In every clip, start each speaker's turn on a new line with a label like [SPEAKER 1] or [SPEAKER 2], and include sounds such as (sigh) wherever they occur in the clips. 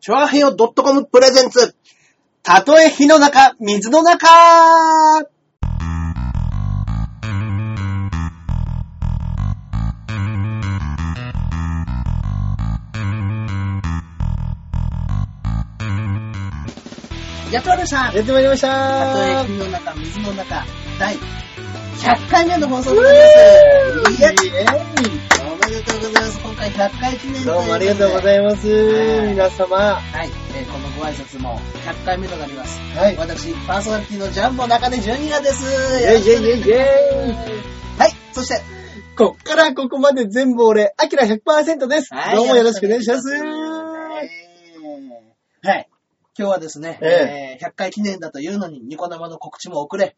[SPEAKER 1] チョアヘヨ .com プレゼンツ。たとえ火の中、水の中やってまいりました
[SPEAKER 2] やってまいりました
[SPEAKER 1] たとえ
[SPEAKER 2] ー
[SPEAKER 1] 火の中、水の中、第100回目の放送でございます。いやおめでとうございます。今回100回記念
[SPEAKER 2] どうもありがとうござ
[SPEAKER 1] い
[SPEAKER 2] います。
[SPEAKER 1] はい
[SPEAKER 2] 皆様。
[SPEAKER 1] ます。はい、えーこのご挨拶も100回目となります。
[SPEAKER 2] はい。
[SPEAKER 1] 私、パーソナリティのジャンボ中根ジュニアです。
[SPEAKER 2] イェイイェイイェイイェイ
[SPEAKER 1] はい、そして、
[SPEAKER 2] こっからここまで全部俺、アキラ100%です
[SPEAKER 1] はい。
[SPEAKER 2] どうもよろしくお願いします。
[SPEAKER 1] えーはい。今日はですね、
[SPEAKER 2] え
[SPEAKER 1] えー100回記念だというのにニコ生の告知も遅
[SPEAKER 2] (laughs)
[SPEAKER 1] れ、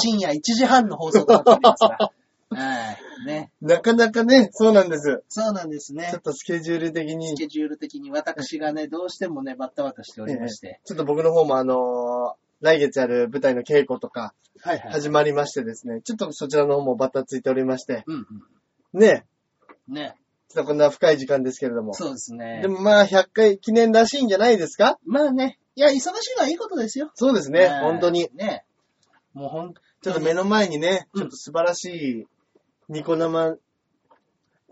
[SPEAKER 1] 深夜1時半の放送となっておりますが、はい。ね。
[SPEAKER 2] なかなかね、そうなんです。
[SPEAKER 1] そうなんですね
[SPEAKER 2] ちょっ。とスケジュール的に
[SPEAKER 1] ス、ケジュール的に私がね、どうしてもね、バッタバタしておりまして。
[SPEAKER 2] ちょっと僕の方もあのー来月ある舞台の稽古とか
[SPEAKER 1] はいは
[SPEAKER 2] 始まりましてですね、ちょっとそちらの方もバタついておりまして、
[SPEAKER 1] うん
[SPEAKER 2] ね、
[SPEAKER 1] うん。ね。
[SPEAKER 2] ちょっとこんな深い時間ですけれども。
[SPEAKER 1] そうですね。
[SPEAKER 2] でもまあ100回記念らしいんじゃないですか
[SPEAKER 1] まあね。いや、忙しいのはいいことですよ。
[SPEAKER 2] そうですね、
[SPEAKER 1] はい
[SPEAKER 2] 本当に。。
[SPEAKER 1] ね。もうほん、
[SPEAKER 2] ちょっと目の前にね、
[SPEAKER 1] うん
[SPEAKER 2] ちょっと素晴らしいニコ生、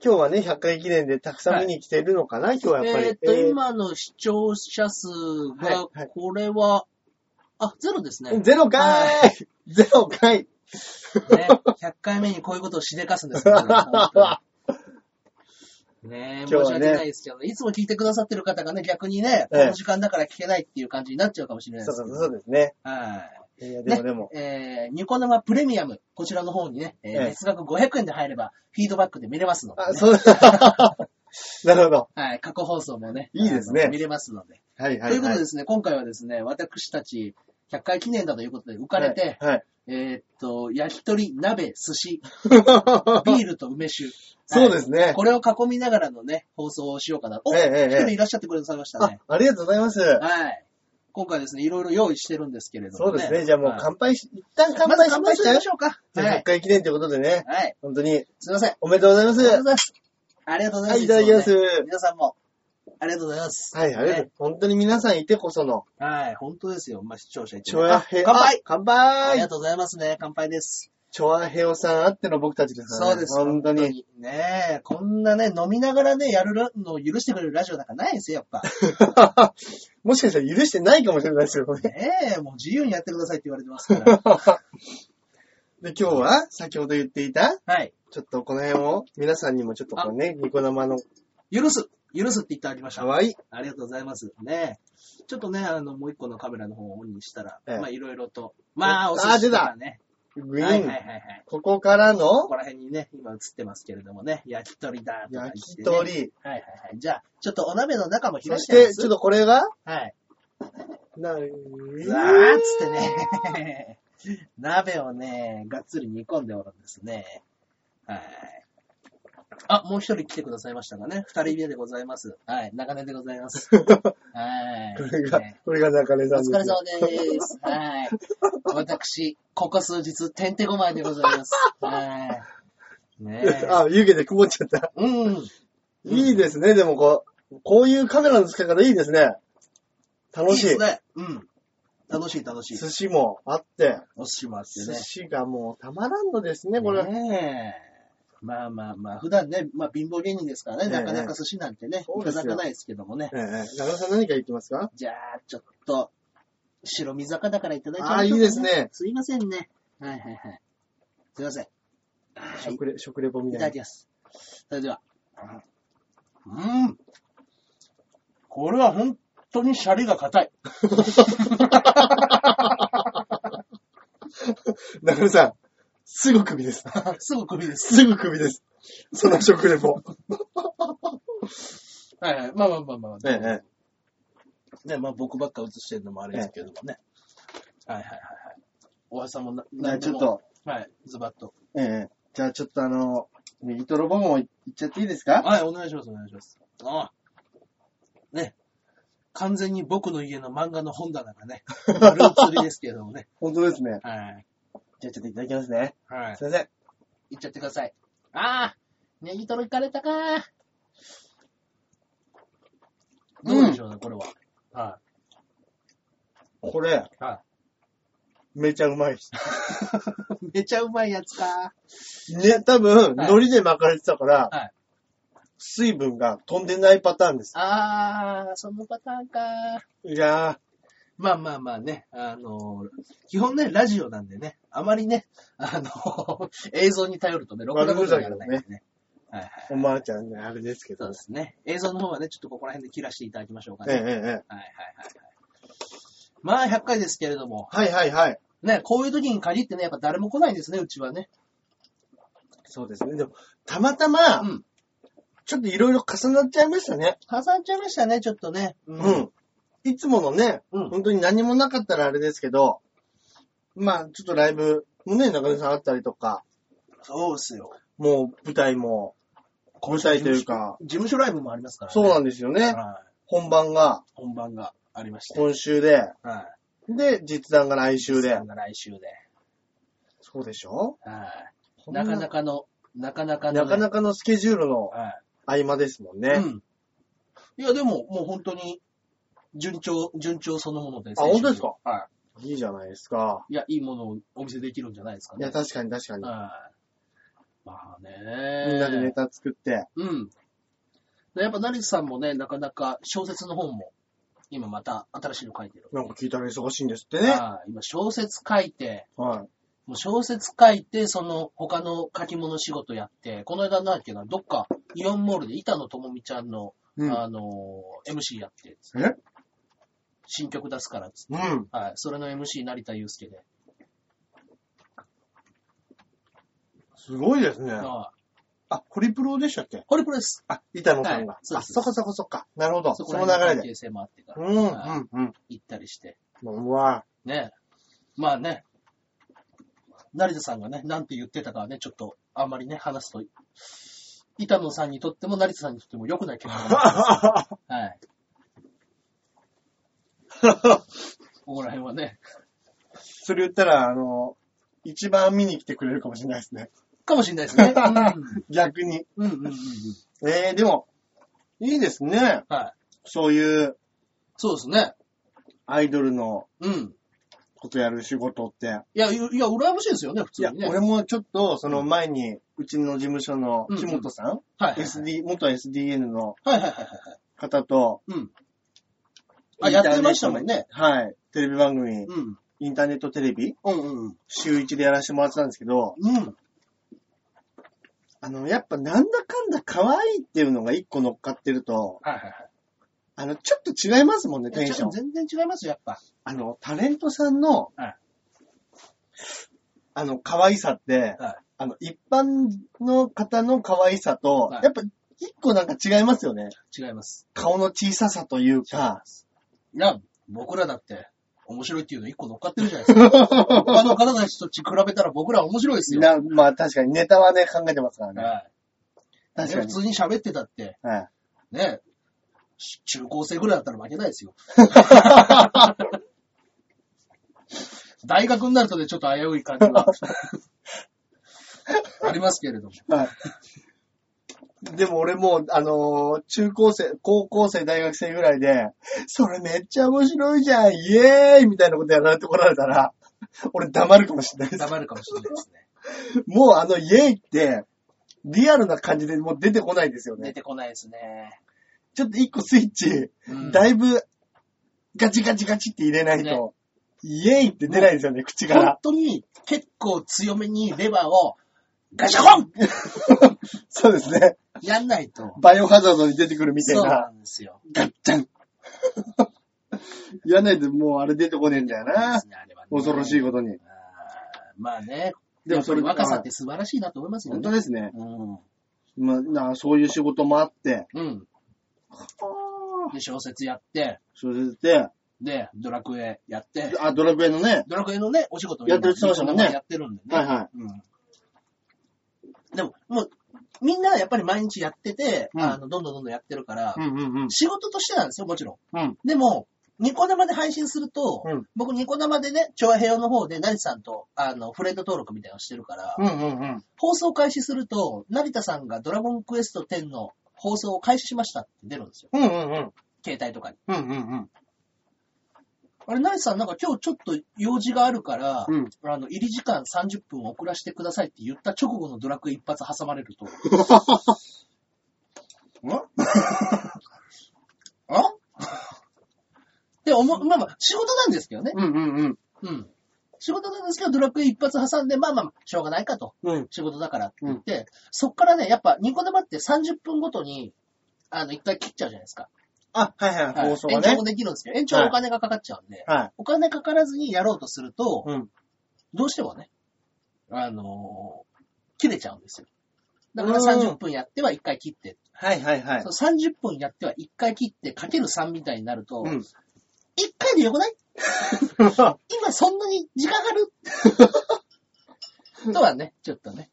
[SPEAKER 2] 今日はね、100回記念でたくさん見に来てるのかな、今日はやっぱり。
[SPEAKER 1] えーっと、
[SPEAKER 2] えー
[SPEAKER 1] 今の視聴者数が
[SPEAKER 2] はいはい、
[SPEAKER 1] これは、あ、ゼロですね。ね。
[SPEAKER 2] ゼロ回、
[SPEAKER 1] は
[SPEAKER 2] ゼロ回
[SPEAKER 1] 100回目にこういうことをしでかす
[SPEAKER 2] (laughs)
[SPEAKER 1] んですね。本当
[SPEAKER 2] 今日は
[SPEAKER 1] にねえ、申し
[SPEAKER 2] ね
[SPEAKER 1] 訳ないですけど、いつも聞いてくださってる方がね、逆にね、
[SPEAKER 2] え
[SPEAKER 1] こ
[SPEAKER 2] え
[SPEAKER 1] の時間だから聞けないっていう感じになっちゃうかもしれない
[SPEAKER 2] そ
[SPEAKER 1] で
[SPEAKER 2] うそ
[SPEAKER 1] すけ
[SPEAKER 2] う
[SPEAKER 1] ど。
[SPEAKER 2] そうですね。
[SPEAKER 1] はい。
[SPEAKER 2] いや、でもでも。
[SPEAKER 1] えー、ニコ生プレミアム、こちらの方にね、えー
[SPEAKER 2] ええ
[SPEAKER 1] 月額500円で入れば、フィードバックで見れますので、ね
[SPEAKER 2] あ、そう (laughs) なるほど。
[SPEAKER 1] はい、過去放送もね、
[SPEAKER 2] いいですね
[SPEAKER 1] あの見れますので。
[SPEAKER 2] はいはい、はい。
[SPEAKER 1] ということでですね、今回はですね、私たち、100回記念だということで浮かれて、
[SPEAKER 2] はい。はい
[SPEAKER 1] えーっと、焼き鳥、鍋、寿
[SPEAKER 2] (laughs)
[SPEAKER 1] 司、ビールと梅酒。
[SPEAKER 2] そうですね
[SPEAKER 1] はいこれを囲みながらのね、放送をしようかな。お、
[SPEAKER 2] ええええ
[SPEAKER 1] 一人いらっしゃってくださいました
[SPEAKER 2] あ
[SPEAKER 1] ね。、
[SPEAKER 2] ありがとうございます。
[SPEAKER 1] はい。今回ですね、いろいろ用意してるんですけれど
[SPEAKER 2] そ
[SPEAKER 1] も、ね。
[SPEAKER 2] うですね。じゃあもう
[SPEAKER 1] はい
[SPEAKER 2] 乾杯し、一旦乾
[SPEAKER 1] まず
[SPEAKER 2] 杯
[SPEAKER 1] 乾
[SPEAKER 2] し
[SPEAKER 1] 杯
[SPEAKER 2] ま
[SPEAKER 1] し
[SPEAKER 2] し
[SPEAKER 1] ちゃ
[SPEAKER 2] た
[SPEAKER 1] いま
[SPEAKER 2] よ
[SPEAKER 1] し。ょうか。
[SPEAKER 2] じゃあ
[SPEAKER 1] は
[SPEAKER 2] 100
[SPEAKER 1] い。
[SPEAKER 2] 回記念ということでね、
[SPEAKER 1] はい。
[SPEAKER 2] 本当に
[SPEAKER 1] すいません。
[SPEAKER 2] おめでとうございます。
[SPEAKER 1] ありがとう
[SPEAKER 2] は
[SPEAKER 1] ございます。ありがとうございます。
[SPEAKER 2] い、いただきます。
[SPEAKER 1] 皆さんも、ありがとうございます。
[SPEAKER 2] はい、ありがとう
[SPEAKER 1] ね。
[SPEAKER 2] 本当に皆さんいてこその、
[SPEAKER 1] はい、本当ですよ。まあ、視聴者一
[SPEAKER 2] チョアヘ
[SPEAKER 1] 乾杯
[SPEAKER 2] あ乾
[SPEAKER 1] ありが
[SPEAKER 2] 杯
[SPEAKER 1] とうございますね。乾杯です。
[SPEAKER 2] チョアヘオさんあっての僕たちですからね。
[SPEAKER 1] そうです。
[SPEAKER 2] 本当に。。
[SPEAKER 1] ねえ、こんなね、飲みながらね、やるのを許してくれるラジオなんかないですよ、やっ
[SPEAKER 2] (laughs) もしかしたら許してないかもしれないですけど
[SPEAKER 1] ぱ。
[SPEAKER 2] ね。 (laughs)
[SPEAKER 1] ねえ、もう自由にやってくださいって言われてますから。
[SPEAKER 2] で、今日は先ほど言っていた、
[SPEAKER 1] はい。
[SPEAKER 2] ちょっとこの辺を、皆さんにもちょっとこうね、ニコ生の
[SPEAKER 1] 許す。許すって言ってありました。
[SPEAKER 2] 可愛い。
[SPEAKER 1] ありがとうございます。ねえ。ちょっとね、あの、もう一個のカメラの方をオンにしたら、
[SPEAKER 2] ええ
[SPEAKER 1] まあ、いろいろと。まあ、
[SPEAKER 2] あ
[SPEAKER 1] お寿司とかね。
[SPEAKER 2] グ
[SPEAKER 1] は
[SPEAKER 2] イ
[SPEAKER 1] い
[SPEAKER 2] ーン、
[SPEAKER 1] はいはいはい。
[SPEAKER 2] ここから
[SPEAKER 1] こ
[SPEAKER 2] の
[SPEAKER 1] こら辺にね、今映ってますけれどもね、焼き鳥だとか言っ
[SPEAKER 2] 焼
[SPEAKER 1] てね
[SPEAKER 2] き鳥。
[SPEAKER 1] はいはいはい。じゃあ、ちょっとお鍋の中も
[SPEAKER 2] そ
[SPEAKER 1] 広
[SPEAKER 2] し
[SPEAKER 1] して
[SPEAKER 2] て、
[SPEAKER 1] ます
[SPEAKER 2] ちょっとこれが、
[SPEAKER 1] はい。
[SPEAKER 2] な、う
[SPEAKER 1] うわーっつってね、 (laughs) 鍋をね、がっつり煮込んでおるんですね。はい。あ、もう一人来てくださいましたかね。二人目でございます。はい。中根でございます。はい。
[SPEAKER 2] これが
[SPEAKER 1] ね、
[SPEAKER 2] これが中根
[SPEAKER 1] お
[SPEAKER 2] さんです。
[SPEAKER 1] 疲れ様です。はい。私、ここ数日、てんてこまいでございます。はい。ねえ。
[SPEAKER 2] あ、湯気で曇っちゃった。
[SPEAKER 1] うん。
[SPEAKER 2] いいですね、でもこう、こういうカメラの使い方いいですね。楽しい。
[SPEAKER 1] いいですね。うん。楽しい楽しい。
[SPEAKER 2] 寿司もあって、
[SPEAKER 1] おしまって
[SPEAKER 2] 寿
[SPEAKER 1] ね。
[SPEAKER 2] 司がもうたまらんのですね、これ。
[SPEAKER 1] ねえまあまあまあ、普段ね、まあ貧乏芸人ですからね、
[SPEAKER 2] ええ
[SPEAKER 1] なかなか寿司なんてね、
[SPEAKER 2] そ
[SPEAKER 1] いう
[SPEAKER 2] で
[SPEAKER 1] た
[SPEAKER 2] すよ
[SPEAKER 1] だかないですけどもね。
[SPEAKER 2] ええ、中野さん何か言ってますか
[SPEAKER 1] じゃあ、ちょっと、白身魚からいただいちゃいましょうか、
[SPEAKER 2] ああ、いいです。ね。
[SPEAKER 1] すいませんね。はいはいはい。すいません。はい。
[SPEAKER 2] 食レ、食レポみ
[SPEAKER 1] いた
[SPEAKER 2] た
[SPEAKER 1] だ
[SPEAKER 2] い
[SPEAKER 1] き
[SPEAKER 2] な。
[SPEAKER 1] ます。それでは。うん。これは本当にシャリが硬い。 (laughs)
[SPEAKER 2] 中野さん、すぐ首
[SPEAKER 1] (laughs)
[SPEAKER 2] です。
[SPEAKER 1] すぐ首です。
[SPEAKER 2] すぐ首です。その食レポ。
[SPEAKER 1] はいはい。まあまあまあまあ。
[SPEAKER 2] ええ、
[SPEAKER 1] ね、まあ僕ばっか映してるのもあれですけどもね。はいはいはいはい。大橋さんもな、
[SPEAKER 2] じゃあ
[SPEAKER 1] 何で
[SPEAKER 2] ちょ
[SPEAKER 1] も
[SPEAKER 2] っ。と、
[SPEAKER 1] はい、ズバッと。
[SPEAKER 2] ええ、じゃあちょっとあの、右とロボも行っちゃっていいですか
[SPEAKER 1] はい、お願いします、お願いします。ああ。ね。完全に僕の家の漫画の本棚がね、丸写りですけどもね。
[SPEAKER 2] 本当ですね。
[SPEAKER 1] はい。
[SPEAKER 2] じゃあちょっといただきますね。
[SPEAKER 1] はい。
[SPEAKER 2] すいません。
[SPEAKER 1] いっちゃってください。ああ、ネギトロいかれたかー。どうでしょうね、これは。は
[SPEAKER 2] これ、
[SPEAKER 1] い。は
[SPEAKER 2] めちゃうまいです。
[SPEAKER 1] い。 (laughs) めちゃうまいやつか。
[SPEAKER 2] ね、多分、
[SPEAKER 1] は
[SPEAKER 2] 海
[SPEAKER 1] い
[SPEAKER 2] 苔で巻かれてたから、
[SPEAKER 1] はい
[SPEAKER 2] 水分が飛んでないパターンです。
[SPEAKER 1] あー、そのパターンか。
[SPEAKER 2] いや
[SPEAKER 1] まあまあまあね、あの基本ね、ラジオなんでね、あまりね、あの (laughs) 映像に頼るとね、ろくなことにならないんでね。はいはい。
[SPEAKER 2] ー、おばあちゃんね、あれですけ
[SPEAKER 1] そう
[SPEAKER 2] ど。
[SPEAKER 1] ですね。映像の方はね、ちょっとここら辺で切らしていただきましょうか
[SPEAKER 2] ええ
[SPEAKER 1] ね。はい
[SPEAKER 2] えええ
[SPEAKER 1] はい
[SPEAKER 2] え
[SPEAKER 1] はいはい。まあ、100回ですけれども、
[SPEAKER 2] はいはいはい。
[SPEAKER 1] ね、こういう時に限ってね、やっぱ誰も来ないんですね、うちはね。
[SPEAKER 2] そうですね。でも、たまたま、
[SPEAKER 1] うん
[SPEAKER 2] ちょっといろいろ重なっちゃいましたね。
[SPEAKER 1] 挟んじゃいましたね、ちょっとね。う
[SPEAKER 2] う。ん。いつものね、
[SPEAKER 1] うん
[SPEAKER 2] 本当に何もなかったらあれですけど、まあ、ちょっとライブもね、中根さんあったりとか、
[SPEAKER 1] そうですよ。
[SPEAKER 2] もう舞台も、舞台というか、
[SPEAKER 1] 事務所ライブもありますからね。
[SPEAKER 2] そうなんですよね。
[SPEAKER 1] はい。
[SPEAKER 2] 本番が
[SPEAKER 1] 本番がありまして。
[SPEAKER 2] 今週で、
[SPEAKER 1] はい。
[SPEAKER 2] で、実弾が来週で
[SPEAKER 1] さん。が来週で。
[SPEAKER 2] そうでしょ
[SPEAKER 1] はい。なかなかの、なかなかの
[SPEAKER 2] な
[SPEAKER 1] ね、
[SPEAKER 2] かなかのスケジュールの
[SPEAKER 1] は
[SPEAKER 2] 合間ですもんね。
[SPEAKER 1] い。うん。いや、でも、もう本当に、順調、順調そのものです。
[SPEAKER 2] あ本当ですか
[SPEAKER 1] はい
[SPEAKER 2] いじゃないですか。
[SPEAKER 1] い。いや、いいものをお見せできるんじゃないですか
[SPEAKER 2] い
[SPEAKER 1] ね。
[SPEAKER 2] や、確かに確かに。
[SPEAKER 1] はい。まあね。
[SPEAKER 2] みんなでネタ作って。
[SPEAKER 1] うん。でやっぱ、成さんもね、なかなか小説の本も、今また新しいの書いてる。
[SPEAKER 2] なんか聞いたら忙しいんですってね。
[SPEAKER 1] はい今、小説書いて、
[SPEAKER 2] は
[SPEAKER 1] もう小説書いて、その他の書き物仕事やって、この間なんだっけな、どっかイオンモールで板野友美ちゃんの、
[SPEAKER 2] い。うん。
[SPEAKER 1] あのー、MC やって、
[SPEAKER 2] え
[SPEAKER 1] 新曲出すからっつって
[SPEAKER 2] うん。
[SPEAKER 1] はい、それの MC 成田祐介で。
[SPEAKER 2] すごいですね。
[SPEAKER 1] はい
[SPEAKER 2] あ、ホリプロでしたっけ
[SPEAKER 1] ホリプロです。
[SPEAKER 2] あ、板野さんが。
[SPEAKER 1] はいそう
[SPEAKER 2] あ、
[SPEAKER 1] です
[SPEAKER 2] そこそこそっか。なるほど。そ
[SPEAKER 1] そこ
[SPEAKER 2] の
[SPEAKER 1] ら辺の
[SPEAKER 2] 流れ
[SPEAKER 1] 関
[SPEAKER 2] で。
[SPEAKER 1] 係性もあってか
[SPEAKER 2] う
[SPEAKER 1] ら、
[SPEAKER 2] ん、う
[SPEAKER 1] は
[SPEAKER 2] ん、うん。
[SPEAKER 1] 行ったりして。
[SPEAKER 2] うわ
[SPEAKER 1] ねまあね、成田さんがね、なんて言ってたかはね、ちょっとあんまりね、話すと、板野さんにとっても成田さんにとっても良くない
[SPEAKER 2] (laughs)
[SPEAKER 1] 結果になるはい。ここら辺はね、
[SPEAKER 2] それ言ったら、あの、一番見に来てくれるかもしれないですね。
[SPEAKER 1] かもしれないです
[SPEAKER 2] (laughs)
[SPEAKER 1] ね。
[SPEAKER 2] 逆に。
[SPEAKER 1] うん、うん、うん、うん。
[SPEAKER 2] えー、でも、いいですね。
[SPEAKER 1] はい。
[SPEAKER 2] そういう
[SPEAKER 1] そうですね。
[SPEAKER 2] アイドルの
[SPEAKER 1] うん。
[SPEAKER 2] ことやる仕事って。
[SPEAKER 1] いや、いや、羨ましいですよね、普
[SPEAKER 2] い
[SPEAKER 1] 通
[SPEAKER 2] や
[SPEAKER 1] に、ね。
[SPEAKER 2] 俺もちょっと、その前に、うちの事務所の木本さん、
[SPEAKER 1] はい。
[SPEAKER 2] SD、元 SDN の
[SPEAKER 1] はいはいはいはい。
[SPEAKER 2] 方と、
[SPEAKER 1] うん。あ、やってましたもんね。
[SPEAKER 2] はい。テレビ番組、
[SPEAKER 1] うん。
[SPEAKER 2] インターネットテレビ、
[SPEAKER 1] うんうん
[SPEAKER 2] 週一でやらせてもらってたんですけど、
[SPEAKER 1] うん。うん。
[SPEAKER 2] あの、やっぱなんだかんだ可愛いっていうのが一個乗っかってると、
[SPEAKER 1] はいはい
[SPEAKER 2] あの、ちょっと違いますもんね、
[SPEAKER 1] はい。
[SPEAKER 2] テンション。
[SPEAKER 1] 全然違いますよ、やっぱ。
[SPEAKER 2] あの、タレントさんの、
[SPEAKER 1] はい
[SPEAKER 2] あの、可愛さって、
[SPEAKER 1] はい
[SPEAKER 2] あの、一般の方の可愛さと、
[SPEAKER 1] はい
[SPEAKER 2] やっぱ一個なんか違いますよね。
[SPEAKER 1] 違います。
[SPEAKER 2] 顔の小ささというか、
[SPEAKER 1] いや、僕らだって、面白いっていうの一個乗っかってるじゃないで
[SPEAKER 2] (laughs)
[SPEAKER 1] すか。他の方たちと比べたら僕らは面白いですよ。
[SPEAKER 2] なまあ確かにネタはね、考えてますからね。
[SPEAKER 1] はい。
[SPEAKER 2] 確
[SPEAKER 1] ね
[SPEAKER 2] か
[SPEAKER 1] 普
[SPEAKER 2] に。
[SPEAKER 1] 通に喋ってたって、
[SPEAKER 2] はい
[SPEAKER 1] ね、し中高生ぐらいだったら負けないで
[SPEAKER 2] (laughs)
[SPEAKER 1] すよ。大学になるとね、ちょっと危うい感じは (laughs) ありますけれども。
[SPEAKER 2] (laughs) でも俺もう、あのー中高生、高校生、大学生ぐらいで、それめっちゃ面白いじゃん、イエーイみたいなことやられてこられたら、 (laughs) 俺黙るかもしれないです。
[SPEAKER 1] 黙るかもしれないですね。
[SPEAKER 2] もうあのイエーイって、リアルな感じでもう出てこないですよ
[SPEAKER 1] (laughs) 出
[SPEAKER 2] ね。
[SPEAKER 1] てこないですね。
[SPEAKER 2] ちょっと一個スイッチ、
[SPEAKER 1] うん
[SPEAKER 2] だいぶガチガチガチって入れない
[SPEAKER 1] ね
[SPEAKER 2] と、イエーイって出ないですよね、口か
[SPEAKER 1] 本
[SPEAKER 2] (laughs) ら。
[SPEAKER 1] 当に結構強めにレバーをガシャコン
[SPEAKER 2] そうですね。
[SPEAKER 1] やんないと。
[SPEAKER 2] バイオハザードに出てくるみたい
[SPEAKER 1] そう
[SPEAKER 2] な。
[SPEAKER 1] なんですよ。
[SPEAKER 2] ガッチャン。やらないともうあれ出てこねえんだよな。恐ろしい
[SPEAKER 1] こ
[SPEAKER 2] ことに。
[SPEAKER 1] と。まあね。
[SPEAKER 2] で
[SPEAKER 1] で
[SPEAKER 2] も
[SPEAKER 1] も
[SPEAKER 2] そ
[SPEAKER 1] そ
[SPEAKER 2] れ
[SPEAKER 1] れ若さって素晴らしいなと思いますよ
[SPEAKER 2] 本当
[SPEAKER 1] ね。
[SPEAKER 2] ですね。
[SPEAKER 1] うん。
[SPEAKER 2] まあ、なそういう仕事もあって、
[SPEAKER 1] うん。で、小説やって、
[SPEAKER 2] それで、
[SPEAKER 1] で、ドラクエやって、
[SPEAKER 2] あ、ドラクエのね、
[SPEAKER 1] ドラクエのね、お仕事を
[SPEAKER 2] やってるって言ってましたもんね
[SPEAKER 1] やってるんでね。
[SPEAKER 2] はいは
[SPEAKER 1] うん。でも、もう、みんなやっぱり毎日やってて、
[SPEAKER 2] うん
[SPEAKER 1] あの、どんどんどんどんやってるから
[SPEAKER 2] い。、んうんうん。
[SPEAKER 1] 仕事としてなんですよ、もちろん。
[SPEAKER 2] うん。
[SPEAKER 1] でも、ニコ生で配信すると、
[SPEAKER 2] うん
[SPEAKER 1] 僕ニコ生でね、調和平和の方で成田さんと、あの、フレンド登録みたいなのしてるから、
[SPEAKER 2] うんうんうん。
[SPEAKER 1] 放送開始すると、成田さんがドラゴンクエスト10の放送を開始しましたって出るんですよ。
[SPEAKER 2] うんうんうん。
[SPEAKER 1] 携帯とかに。
[SPEAKER 2] うんうん
[SPEAKER 1] あれ、ナイスさん、なんか今日ちょっと用事があるから、
[SPEAKER 2] うん。うん。
[SPEAKER 1] あの、入り時間30分遅らせてくださいって言った直後のドラクエ一発挟まれる
[SPEAKER 2] (laughs)
[SPEAKER 1] と。ん (laughs) んって思う、まあまあ、仕事なんですけどね。
[SPEAKER 2] うんうんうん。
[SPEAKER 1] うん。仕事なんですけど、ドラクエ一発挟んで、まあまあ、しょうがないかと。
[SPEAKER 2] うん。
[SPEAKER 1] 仕事だからって言って、そっからね、やっぱ、ニコ生って30分ごとに、あの、一回切っちゃうじゃないですか。
[SPEAKER 2] あ、はいはい、放送が
[SPEAKER 1] 延長
[SPEAKER 2] ね
[SPEAKER 1] も。できるんですけど、延長はお金がかかっちゃうんで、
[SPEAKER 2] は
[SPEAKER 1] お金かからずにやろうとすると、
[SPEAKER 2] い。うん。
[SPEAKER 1] どうしてもね、あのー切れちゃうんですよ。だから
[SPEAKER 2] うん
[SPEAKER 1] 30分やっては1回切って、
[SPEAKER 2] はいはいはい。
[SPEAKER 1] その30分やっては1回切って、かける3みたいになると、
[SPEAKER 2] う
[SPEAKER 1] 1
[SPEAKER 2] ん。
[SPEAKER 1] 回でよくない今そんなに時間あ
[SPEAKER 2] (laughs)
[SPEAKER 1] るとはね、ちょっとね。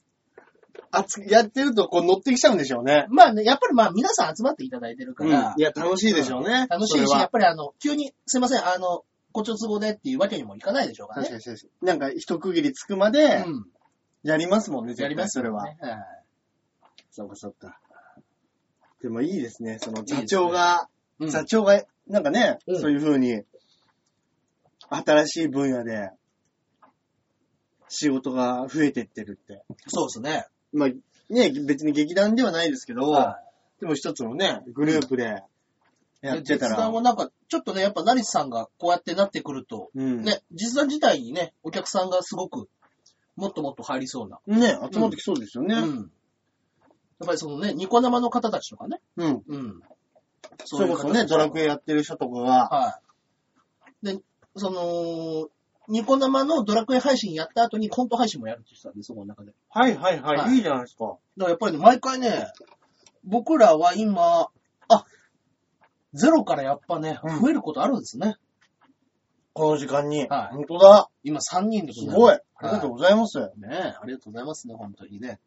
[SPEAKER 2] 熱くやってるとこう乗ってきちゃうんでしょうね。
[SPEAKER 1] まあね、やっぱりまあ皆さん集まっていただいてるか
[SPEAKER 2] うん。
[SPEAKER 1] ら、
[SPEAKER 2] いや、楽しいでしょうね。
[SPEAKER 1] 楽し
[SPEAKER 2] それ
[SPEAKER 1] いし、やっ
[SPEAKER 2] は。
[SPEAKER 1] ぱりあの、急に、すいません、あの、ごちょつごでっていうわけにもいかないでしょうから
[SPEAKER 2] 確か
[SPEAKER 1] ね。
[SPEAKER 2] に確かに。なんか一区切りつくまで、
[SPEAKER 1] うん。
[SPEAKER 2] やりますもんね、
[SPEAKER 1] やります
[SPEAKER 2] 絶対それは。
[SPEAKER 1] ね。はい
[SPEAKER 2] そうかそうか。でもいいですね、その
[SPEAKER 1] です
[SPEAKER 2] 座
[SPEAKER 1] ね
[SPEAKER 2] 長が、
[SPEAKER 1] うん
[SPEAKER 2] 座長が、なんかね、
[SPEAKER 1] うん
[SPEAKER 2] そういう風に、新しい分野で、仕事が増えてってるって。
[SPEAKER 1] そうですね。
[SPEAKER 2] まあ、ね、別に劇団ではないですけど、
[SPEAKER 1] はい
[SPEAKER 2] でも一つのね、グループで、やってた
[SPEAKER 1] 実
[SPEAKER 2] ら
[SPEAKER 1] 弾、はなんか、ちょっとね、やっぱ、成瀬さんがこうやってなってくると、
[SPEAKER 2] うん。ね、
[SPEAKER 1] ね、実弾自体にね、お客さんがすごく、もっともっと入りそうな。
[SPEAKER 2] 集まってきそうですよね。
[SPEAKER 1] うん。やっぱりそのね、ニコ生の方たちとかね。
[SPEAKER 2] うん。
[SPEAKER 1] うん。
[SPEAKER 2] それこそね、ドラク
[SPEAKER 1] エ。
[SPEAKER 2] エやってる人とかが、
[SPEAKER 1] はい。で、その、ニコ生のドラクエ配信やった後にコント配信もやるって言ってたんで、そこの中で。
[SPEAKER 2] はいはいはい、、
[SPEAKER 1] はいい
[SPEAKER 2] いじゃないですか。
[SPEAKER 1] だからやっぱりね、毎回ね、僕らは今、あ、ゼロからやっぱね
[SPEAKER 2] うん、
[SPEAKER 1] 増えることあるんですね。
[SPEAKER 2] この時間に。
[SPEAKER 1] はい
[SPEAKER 2] 本当だ。
[SPEAKER 1] 今3人でござ
[SPEAKER 2] す
[SPEAKER 1] ます
[SPEAKER 2] ごい。ありがとうございます。
[SPEAKER 1] ねえ、ありがとうございますね、本当にね。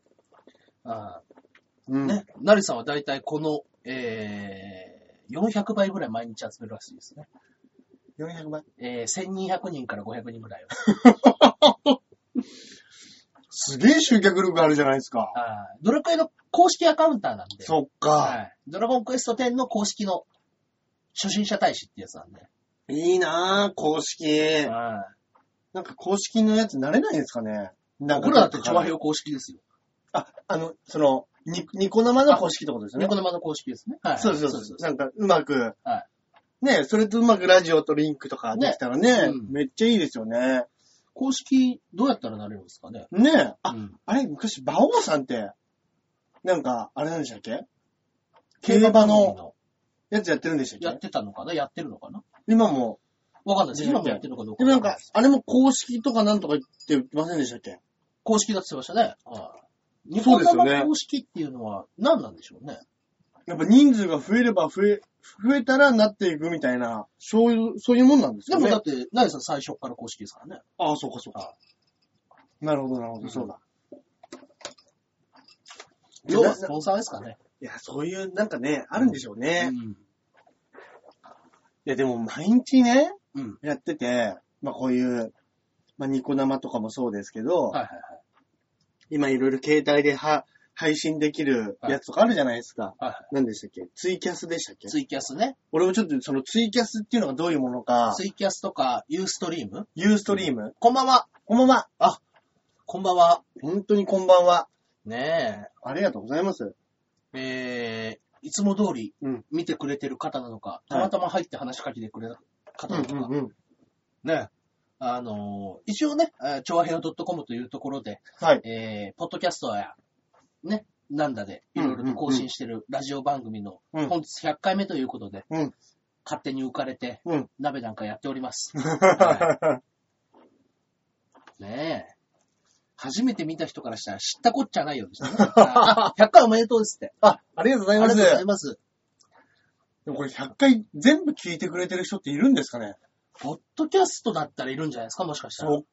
[SPEAKER 1] あ
[SPEAKER 2] うん。
[SPEAKER 1] ね、なりさんは大体この、えー、400倍ぐらい毎日集めるらしいですね。
[SPEAKER 2] 400倍。
[SPEAKER 1] えー、1200人から500人ぐらいは。
[SPEAKER 2] すげえ集客力あるじゃないですか。
[SPEAKER 1] あードラクエの公式アカウンターなんで。
[SPEAKER 2] そっ
[SPEAKER 1] は
[SPEAKER 2] か。
[SPEAKER 1] い。ドラゴンクエスト10の公式の初心者大使ってやつなんで。
[SPEAKER 2] いいなぁ、公式。
[SPEAKER 1] はい。
[SPEAKER 2] なんか公式のやつ慣れないですかね。なんか
[SPEAKER 1] 僕らだって調和表公式ですよ。
[SPEAKER 2] あ、あの、その、ニニコ生の公式ってことですよ
[SPEAKER 1] ニ
[SPEAKER 2] ね
[SPEAKER 1] コ。生の公式ですね。はい。
[SPEAKER 2] そうそうそうなんかうまく。
[SPEAKER 1] は
[SPEAKER 2] ねそれとうまくラジオとリンクとかできたらね、
[SPEAKER 1] ねうん
[SPEAKER 2] めっちゃいいですよね。
[SPEAKER 1] 公式、どうやったらなれるんですかね。
[SPEAKER 2] ねえ。あ、
[SPEAKER 1] うん
[SPEAKER 2] あれ、昔、馬王さんって、なんか、あれなんでしたっけ競馬のやつやってるんでした
[SPEAKER 1] や
[SPEAKER 2] っ
[SPEAKER 1] っ
[SPEAKER 2] け
[SPEAKER 1] てたのかなやってるのかな
[SPEAKER 2] 今も。
[SPEAKER 1] わかんないです。今もやってるのかどう
[SPEAKER 2] で
[SPEAKER 1] か。
[SPEAKER 2] もなんか、、あれも公式とかなんとか言ってませんでしたっけ
[SPEAKER 1] 公式だって言ってましたね。はい。
[SPEAKER 2] そうですよね
[SPEAKER 1] 日本の公式っていうのは何なんでしょうね。
[SPEAKER 2] やっぱ人数が増えれば増え、増えたらなっていくみたいな、そういう、そういうもんなんです
[SPEAKER 1] で
[SPEAKER 2] よ
[SPEAKER 1] も
[SPEAKER 2] ね。
[SPEAKER 1] だって、ナイさん最初から公式ですからね。
[SPEAKER 2] ああ、そうかそうか。なるほど、なるほど、
[SPEAKER 1] うん
[SPEAKER 2] そうだ。
[SPEAKER 1] 要はスポンサーですからね。
[SPEAKER 2] いや、そういう、なんかね、あるんでしょうね。い
[SPEAKER 1] うん。
[SPEAKER 2] や、でも毎日ね、
[SPEAKER 1] うん。
[SPEAKER 2] やってて、まあこういう、まあニコ生とかもそうですけど、
[SPEAKER 1] はいはいはい。
[SPEAKER 2] 今いろいろ携帯では配信できるやつとかあるじゃないですか。
[SPEAKER 1] はいは
[SPEAKER 2] 何でしたっけツイキャスでしたっけ
[SPEAKER 1] い。ツイキャスね。
[SPEAKER 2] 俺もちょっとそのツイキャスっていうのがどういうものか、
[SPEAKER 1] ツイキャスとか、ユーストリーム
[SPEAKER 2] ユーストリーム、
[SPEAKER 1] こんばんは。
[SPEAKER 2] こんばんは。あ、
[SPEAKER 1] こんばんは。
[SPEAKER 2] 本当にこんばんは。
[SPEAKER 1] ね
[SPEAKER 2] ありがとうございます。
[SPEAKER 1] え。えー、いつも通り
[SPEAKER 2] うん
[SPEAKER 1] 見てくれてる方なのか、たまたま入って話しかけてくれた方なのか、
[SPEAKER 2] うん。
[SPEAKER 1] ね。あのー一応ね、あー調和平和 .com というところで、
[SPEAKER 2] はい。
[SPEAKER 1] えー、ポッドキャストや、ね、なんだで、いろいろと更新してるラジオ番組の、
[SPEAKER 2] うん
[SPEAKER 1] 本日100回目ということで、
[SPEAKER 2] うん
[SPEAKER 1] 勝手に浮かれて、
[SPEAKER 2] うん (laughs)
[SPEAKER 1] 鍋なんかやっており (laughs) ます。ねえ。初めて見た人からしたら知ったこっちゃないようでしたね。 (laughs) あ100回おめでとうですって。
[SPEAKER 2] あ、ありがとうご
[SPEAKER 1] あ
[SPEAKER 2] ざいま
[SPEAKER 1] りがと
[SPEAKER 2] す
[SPEAKER 1] うご。ざいます。
[SPEAKER 2] でもこれ100回全部聞いてくれてる人っているんですかね
[SPEAKER 1] ポッドキャストだったらいるんじゃないですか、もしかしたら。
[SPEAKER 2] っ
[SPEAKER 1] ポッド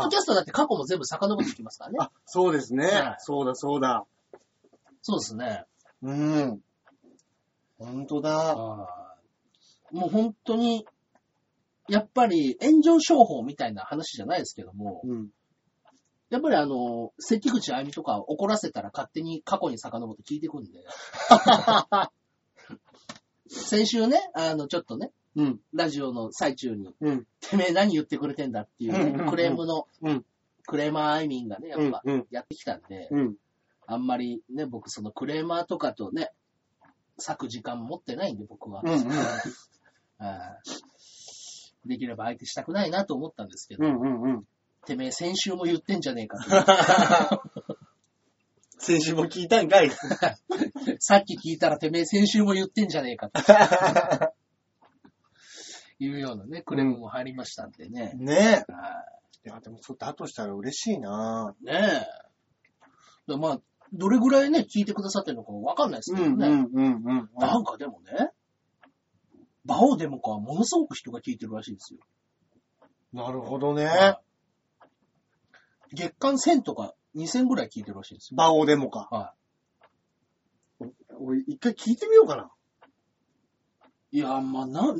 [SPEAKER 2] か
[SPEAKER 1] キャストだって過去も全部遡ってきますからね。
[SPEAKER 2] あ、そうですね
[SPEAKER 1] はい。
[SPEAKER 2] そうだそうだ。
[SPEAKER 1] そうですね。
[SPEAKER 2] うん。本当だ。
[SPEAKER 1] もう本当に、やっぱり炎上商法みたいな話じゃないですけども、
[SPEAKER 2] うん。
[SPEAKER 1] やっぱりあの、関口あゆみとかを怒らせたら勝手に過去に遡って聞いてくんで。先週ね、あの、ちょっとね、
[SPEAKER 2] うん。
[SPEAKER 1] ラジオの最中に、
[SPEAKER 2] うん。
[SPEAKER 1] てめえ何言ってくれてんだっていうね、
[SPEAKER 2] うんうんうん
[SPEAKER 1] クレームの、
[SPEAKER 2] うん
[SPEAKER 1] クレーマーアイミンがね、やっぱ、
[SPEAKER 2] うんうん
[SPEAKER 1] やってきたんで、
[SPEAKER 2] うん。
[SPEAKER 1] あんまりね、僕そのクレーマーとかとね、咲く時間持ってないんで、僕は。
[SPEAKER 2] うんうん
[SPEAKER 1] あーできれば相手したくないなと思ったんですけど、
[SPEAKER 2] うんうんうん。
[SPEAKER 1] てめえ先週も言ってんじゃねえか
[SPEAKER 2] 先週も聞いたんかい。
[SPEAKER 1] って。さっき聞いたらてめえ先週も言ってんじゃねえかって
[SPEAKER 2] (laughs)
[SPEAKER 1] いうようなね、クレームも入りましたんでね。
[SPEAKER 2] ね
[SPEAKER 1] あ
[SPEAKER 2] え。いや、でも、そうだとしたら嬉しいな
[SPEAKER 1] ーねえ。でまあ、どれぐらいね、聞いてくださってるのかわかんないです
[SPEAKER 2] う
[SPEAKER 1] けどね。
[SPEAKER 2] んうんうんうん。
[SPEAKER 1] なんかでもね、バオデモカはものすごく人が聞いてるらしいですよ。
[SPEAKER 2] なるほどね。
[SPEAKER 1] はい月間1000とか2000ぐらい聞いてるらしいですよ。
[SPEAKER 2] バオデモか。
[SPEAKER 1] は
[SPEAKER 2] 俺、一回聞いてみようかな。
[SPEAKER 1] い。いや、まあ、なん、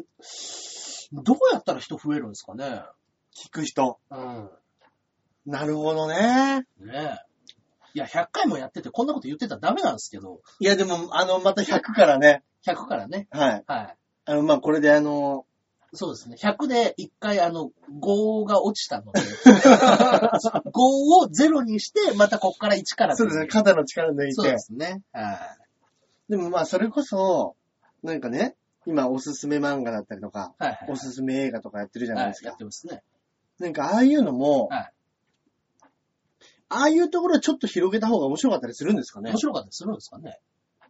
[SPEAKER 1] どうやったら人増えるんですかね。
[SPEAKER 2] 聞く人。
[SPEAKER 1] うん。
[SPEAKER 2] なるほどね。
[SPEAKER 1] ねえ。いや、100回もやっててこんなこと言ってたらダメなんですけど、
[SPEAKER 2] いや、でも、あの、また100からね。
[SPEAKER 1] 100からね。
[SPEAKER 2] はい。
[SPEAKER 1] はい。
[SPEAKER 2] あの、まあ、これであの、
[SPEAKER 1] そうですね。100で1回、あの、5が落ちた
[SPEAKER 2] (laughs)
[SPEAKER 1] ので、5を0にして、またこっから1からと
[SPEAKER 2] そ
[SPEAKER 1] いう
[SPEAKER 2] ですね、肩の力抜い
[SPEAKER 1] そう
[SPEAKER 2] て
[SPEAKER 1] で。すね。は
[SPEAKER 2] でもまあ、それこそ、なんかね、今おすすめ漫画だったりとか、
[SPEAKER 1] い。はいはい。
[SPEAKER 2] おすすめ映画とかやってるじゃないです
[SPEAKER 1] はいや
[SPEAKER 2] か
[SPEAKER 1] っ。てますね。
[SPEAKER 2] なんか、ああいうのも、
[SPEAKER 1] はい
[SPEAKER 2] ああいうところちょっと広げた方が面白かったりするんですかね
[SPEAKER 1] 面。白かったりするんですかね。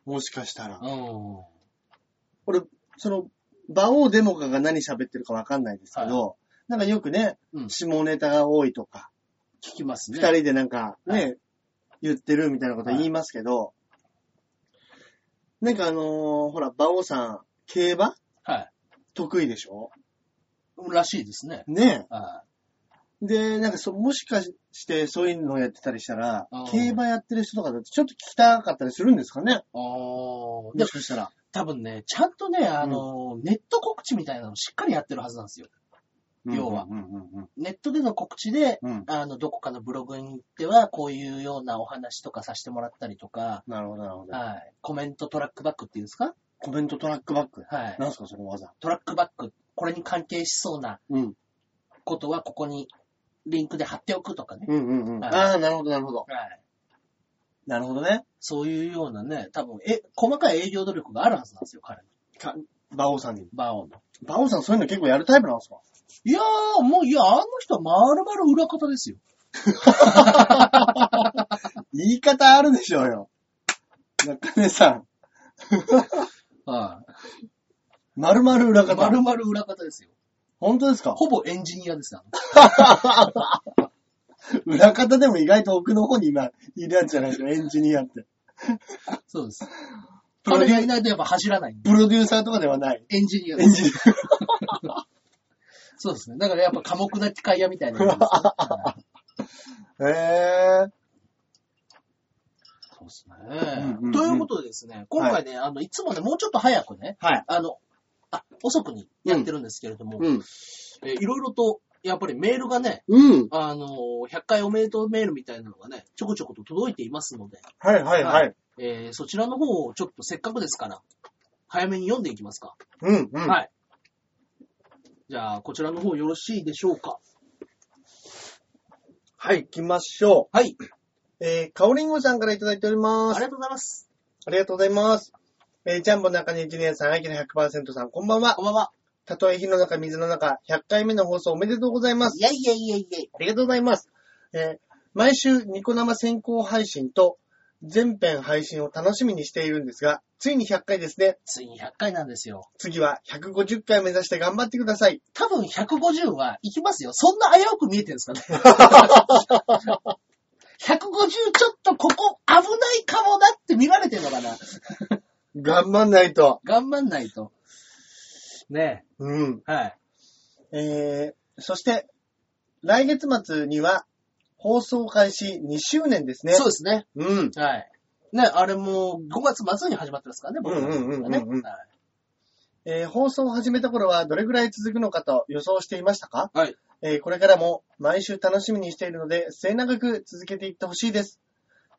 [SPEAKER 2] もしかしたら。
[SPEAKER 1] うん。
[SPEAKER 2] その、馬王デモカが何喋ってるかわかんないですけど、なんかよくね、
[SPEAKER 1] うん
[SPEAKER 2] 下ネタが多いとか、
[SPEAKER 1] 聞きます
[SPEAKER 2] 二、
[SPEAKER 1] ね。
[SPEAKER 2] 人でなんかね、
[SPEAKER 1] は
[SPEAKER 2] 言ってるみたいなこと言いますけど、なんかあのーほら、馬王さん、競馬
[SPEAKER 1] はい。
[SPEAKER 2] 得意でしょ
[SPEAKER 1] らしいですね。
[SPEAKER 2] ね
[SPEAKER 1] は
[SPEAKER 2] え。で、なんかそ、もしかしてそういうのをやってたりしたら
[SPEAKER 1] あー、
[SPEAKER 2] 競馬やってる人とかだとちょっと聞きたかったりするんですかね
[SPEAKER 1] い。おー。
[SPEAKER 2] も
[SPEAKER 1] で
[SPEAKER 2] しかしたら。
[SPEAKER 1] 多分ね、ちゃんとね、あの、ネット告知みたいなのしっかりやってるはずなんですよ。要は
[SPEAKER 2] うんうんうん
[SPEAKER 1] ネットでの告知で、
[SPEAKER 2] うん。うん。
[SPEAKER 1] あの、どこかのブログに行っては、こういうようなお話とかさせてもらったりとか、
[SPEAKER 2] なるほど、なるほど。
[SPEAKER 1] はい。コメントトラックバックっていうんですか
[SPEAKER 2] コメントトラックバック。
[SPEAKER 1] はい。
[SPEAKER 2] なんすか、その技。
[SPEAKER 1] トラックバック、これに関係しそうな
[SPEAKER 2] うん。
[SPEAKER 1] ことは、ここにリンクで貼っておくとかね。
[SPEAKER 2] うんうんうん。
[SPEAKER 1] はい
[SPEAKER 2] ああ、なるほど、なるほど。
[SPEAKER 1] はい。
[SPEAKER 2] なるほどね。
[SPEAKER 1] そういうようなね、多分、え、細かい営業努力があるはずなんですよ、彼の。
[SPEAKER 2] か、馬王さんに。
[SPEAKER 1] バオンの。
[SPEAKER 2] 馬王さんそういうの結構やるタイプなんですか
[SPEAKER 1] いやー、もう、いや、あの人はまるまる裏方ですよ。
[SPEAKER 2] 言い方あるでしょうよ。中根さん、
[SPEAKER 1] は
[SPEAKER 2] まるまる裏
[SPEAKER 1] い。ま
[SPEAKER 2] 方。
[SPEAKER 1] るまる裏方ですよ。
[SPEAKER 2] 本当ですか
[SPEAKER 1] ほぼエンジニアですよ。
[SPEAKER 2] 裏方でも意外と奥の方に今、いるんじゃないですか、エンジニアって。
[SPEAKER 1] そうです。
[SPEAKER 2] プロ
[SPEAKER 1] 彼
[SPEAKER 2] デ
[SPEAKER 1] が
[SPEAKER 2] ュ
[SPEAKER 1] いないとやっぱ走らないんで。
[SPEAKER 2] プロデューサーとかではない。
[SPEAKER 1] エンジニア
[SPEAKER 2] エ
[SPEAKER 1] で
[SPEAKER 2] ン
[SPEAKER 1] す。
[SPEAKER 2] ジニ
[SPEAKER 1] そうですね。だからやっぱ寡黙な機械屋みたいなもんですね、
[SPEAKER 2] (laughs)
[SPEAKER 1] はい
[SPEAKER 2] ア。 (laughs) へぇー。
[SPEAKER 1] そうですね、
[SPEAKER 2] うんうんうん
[SPEAKER 1] ということでですね、今回ね、い、あの、いつもね、もうちょっと早くね、
[SPEAKER 2] はい。
[SPEAKER 1] あの、あ、遅くにやってるんですけれども、
[SPEAKER 2] うん。
[SPEAKER 1] えいろいろと、やっぱりメールがね、
[SPEAKER 2] うん。
[SPEAKER 1] あのー、100回おめでとうメールみたいなのがね、ちょこちょこと届いていますので、
[SPEAKER 2] はいはいは。
[SPEAKER 1] はいえーそちらの方をちょっとせっかくですから、早めに読んでいきますか。
[SPEAKER 2] うんうん。
[SPEAKER 1] はい。じゃあ、こちらの方よろしいでしょうか。
[SPEAKER 2] はい、行きましょ
[SPEAKER 1] はい。
[SPEAKER 2] う。えー、かおりんごさんからいただいており
[SPEAKER 1] あ
[SPEAKER 2] ま
[SPEAKER 1] り
[SPEAKER 2] す
[SPEAKER 1] が。とうございます。
[SPEAKER 2] ありがとうございます。えー、ジャンボ中根一年さん、あきら100%さん、こんばんは
[SPEAKER 1] こ。んばんは。
[SPEAKER 2] たとえ火の中、水の中、100回目の放送おめでとうございます。
[SPEAKER 1] いやいやいやいや
[SPEAKER 2] ありがとうございます。えー毎週ニコ生先行配信と全編配信を楽しみにしているんですが、ついに100回ですね。
[SPEAKER 1] ついに100回なんですよ。
[SPEAKER 2] 次は150回目指して頑張ってください。
[SPEAKER 1] 多分150はいきますよ。そんな危うく見えてるんですかね。150ちょっとここ危ないかもだって見られてるのかな。
[SPEAKER 2] 頑張んないと。
[SPEAKER 1] 頑張んないと。ね
[SPEAKER 2] うん。
[SPEAKER 1] え。はい。
[SPEAKER 2] えー、そして、来月末には放送開始2周年ですね。
[SPEAKER 1] そうですね。
[SPEAKER 2] うん。
[SPEAKER 1] はい。ね、あれも5月末に始まってますからね、僕らの時はね。
[SPEAKER 2] うんうんうんうんうん
[SPEAKER 1] はい
[SPEAKER 2] えー放送を始めた頃はどれぐらい続くのかと予想していましたか
[SPEAKER 1] はい。
[SPEAKER 2] えーこれからも毎週楽しみにしているので、末永く続けていってほしいです。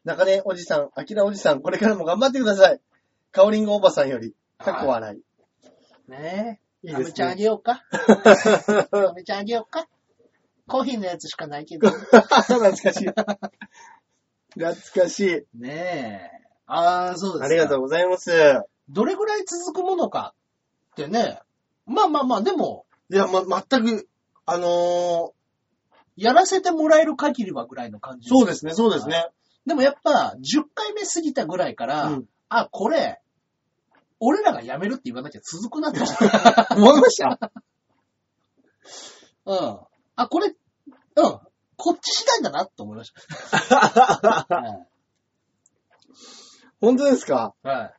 [SPEAKER 2] 中根おじさん、あきらおじさん、これからも頑張ってください。かおりんごおばさんより、かっこ笑い。
[SPEAKER 1] ね
[SPEAKER 2] い
[SPEAKER 1] え。
[SPEAKER 2] い
[SPEAKER 1] ア
[SPEAKER 2] で
[SPEAKER 1] メ
[SPEAKER 2] す
[SPEAKER 1] ちゃんあ
[SPEAKER 2] ね。
[SPEAKER 1] げよう
[SPEAKER 2] (laughs)
[SPEAKER 1] か。アメちゃんあげようか。コーヒーのやつしかないけど。
[SPEAKER 2] (laughs) 懐かしい。懐かしい。
[SPEAKER 1] ねえ。ああ、そうですか。
[SPEAKER 2] ありがとうございます。
[SPEAKER 1] どれぐらい続くものかってね。まあまあまあ、でも、
[SPEAKER 2] いや、ま、全く、あのー
[SPEAKER 1] やらせてもらえる限りはぐらいの感じ。
[SPEAKER 2] そうですね、そうですね。
[SPEAKER 1] でもやっぱ、10回目過ぎたぐらいから、
[SPEAKER 2] うん
[SPEAKER 1] あ、これ、俺らがやめるって言わなきゃ続く
[SPEAKER 2] (laughs)
[SPEAKER 1] なと。
[SPEAKER 2] 思いました
[SPEAKER 1] うん。あ、これ、うん。こっち次第だなと思い
[SPEAKER 2] (laughs)
[SPEAKER 1] ました。はい
[SPEAKER 2] (laughs) 本当ですか
[SPEAKER 1] はい。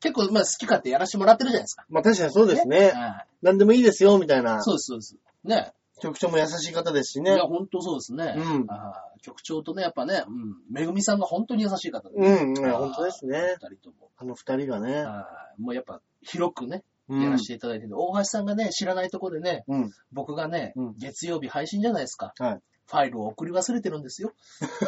[SPEAKER 1] 結構、まあ、好き勝手やらせてもらってるじゃないですか。
[SPEAKER 2] まあ確かにそうですね。
[SPEAKER 1] はい
[SPEAKER 2] 何でもいいですよ、みたいな。
[SPEAKER 1] そうです、そうです。ね。
[SPEAKER 2] 局長も優しい方ですし
[SPEAKER 1] い
[SPEAKER 2] ね
[SPEAKER 1] や、。本当そうですね。
[SPEAKER 2] うん
[SPEAKER 1] あー局長とね、やっぱね、うん。めぐみさんが本当に優しい方で。
[SPEAKER 2] うん、うん本当ですね。
[SPEAKER 1] 二人とも。
[SPEAKER 2] あの二人がね。
[SPEAKER 1] はいもうやっぱ、広くね、
[SPEAKER 2] うん
[SPEAKER 1] やらせていただいてて、大橋さんがね、知らないところでね、
[SPEAKER 2] うん。
[SPEAKER 1] 僕がね、
[SPEAKER 2] うん
[SPEAKER 1] 月曜日配信じゃないですか。
[SPEAKER 2] はい。
[SPEAKER 1] ファイルを送り忘れてるんですよ。
[SPEAKER 2] (laughs)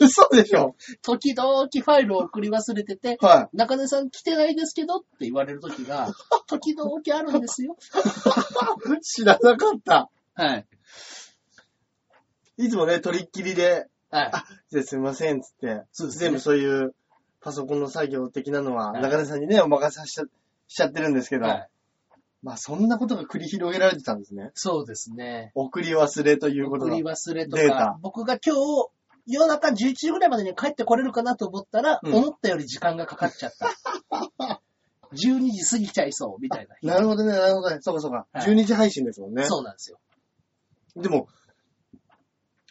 [SPEAKER 2] 嘘でしょ
[SPEAKER 1] 時々ファイルを送り忘れてて、
[SPEAKER 2] は
[SPEAKER 1] 中根さん来てないですけどって言われる時が、時々あるんです
[SPEAKER 2] (laughs)
[SPEAKER 1] よ。
[SPEAKER 2] い。知らなかった。
[SPEAKER 1] はい。
[SPEAKER 2] いつもね、取りっきりで、
[SPEAKER 1] はい。
[SPEAKER 2] ですいません、つって。
[SPEAKER 1] そうですね
[SPEAKER 2] 全部そういう、パソコンの作業的なのは、
[SPEAKER 1] はい
[SPEAKER 2] 中根さんにね、お任せしちゃしちゃってるんですけど、
[SPEAKER 1] はい。
[SPEAKER 2] まあそんなことが繰り広げられてたんですね。
[SPEAKER 1] そうですね。
[SPEAKER 2] 送り忘れということ
[SPEAKER 1] 送
[SPEAKER 2] が
[SPEAKER 1] り。忘れと
[SPEAKER 2] デー
[SPEAKER 1] か
[SPEAKER 2] タ、
[SPEAKER 1] 僕が今日、夜中11時ぐらいまでに帰ってこれるかなと思ったら、
[SPEAKER 2] うん
[SPEAKER 1] 思ったより時間がかかっちゃった。12時過ぎちゃいそう、みたいな日。
[SPEAKER 2] なるほどね、なるほどね。そうかそうか。
[SPEAKER 1] はい
[SPEAKER 2] 12時配信ですもんね。
[SPEAKER 1] そうなんですよ。
[SPEAKER 2] でも、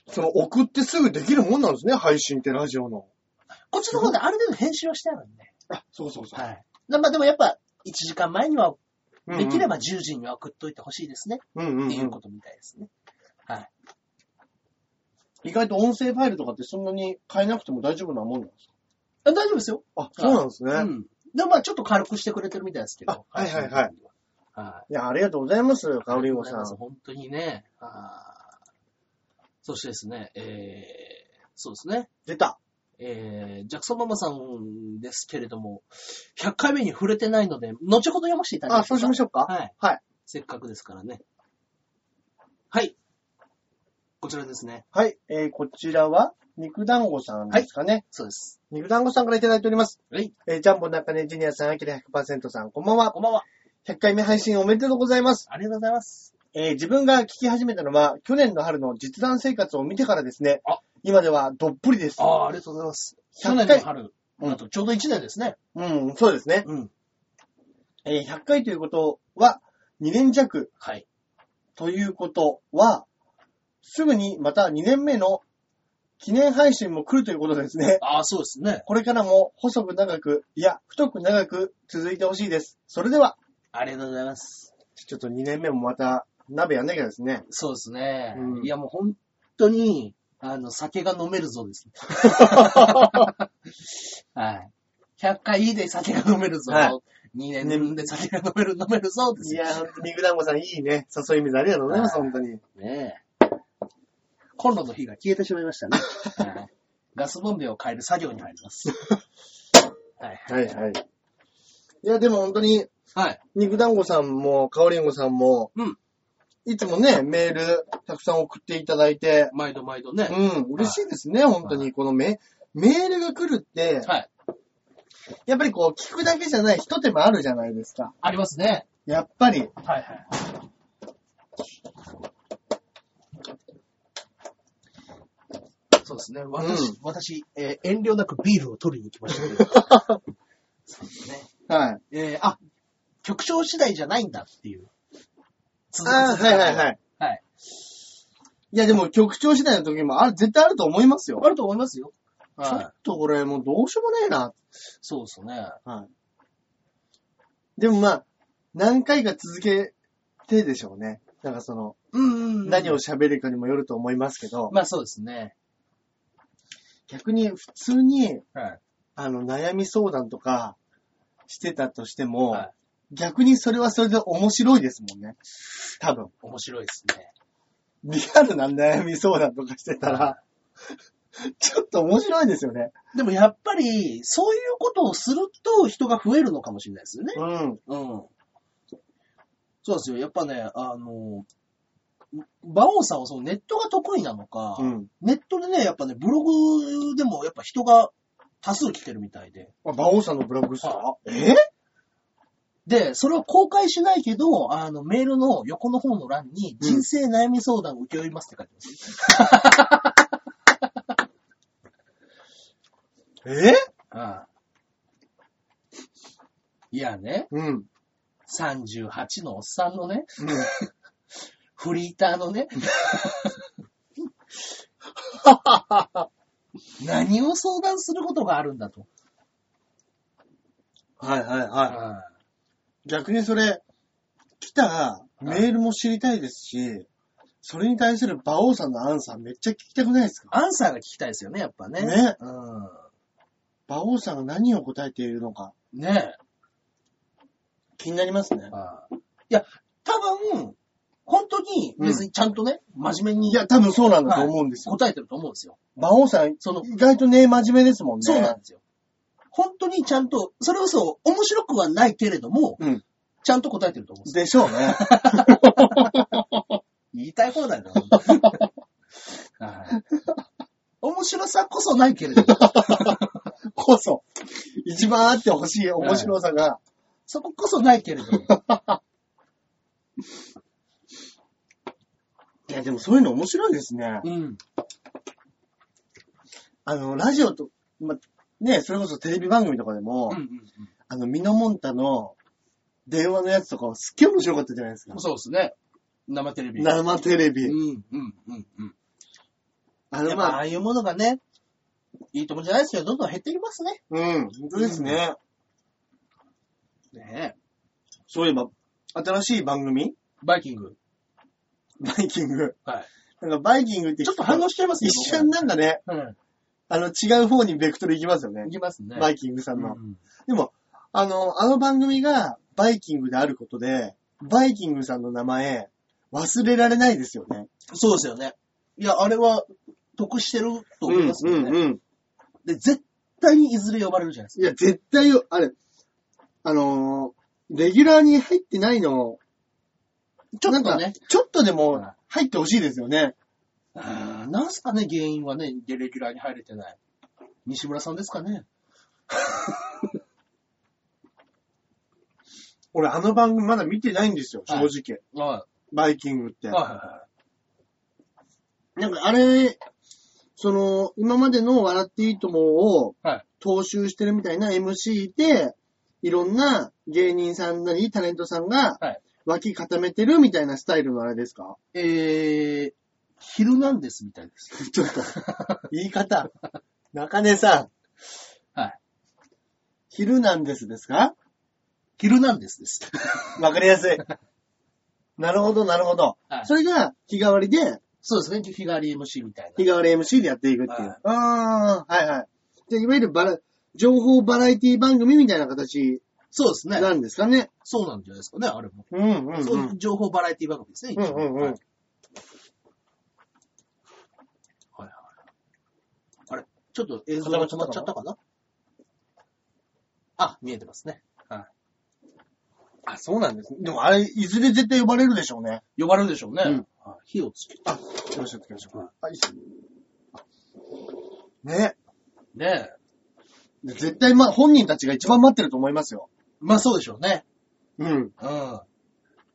[SPEAKER 2] その送ってすぐできるもんなんですね、配信ってラジオの。
[SPEAKER 1] こっちの方である程度編集はしてあるんで。
[SPEAKER 2] あ、そうそうそ
[SPEAKER 1] はい。なまあでもやっぱ、1時間前には、
[SPEAKER 2] う
[SPEAKER 1] できれば、10時には送っといてほしいですね。
[SPEAKER 2] うんうんうん
[SPEAKER 1] っていうことみたいですね。
[SPEAKER 2] 意外と音声ファイルとかってそんなに変えなくても大丈夫なもんなんです
[SPEAKER 1] あ大丈夫ですよ。
[SPEAKER 2] かあ、そうなんですね。
[SPEAKER 1] うん。でもまあちょっと軽くしてくれてるみたいですけど。
[SPEAKER 2] あはいはいはい
[SPEAKER 1] はい。
[SPEAKER 2] いや、ありがとうございます、カオリンゴさ
[SPEAKER 1] ありがとうござい
[SPEAKER 2] ん
[SPEAKER 1] ます。本当にね。あーそしてですね、えー、そうですね。
[SPEAKER 2] 出た。
[SPEAKER 1] えー、ジャクソンママさんですけれども、100回目に触れてないので、後ほど読ませていただき
[SPEAKER 2] あ、
[SPEAKER 1] ます
[SPEAKER 2] そうしましょうか。
[SPEAKER 1] はい。
[SPEAKER 2] はい。
[SPEAKER 1] せっかくですからね。はい。こちらですね。
[SPEAKER 2] はい、えー、こちらは、肉団子さんですかね。
[SPEAKER 1] そうです。
[SPEAKER 2] 肉団子さんからいただいております。
[SPEAKER 1] はい。
[SPEAKER 2] えー、ジャンボ中根ジュニアさん、アキラ100%さん、こんばんは。
[SPEAKER 1] こんばんは。
[SPEAKER 2] 100回目配信おめでとうございます。
[SPEAKER 1] ありがとうございます。
[SPEAKER 2] えー自分が聞き始めたのは、去年の春の実弾生活を見てからですね
[SPEAKER 1] あ。
[SPEAKER 2] 今ではどっぷりです。
[SPEAKER 1] ああ、ありがとうございます。去
[SPEAKER 2] 100
[SPEAKER 1] 年
[SPEAKER 2] 回
[SPEAKER 1] の春、あとちょうど1年ですね。
[SPEAKER 2] うん、そうですね。
[SPEAKER 1] うん。
[SPEAKER 2] えー100回ということは、2年弱
[SPEAKER 1] はい。
[SPEAKER 2] ということは、すぐにまた2年目の記念配信も来るということですね。
[SPEAKER 1] ああ、そうですね。
[SPEAKER 2] これからも細く長く、いや、太く長く続いてほしいです。それでは、
[SPEAKER 1] ありがとうございます。
[SPEAKER 2] ちょっと2年目もまた鍋やんなきゃですね。
[SPEAKER 1] そうですね。
[SPEAKER 2] うん
[SPEAKER 1] いや、もう本当に、あの、酒が飲めるぞ (laughs) です。はい。100回いいで酒が飲めるぞ。
[SPEAKER 2] はい
[SPEAKER 1] 2年で酒が飲める、飲めるぞで
[SPEAKER 2] い
[SPEAKER 1] す。
[SPEAKER 2] や、ほんと、ミグダンゴさんいいね。誘い水ありがとうございます、
[SPEAKER 1] はい
[SPEAKER 2] 本当に。
[SPEAKER 1] ねえ。コンロの火が消えてしまいましたね。はいガスボンベを変える作業に入ります。 (laughs) はい。
[SPEAKER 2] はいはい。いや、でも本当に、
[SPEAKER 1] はい。
[SPEAKER 2] 肉団子さんも、かおりんごさんも、
[SPEAKER 1] うん
[SPEAKER 2] いつもね、メールたくさん送っていただいて、
[SPEAKER 1] 毎度毎度ね。
[SPEAKER 2] うん、嬉しいですね、本当
[SPEAKER 1] は
[SPEAKER 2] に。このメメールが来るって、
[SPEAKER 1] はい。
[SPEAKER 2] やっぱりこう、聞くだけじゃない一手間あるじゃないですか。
[SPEAKER 1] ありますね。
[SPEAKER 2] やっぱり。
[SPEAKER 1] はいはい。そうですね。私、
[SPEAKER 2] うん
[SPEAKER 1] 私、えー遠慮なくビールを取りに行きましたけ (laughs) ど。そうですね。
[SPEAKER 2] はい。
[SPEAKER 1] えーあ、局長次第じゃないんだっていう。続
[SPEAKER 2] ああ、はいはい
[SPEAKER 1] い。
[SPEAKER 2] はい。
[SPEAKER 1] はい。
[SPEAKER 2] いや、でも局長次第の時も、ある、絶対あると思いますよ。
[SPEAKER 1] あると思いますよ。
[SPEAKER 2] ちょ
[SPEAKER 1] はい
[SPEAKER 2] っ。とこれもうどうしようもないな。
[SPEAKER 1] そうですね。
[SPEAKER 2] でもまあ、何回か続けてでしょうね。なんかその、
[SPEAKER 1] うんうんうん。
[SPEAKER 2] 何を喋るかにもよると思いますけど、
[SPEAKER 1] まあそうですね。
[SPEAKER 2] 逆に普通に、
[SPEAKER 1] はい。
[SPEAKER 2] あの、悩み相談とかしてたとしても、
[SPEAKER 1] はい
[SPEAKER 2] 逆にそれはそれで面白いですもんね。多分。
[SPEAKER 1] 面白いですね。
[SPEAKER 2] リアルな悩み相談とかしてたら、 (laughs) ちょっと面白いですよね。
[SPEAKER 1] でもやっぱり、そういうことをすると人が増えるのかもしれないですよね。
[SPEAKER 2] うん。
[SPEAKER 1] うん。そうですよ。やっぱね、あの、馬王さんはそのネットが得意なのか、
[SPEAKER 2] うん。
[SPEAKER 1] ネットでね、やっぱね、ブログでもやっぱ人が多数来てるみたいで。
[SPEAKER 2] あ、馬王さんのブログっすかえ
[SPEAKER 1] で、それを公開しないけど、あの、メールの横の方の欄に、
[SPEAKER 2] うん
[SPEAKER 1] 人生悩み相談を受け負いますって書いてます。
[SPEAKER 2] え
[SPEAKER 1] ああいやね、
[SPEAKER 2] うん。うん。
[SPEAKER 1] 38のおっさんのね、フリーター
[SPEAKER 2] (laughs)
[SPEAKER 1] のね、何を相談することがあるんだと。
[SPEAKER 2] はいはいは
[SPEAKER 1] ああ
[SPEAKER 2] い。逆にそれ、来たメールも知りたいですし、それに対する馬王さんのアンサーめっちゃ聞きたくないですか
[SPEAKER 1] アンサーが聞きたいですよね、やっぱね。
[SPEAKER 2] ね。
[SPEAKER 1] うん。
[SPEAKER 2] 馬王さんが何を答えているのか
[SPEAKER 1] ね
[SPEAKER 2] 気になりますね
[SPEAKER 1] え。。ああいや、多分、本当に別にちゃんとね、真面目に
[SPEAKER 2] いや、多分そうなんだと思うんですよ。
[SPEAKER 1] 答えてると思うんですよ。
[SPEAKER 2] 馬王さん、
[SPEAKER 1] その、
[SPEAKER 2] 意外とね、真面目ですもんね。
[SPEAKER 1] そうなんですよ。本当にちゃんと、それこそ面白くはないけれども、
[SPEAKER 2] うん
[SPEAKER 1] ちゃんと答えてると思うんですよ。
[SPEAKER 2] でしょうね。
[SPEAKER 1] 言いたい放題だな。本当に (laughs) はい面白さこそないけれども、
[SPEAKER 2] こそ、一番あってほしい面白さが、
[SPEAKER 1] そここそないけれども。
[SPEAKER 2] いや、でもそういうの面白いですね。
[SPEAKER 1] うん。
[SPEAKER 2] あの、ラジオと、ま、ね、それこそテレビ番組とかでも、
[SPEAKER 1] うんうん
[SPEAKER 2] あの、ミノモンタの電話のやつとかはすっげえ面白かったじゃないです
[SPEAKER 1] う
[SPEAKER 2] か
[SPEAKER 1] ん、。そうですね。生テレビ。
[SPEAKER 2] 生テレ
[SPEAKER 1] う
[SPEAKER 2] ビ。
[SPEAKER 1] んうんうんうん。
[SPEAKER 2] あ
[SPEAKER 1] や
[SPEAKER 2] の、
[SPEAKER 1] っぱあ
[SPEAKER 2] まあ、
[SPEAKER 1] あいうものがね、いいともじゃないですよ。どんどん減っていきますね。
[SPEAKER 2] うん、本当ですね。
[SPEAKER 1] ねえ。
[SPEAKER 2] そういえば、新しい番組
[SPEAKER 1] バイキング。
[SPEAKER 2] バイキング。
[SPEAKER 1] は
[SPEAKER 2] なんかバイキングって
[SPEAKER 1] ちょっと反応しちゃいます
[SPEAKER 2] 一瞬なんかね、
[SPEAKER 1] うん。
[SPEAKER 2] あの、違う方にベクトル行きますよね
[SPEAKER 1] い。きますね。
[SPEAKER 2] バ
[SPEAKER 1] イ
[SPEAKER 2] イキングさんの。
[SPEAKER 1] うん
[SPEAKER 2] でも、あの、あの番組がバイキングであることで、バイキングさんの名前、忘れられないですよね。
[SPEAKER 1] そうですよね。いや、あれは得してると思いますよね。
[SPEAKER 2] うん。
[SPEAKER 1] で、絶対にいずれ呼ばれるじゃないですか。
[SPEAKER 2] いや、絶対よ、あれ、あのーレギュラーに入ってないの、
[SPEAKER 1] ちょっ
[SPEAKER 2] なん
[SPEAKER 1] と
[SPEAKER 2] か
[SPEAKER 1] ね。
[SPEAKER 2] ちょっとで
[SPEAKER 1] う
[SPEAKER 2] も
[SPEAKER 1] ん
[SPEAKER 2] 入ってほしいですよね。
[SPEAKER 1] うんなんすかね、原因はね、でレギュラーに入れてない。西村さんですかね。
[SPEAKER 2] 俺、あの番組まだ見てないんですよ、正
[SPEAKER 1] はい
[SPEAKER 2] 直。
[SPEAKER 1] は
[SPEAKER 2] バイキングって
[SPEAKER 1] い。。は
[SPEAKER 2] なんか、あれ、その、今までの笑っていいともを、
[SPEAKER 1] い。はい。
[SPEAKER 2] 踏襲してるみたいな MC で、いろんな芸人さんなりタレントさんが
[SPEAKER 1] はい、
[SPEAKER 2] 脇固めてるみたいなスタイルのあれですか (laughs)
[SPEAKER 1] えー、ヒルナンデスみたいです。
[SPEAKER 2] ちょ
[SPEAKER 1] (laughs)
[SPEAKER 2] っと、言い方。中根さん。
[SPEAKER 1] はい。
[SPEAKER 2] ヒルナンデスですか
[SPEAKER 1] ヒルナンデスです。
[SPEAKER 2] わかりやす
[SPEAKER 1] (laughs)
[SPEAKER 2] い。なるほど、なるほど。
[SPEAKER 1] はい
[SPEAKER 2] それが日替わりで、
[SPEAKER 1] そうですね、日替わり MC みたい
[SPEAKER 2] 日
[SPEAKER 1] な。
[SPEAKER 2] 替わり MC でやっていくってい。
[SPEAKER 1] はいう
[SPEAKER 2] ああ、はいはい。じゃあいわゆるバラ、情報バラエティ番組みたいな形
[SPEAKER 1] そうですね。
[SPEAKER 2] なんですかね。
[SPEAKER 1] そうなんじゃないですかね、あれも。
[SPEAKER 2] うんうん、う
[SPEAKER 1] そういう情報バラエティ番組ですね、一応
[SPEAKER 2] うんうんうん
[SPEAKER 1] はいはいはいあれちょっと映像が止まっちゃったかなあ、見えてますね。
[SPEAKER 2] あ、そうなんですね。でもあれ、いずれ絶対呼ばれるでしょうね。
[SPEAKER 1] 呼ばれるでしょうね。
[SPEAKER 2] うん
[SPEAKER 1] はい火をつけて。
[SPEAKER 2] 来ましょう、来ましょ
[SPEAKER 1] は
[SPEAKER 2] う。あ、いいっすね。
[SPEAKER 1] ねえ。
[SPEAKER 2] で絶対ま、本人たちが一番待ってると思いますよ。
[SPEAKER 1] まあそうでしょうね。
[SPEAKER 2] うん。
[SPEAKER 1] うん。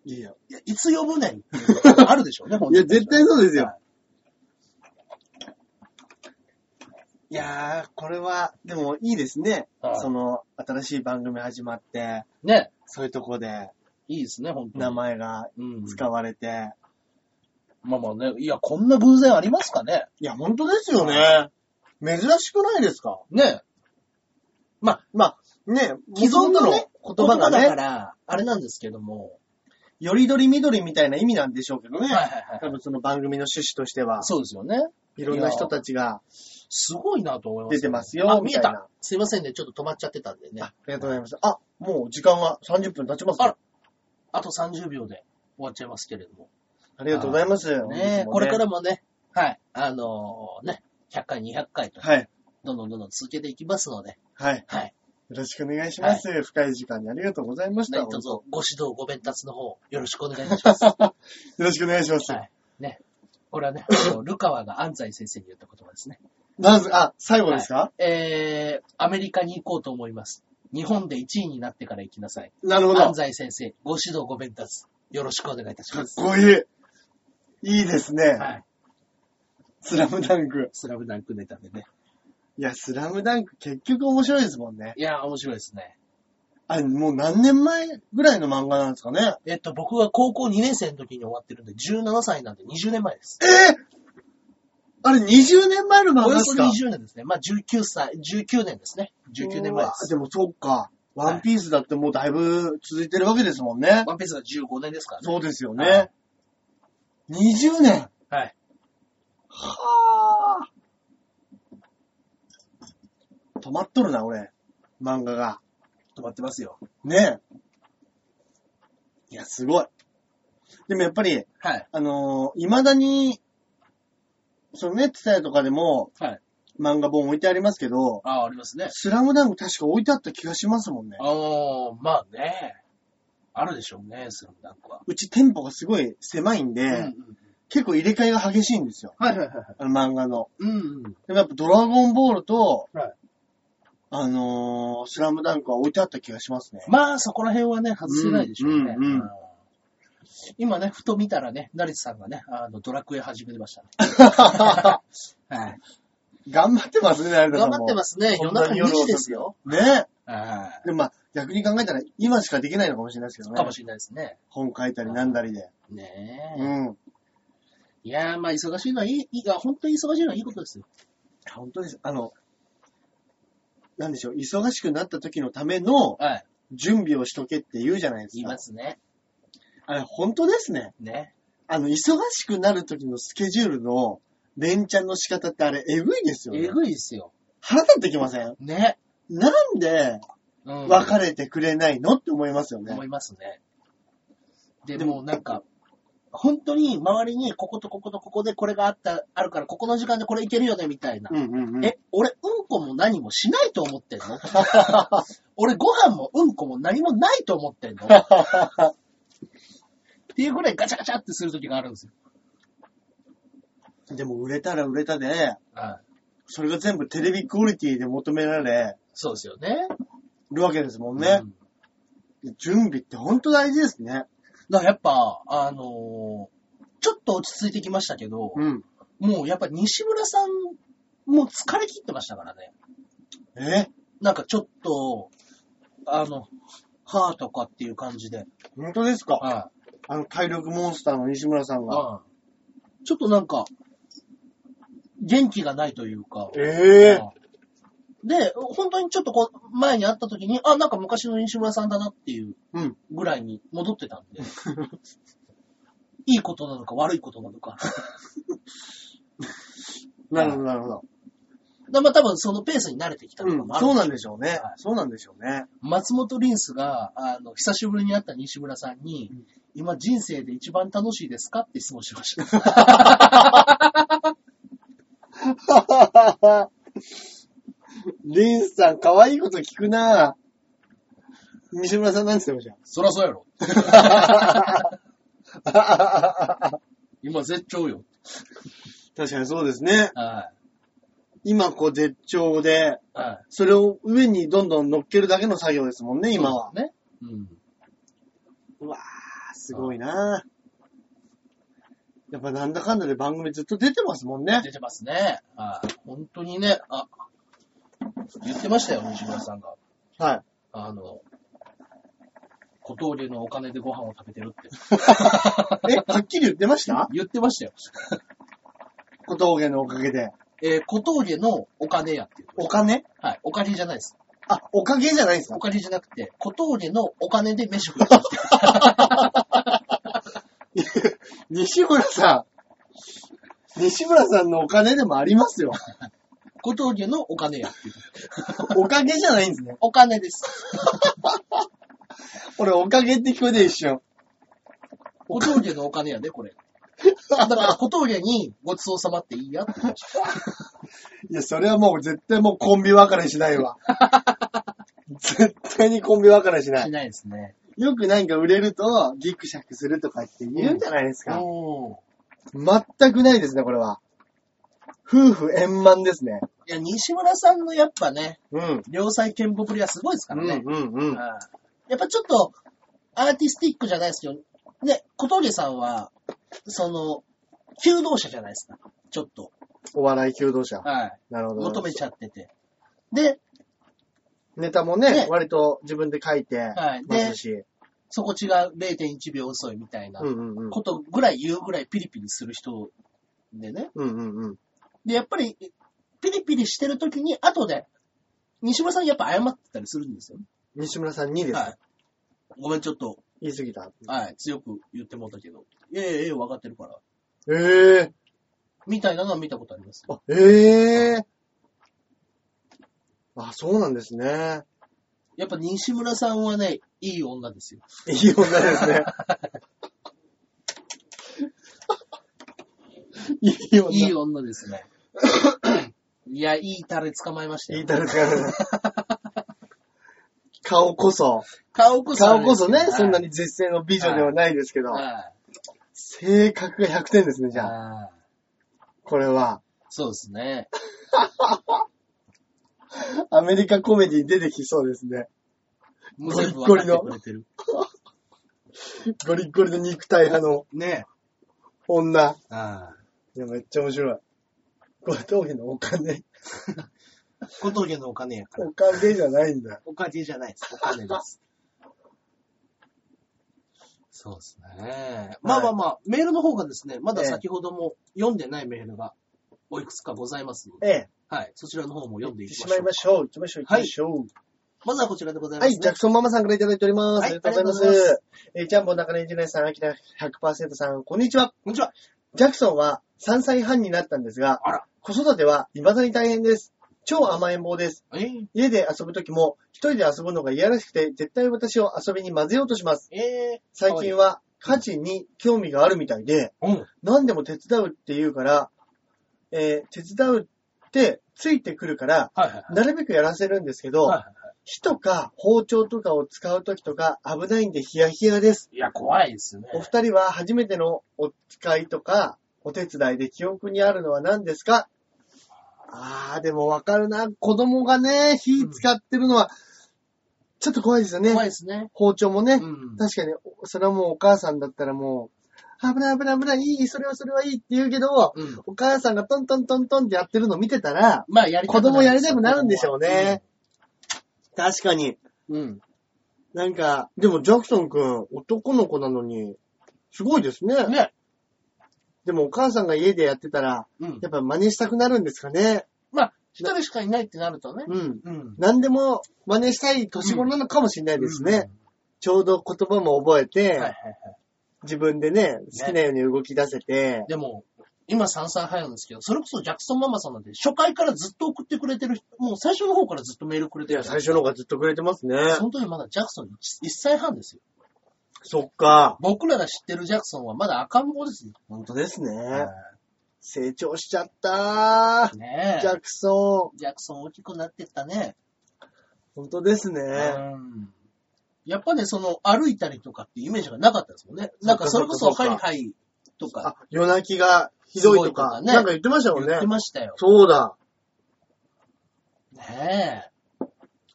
[SPEAKER 2] いいよ。
[SPEAKER 1] いや、いつ呼ぶねんって (laughs) いうのがあるでしょうね、本
[SPEAKER 2] いや、
[SPEAKER 1] 当に
[SPEAKER 2] 絶対そうですよ
[SPEAKER 1] は。
[SPEAKER 2] いやー、これは、でもいいですね
[SPEAKER 1] はい。
[SPEAKER 2] その、新しい番組始まって、
[SPEAKER 1] ね
[SPEAKER 2] そういうとこで
[SPEAKER 1] いいですね、本当に。
[SPEAKER 2] 名前が
[SPEAKER 1] うん。
[SPEAKER 2] 使われて。
[SPEAKER 1] まあまあね、いや、こんな偶然ありますかね。
[SPEAKER 2] いや、本当ですよね。珍しくないですか
[SPEAKER 1] ね
[SPEAKER 2] まあ、ね、
[SPEAKER 1] 既存のね
[SPEAKER 2] 言葉が
[SPEAKER 1] だか
[SPEAKER 2] ね、
[SPEAKER 1] ら、あれなんですけども。
[SPEAKER 2] よりどりみどりみたいな意味なんでしょうけどね。
[SPEAKER 1] はいはい
[SPEAKER 2] 多
[SPEAKER 1] はい。
[SPEAKER 2] 分その番組の趣旨としては、
[SPEAKER 1] そうですよね。
[SPEAKER 2] いろんな人たちが、
[SPEAKER 1] すごいなと思います、
[SPEAKER 2] 出てますよ
[SPEAKER 1] あ、
[SPEAKER 2] み
[SPEAKER 1] 見
[SPEAKER 2] た
[SPEAKER 1] え
[SPEAKER 2] いな
[SPEAKER 1] た。すいませんね。ちょっと止まっちゃってたんでね。
[SPEAKER 2] あ
[SPEAKER 1] あ
[SPEAKER 2] りがとうございます。あ、もう時間が30分経ちます
[SPEAKER 1] あ
[SPEAKER 2] あ
[SPEAKER 1] らと30秒で終わっちゃいますけれども。
[SPEAKER 2] ありがとうございます。本日も
[SPEAKER 1] ねこれからもね、はい。あのーね、 100回、200回と、
[SPEAKER 2] はい。
[SPEAKER 1] どんどんどんどん続けていきますので、
[SPEAKER 2] はい。
[SPEAKER 1] はい。
[SPEAKER 2] よろしくお願いします。深い時間にありがとうございました。
[SPEAKER 1] 何卒
[SPEAKER 2] 本
[SPEAKER 1] ご指導、ご鞭達の方、よろしくお願いいたします。
[SPEAKER 2] 当よろしくお願いします。
[SPEAKER 1] はい。ね。これはね、あのルカワが安西先生に言った言葉ですね。
[SPEAKER 2] まず、あ、最後ですか、
[SPEAKER 1] えー、アメリカに行こうと思います。日本で1位になってから行きなさい。
[SPEAKER 2] なるほど。か
[SPEAKER 1] 安西先生、ご指導、ご鞭達、よろしくお願いいたし
[SPEAKER 2] っ
[SPEAKER 1] ます。
[SPEAKER 2] こいい。いいですね。
[SPEAKER 1] はい。
[SPEAKER 2] スラムダンク。
[SPEAKER 1] スラムダンクネタでね。
[SPEAKER 2] いや、スラムダンク結局面白いですもんね。
[SPEAKER 1] いやー、面白いですね。
[SPEAKER 2] あれ、もう何年前ぐらいの漫画なんですかね。
[SPEAKER 1] えっと、僕は高校2年生の時に終わってるんで、17歳なんで20年前です。
[SPEAKER 2] えぇあれ、20年前の漫
[SPEAKER 1] お
[SPEAKER 2] 画
[SPEAKER 1] よ
[SPEAKER 2] で
[SPEAKER 1] そ
[SPEAKER 2] すか
[SPEAKER 1] 20年ですね。まあ、19歳、19年ですね。19年前で
[SPEAKER 2] あ
[SPEAKER 1] す。
[SPEAKER 2] でもそっか。ワンピースだってもうだいぶ続いてるわけですもんね。
[SPEAKER 1] ワンピースが15年ですからね。
[SPEAKER 2] そうですよ
[SPEAKER 1] は
[SPEAKER 2] ね。20年。
[SPEAKER 1] はい。
[SPEAKER 2] はぁ止まっとるな、俺。漫画が。
[SPEAKER 1] 止まってますよ。
[SPEAKER 2] ねえ。いや、すごい。でもやっぱり、
[SPEAKER 1] はい。
[SPEAKER 2] あのー未だに、そのね、ツタヤとかでも、
[SPEAKER 1] はい。
[SPEAKER 2] 漫画本置いてありますけど、
[SPEAKER 1] ああ、ありますね。
[SPEAKER 2] スラムダンク確か置いてあった気がしますもんね。
[SPEAKER 1] ああ、まあね。あるでしょうね、スラムダンクは。
[SPEAKER 2] うち店舗がすごい狭いんで、
[SPEAKER 1] うんうん。
[SPEAKER 2] 結構入れ替えが激しいんですよ。
[SPEAKER 1] はいはいはい。
[SPEAKER 2] あの漫画の。
[SPEAKER 1] うんうん。
[SPEAKER 2] でもやっぱドラゴンボールと、
[SPEAKER 1] はい
[SPEAKER 2] あのースラムダンクは置いてあった気がし
[SPEAKER 1] (laughs)
[SPEAKER 2] ますね。
[SPEAKER 1] まあ、そこら辺はね、外せないでしょうね。
[SPEAKER 2] うんうんうん
[SPEAKER 1] 今ね、ふと見たらね、成田さんがね、あの、ドラクエ始めてましたね。はい。
[SPEAKER 2] 頑張ってますね、成田さ
[SPEAKER 1] 頑
[SPEAKER 2] んも。
[SPEAKER 1] 張ってますね。
[SPEAKER 2] こ
[SPEAKER 1] 夜
[SPEAKER 2] んな
[SPEAKER 1] 中
[SPEAKER 2] に
[SPEAKER 1] 2時ですよ。
[SPEAKER 2] ねえ。
[SPEAKER 1] は
[SPEAKER 2] でもまあ、逆に考えたら今しかできないのかもしれないですけど
[SPEAKER 1] い。
[SPEAKER 2] ね。
[SPEAKER 1] かもしれないですね。
[SPEAKER 2] 本書いたりなんだりで。
[SPEAKER 1] ねえ。
[SPEAKER 2] うん。
[SPEAKER 1] いやー、まあ、忙しいのはいい、いいいや、本当に忙しいのはいいことですよ。
[SPEAKER 2] 本当です。あの、なんでしょう、忙しくなった時のための
[SPEAKER 1] はい。
[SPEAKER 2] 準備をしとけって言うじゃないです
[SPEAKER 1] 言い
[SPEAKER 2] か
[SPEAKER 1] ま。すね。
[SPEAKER 2] あれ、本当ですね。
[SPEAKER 1] ね。
[SPEAKER 2] あの、忙しくなる時のスケジュールの連チャンの仕方ってあれ、えぐいですよ
[SPEAKER 1] え
[SPEAKER 2] ね。
[SPEAKER 1] ぐいですよ。
[SPEAKER 2] 腹立ってきません
[SPEAKER 1] ね。
[SPEAKER 2] なんで
[SPEAKER 1] うん。
[SPEAKER 2] 別れてくれないのって思いますよね
[SPEAKER 1] 思。いますね。で、
[SPEAKER 2] でも
[SPEAKER 1] もうなんか、本当に周りにこことこことここでこれがあった、あるから、ここの時間でこれいけるよね、みたいな。
[SPEAKER 2] うんうんうん。
[SPEAKER 1] え、俺、うんこも何もしないと思ってん (laughs) の俺、ご飯もうんこも何もないと思 (laughs) ってんのっていうぐらいガチャガチャってする時があるんですよ。
[SPEAKER 2] (laughs) でも売れたら売れたで、
[SPEAKER 1] はい。
[SPEAKER 2] それが全部テレビクオリティで求められ
[SPEAKER 1] そうですよね。
[SPEAKER 2] るわけですもんね
[SPEAKER 1] う。ん
[SPEAKER 2] 準備って本当大事ですね。
[SPEAKER 1] だからやっぱ、あのーちょっと落ち着いてきましたけど、
[SPEAKER 2] うん。
[SPEAKER 1] もうやっぱ西村さんも疲れ切ってましたからね。
[SPEAKER 2] え
[SPEAKER 1] なんかちょっと、あの、はぁとかっていう感じで。
[SPEAKER 2] 本当ですか
[SPEAKER 1] は
[SPEAKER 2] あの、体力モンスターの西村さん
[SPEAKER 1] い。
[SPEAKER 2] が。
[SPEAKER 1] はいちょっとなんか、元気がないというか。
[SPEAKER 2] ええ
[SPEAKER 1] で、本当にちょっとこう、前に会った時に、あ、なんか昔の西村さんだなっていう
[SPEAKER 2] うん。
[SPEAKER 1] ぐらいに戻ってた
[SPEAKER 2] (laughs)
[SPEAKER 1] んで。いいことなのか悪いことなのか。
[SPEAKER 2] なるほど、なるほど。
[SPEAKER 1] でまあ多分そのペースに慣れてきた
[SPEAKER 2] う
[SPEAKER 1] のか
[SPEAKER 2] ん
[SPEAKER 1] もあ。る、
[SPEAKER 2] そうなんでしょうね
[SPEAKER 1] は。い
[SPEAKER 2] そうなんでしょうね。
[SPEAKER 1] 松本リンスが、あの、久しぶりに会った西村さんに、
[SPEAKER 2] うん
[SPEAKER 1] 今人生で一番楽しいですかって質問しました。
[SPEAKER 2] (laughs) リンスさん、可愛いこと聞くなぁ西村さんなんて言ってまし
[SPEAKER 1] そらそうやろ。
[SPEAKER 2] (laughs) た
[SPEAKER 1] 今絶頂よ。
[SPEAKER 2] 確かにそうですね。
[SPEAKER 1] は
[SPEAKER 2] 今、こう、絶頂で、
[SPEAKER 1] い。はい。
[SPEAKER 2] それを上にどんどん乗っけるだけの作業ですもんね、今は。
[SPEAKER 1] ね。うん。
[SPEAKER 2] うわぁ、すごいなぁやっぱなんだかんだで番組ずっと出てますもんね。
[SPEAKER 1] 出てますね。はい。本当にね、あ、言ってましたよ、西村さんが。
[SPEAKER 2] はい。
[SPEAKER 1] あの、小峠のお金でご飯を食べてるって。
[SPEAKER 2] え、はっきり言ってました
[SPEAKER 1] 言ってました (laughs) よ。
[SPEAKER 2] 小峠のおかげで。
[SPEAKER 1] えー小峠のお金やっていう。
[SPEAKER 2] お金
[SPEAKER 1] はい。お金じゃないです。
[SPEAKER 2] あ、おかげじゃないんですか
[SPEAKER 1] お金じゃなくて、小峠のお金で飯 (laughs) 食ってきた。
[SPEAKER 2] 西村さん。西村さんのお金でもありますよ。
[SPEAKER 1] 小峠のお金やっていう。
[SPEAKER 2] おかげじゃないんですね。
[SPEAKER 1] お金です。
[SPEAKER 2] 俺、おかげって聞こえて一瞬。
[SPEAKER 1] (laughs) 小峠のお金やで、これ。だから、小峠にごちそうさまっていいやって言いました。
[SPEAKER 2] (laughs) いや、それはもう絶対もうコンビ別れしないわ。絶対にコンビ別れしな
[SPEAKER 1] し
[SPEAKER 2] い。
[SPEAKER 1] ないですね。
[SPEAKER 2] よくなんか売れるとギクシャクするとかって言うじゃないですか。
[SPEAKER 1] おー
[SPEAKER 2] 全くないですね、これは。夫婦円満ですね。
[SPEAKER 1] いや、西村さんのやっぱね、
[SPEAKER 2] うん。
[SPEAKER 1] 両妻憲法ぶりはすごいです
[SPEAKER 2] う
[SPEAKER 1] か
[SPEAKER 2] ん
[SPEAKER 1] ら
[SPEAKER 2] う
[SPEAKER 1] ね。
[SPEAKER 2] んう
[SPEAKER 1] うん
[SPEAKER 2] ん。
[SPEAKER 1] やっぱちょっと、アーティスティックじゃないですけど、ね、小峠さんは、その、求道者じゃないですか。ちょっと。
[SPEAKER 2] お笑い求道者。
[SPEAKER 1] はい。
[SPEAKER 2] なるほど。
[SPEAKER 1] 求めちゃってて。で、
[SPEAKER 2] ネタもね、
[SPEAKER 1] ね
[SPEAKER 2] 割と自分で書いて
[SPEAKER 1] はい
[SPEAKER 2] ますし。
[SPEAKER 1] そこ違う0.1秒遅いみたいな
[SPEAKER 2] うんうんうん。
[SPEAKER 1] ことぐらい言うぐらいピリピリする人でね。
[SPEAKER 2] うんうんうん。
[SPEAKER 1] で、やっぱり、ピリピリしてる時に、後で、西村さんやっぱ謝ってたりするんですよね。
[SPEAKER 2] 西村さん2です。
[SPEAKER 1] はい。ごめん、ちょっと、
[SPEAKER 2] 言い過ぎた。
[SPEAKER 1] はい、強く言ってもらったけど。いやいやいや、わかってるから。
[SPEAKER 2] ええ
[SPEAKER 1] みたいなのは見たことあります。
[SPEAKER 2] あ、ええあ、そうなんですね。
[SPEAKER 1] やっぱ西村さんはね、いい女ですよ。
[SPEAKER 2] いい女ですね。いい女。
[SPEAKER 1] (laughs) いい女で
[SPEAKER 2] (coughs)
[SPEAKER 1] すね。いや、いいタレ捕まえました
[SPEAKER 2] いい
[SPEAKER 1] よ。
[SPEAKER 2] タレ使われない。顔こそ、
[SPEAKER 1] 顔こそあれ
[SPEAKER 2] 顔
[SPEAKER 1] で
[SPEAKER 2] こ
[SPEAKER 1] す
[SPEAKER 2] そ
[SPEAKER 1] けど、
[SPEAKER 2] ね、そんな
[SPEAKER 1] に。
[SPEAKER 2] に絶世の美女ではないですけど、
[SPEAKER 1] はい
[SPEAKER 2] 性格が100点ですね、じゃあ。
[SPEAKER 1] はい
[SPEAKER 2] これは。
[SPEAKER 1] そうで
[SPEAKER 2] (laughs)
[SPEAKER 1] すね。
[SPEAKER 2] アメリカコメディに出てきそうですね。
[SPEAKER 1] もう
[SPEAKER 2] ゴリッ
[SPEAKER 1] 全部
[SPEAKER 2] ゴリ
[SPEAKER 1] 分
[SPEAKER 2] の
[SPEAKER 1] かってくれてる。
[SPEAKER 2] ゴリッゴリの肉体派の
[SPEAKER 1] ね
[SPEAKER 2] 女。
[SPEAKER 1] え。ああ
[SPEAKER 2] いや、めっちゃ面白い。これ、峠のお金。
[SPEAKER 1] 小峠のお金やから。
[SPEAKER 2] お金じゃないんだ。
[SPEAKER 1] お金じゃないです。お金です。そうですね。まあまあまあ、メールの方がですね、まだ先ほども読んでないメールがおいくつかございますので、
[SPEAKER 2] ええ。
[SPEAKER 1] はい、そちらの方も読んで
[SPEAKER 2] 行っ
[SPEAKER 1] い
[SPEAKER 2] て
[SPEAKER 1] き
[SPEAKER 2] し
[SPEAKER 1] まし
[SPEAKER 2] ま
[SPEAKER 1] ょ。
[SPEAKER 2] いう
[SPEAKER 1] ま
[SPEAKER 2] ましょう。行きましょう。行きましょう。
[SPEAKER 1] ずはこちらでございま
[SPEAKER 2] は
[SPEAKER 1] す、
[SPEAKER 2] い、
[SPEAKER 1] ね。
[SPEAKER 2] ジャクソンママさんからいただいております。
[SPEAKER 1] は
[SPEAKER 2] あ
[SPEAKER 1] い
[SPEAKER 2] りがとうござい
[SPEAKER 1] あ
[SPEAKER 2] ま
[SPEAKER 1] りがとうござい
[SPEAKER 2] す。えージャンボ中根ジュネさん、アキラ100%さん、こんにちは。
[SPEAKER 1] こんにちは。
[SPEAKER 2] ジャクソンは3歳半になったんですが
[SPEAKER 1] あら、
[SPEAKER 2] 子育ては未だに大変です。超甘えん坊です。
[SPEAKER 1] えー、
[SPEAKER 2] 家で遊ぶときも、一人で遊ぶのが嫌らしくて、絶対私を遊びに混ぜようとします。
[SPEAKER 1] えー、
[SPEAKER 2] 最近は家事に興味があるみたいで、
[SPEAKER 1] うん。
[SPEAKER 2] 何でも手伝うって言うから、えー手伝うってついてくるから、
[SPEAKER 1] はいはいはい。
[SPEAKER 2] なるべくやらせるんですけど、
[SPEAKER 1] はいはいは
[SPEAKER 2] 火とか包丁とかを使うときとか危ないんでヒヤヒヤです。
[SPEAKER 1] いいや、怖いですよね。
[SPEAKER 2] お二人は初めてのお使いとか、お手伝いで記憶にあるのは何ですかあー、でもわかるな。子供がね、火使ってるのは、ちょっと怖いですよね。
[SPEAKER 1] 怖いですね。
[SPEAKER 2] 包丁もね、
[SPEAKER 1] うん。
[SPEAKER 2] 確かに、それはもうお母さんだったらもう、危ない危ない危ない、いい、それはそれはいいって言うけど、
[SPEAKER 1] うん。
[SPEAKER 2] お母さんがトントントントンってやってるの見てたら、
[SPEAKER 1] まあ、やりたくな
[SPEAKER 2] 子
[SPEAKER 1] る
[SPEAKER 2] 供やりたくなるんでしょうね。確かに。
[SPEAKER 1] うん。うん。
[SPEAKER 2] なんか、でもジャクソンくん、男の子なのに、すごいですね。
[SPEAKER 1] ね。
[SPEAKER 2] でもお母さんが家でやってたら、
[SPEAKER 1] うん
[SPEAKER 2] や。っぱ真似したくなるんですかね。
[SPEAKER 1] まあ、一人しかいないってなるとね。
[SPEAKER 2] うん。
[SPEAKER 1] うん。
[SPEAKER 2] 何でも真似したい年頃なのかもしれないですね。ちょうど言葉も覚えて、
[SPEAKER 1] うん。はいはいはい。
[SPEAKER 2] 自分でね、好きなように動き出せて、
[SPEAKER 1] でも、今三歳早いんですけど、それこそジャクソンママさんなんて、初回からずっと送ってくれてる人、もう最初の方からずっとメールくれて
[SPEAKER 2] い
[SPEAKER 1] る。
[SPEAKER 2] や、最初の方がずっとくれてますね。
[SPEAKER 1] その時まだジャクソン 1, 歳半ですよ。
[SPEAKER 2] そっか。
[SPEAKER 1] 僕らが知ってるジャクソンはまだ赤ん坊ですよ。
[SPEAKER 2] 本当ですね。
[SPEAKER 1] は
[SPEAKER 2] 成長しちゃった
[SPEAKER 1] いねえ。
[SPEAKER 2] ジャクソン。
[SPEAKER 1] ジャクソン大きくなってったね。
[SPEAKER 2] 本当ですね。
[SPEAKER 1] うんやっぱね、その、歩いたりとかってイメージがなかったですもんね。なんか、それこそ、
[SPEAKER 2] そ
[SPEAKER 1] ハ
[SPEAKER 2] う
[SPEAKER 1] イ
[SPEAKER 2] か
[SPEAKER 1] ハイと
[SPEAKER 2] あ
[SPEAKER 1] か、
[SPEAKER 2] 夜泣きがひどいと
[SPEAKER 1] すごいとか
[SPEAKER 2] か、
[SPEAKER 1] ね
[SPEAKER 2] なんか言ってましたもん
[SPEAKER 1] 言
[SPEAKER 2] ね
[SPEAKER 1] って。ましたよ。
[SPEAKER 2] そうだ。
[SPEAKER 1] ねえ。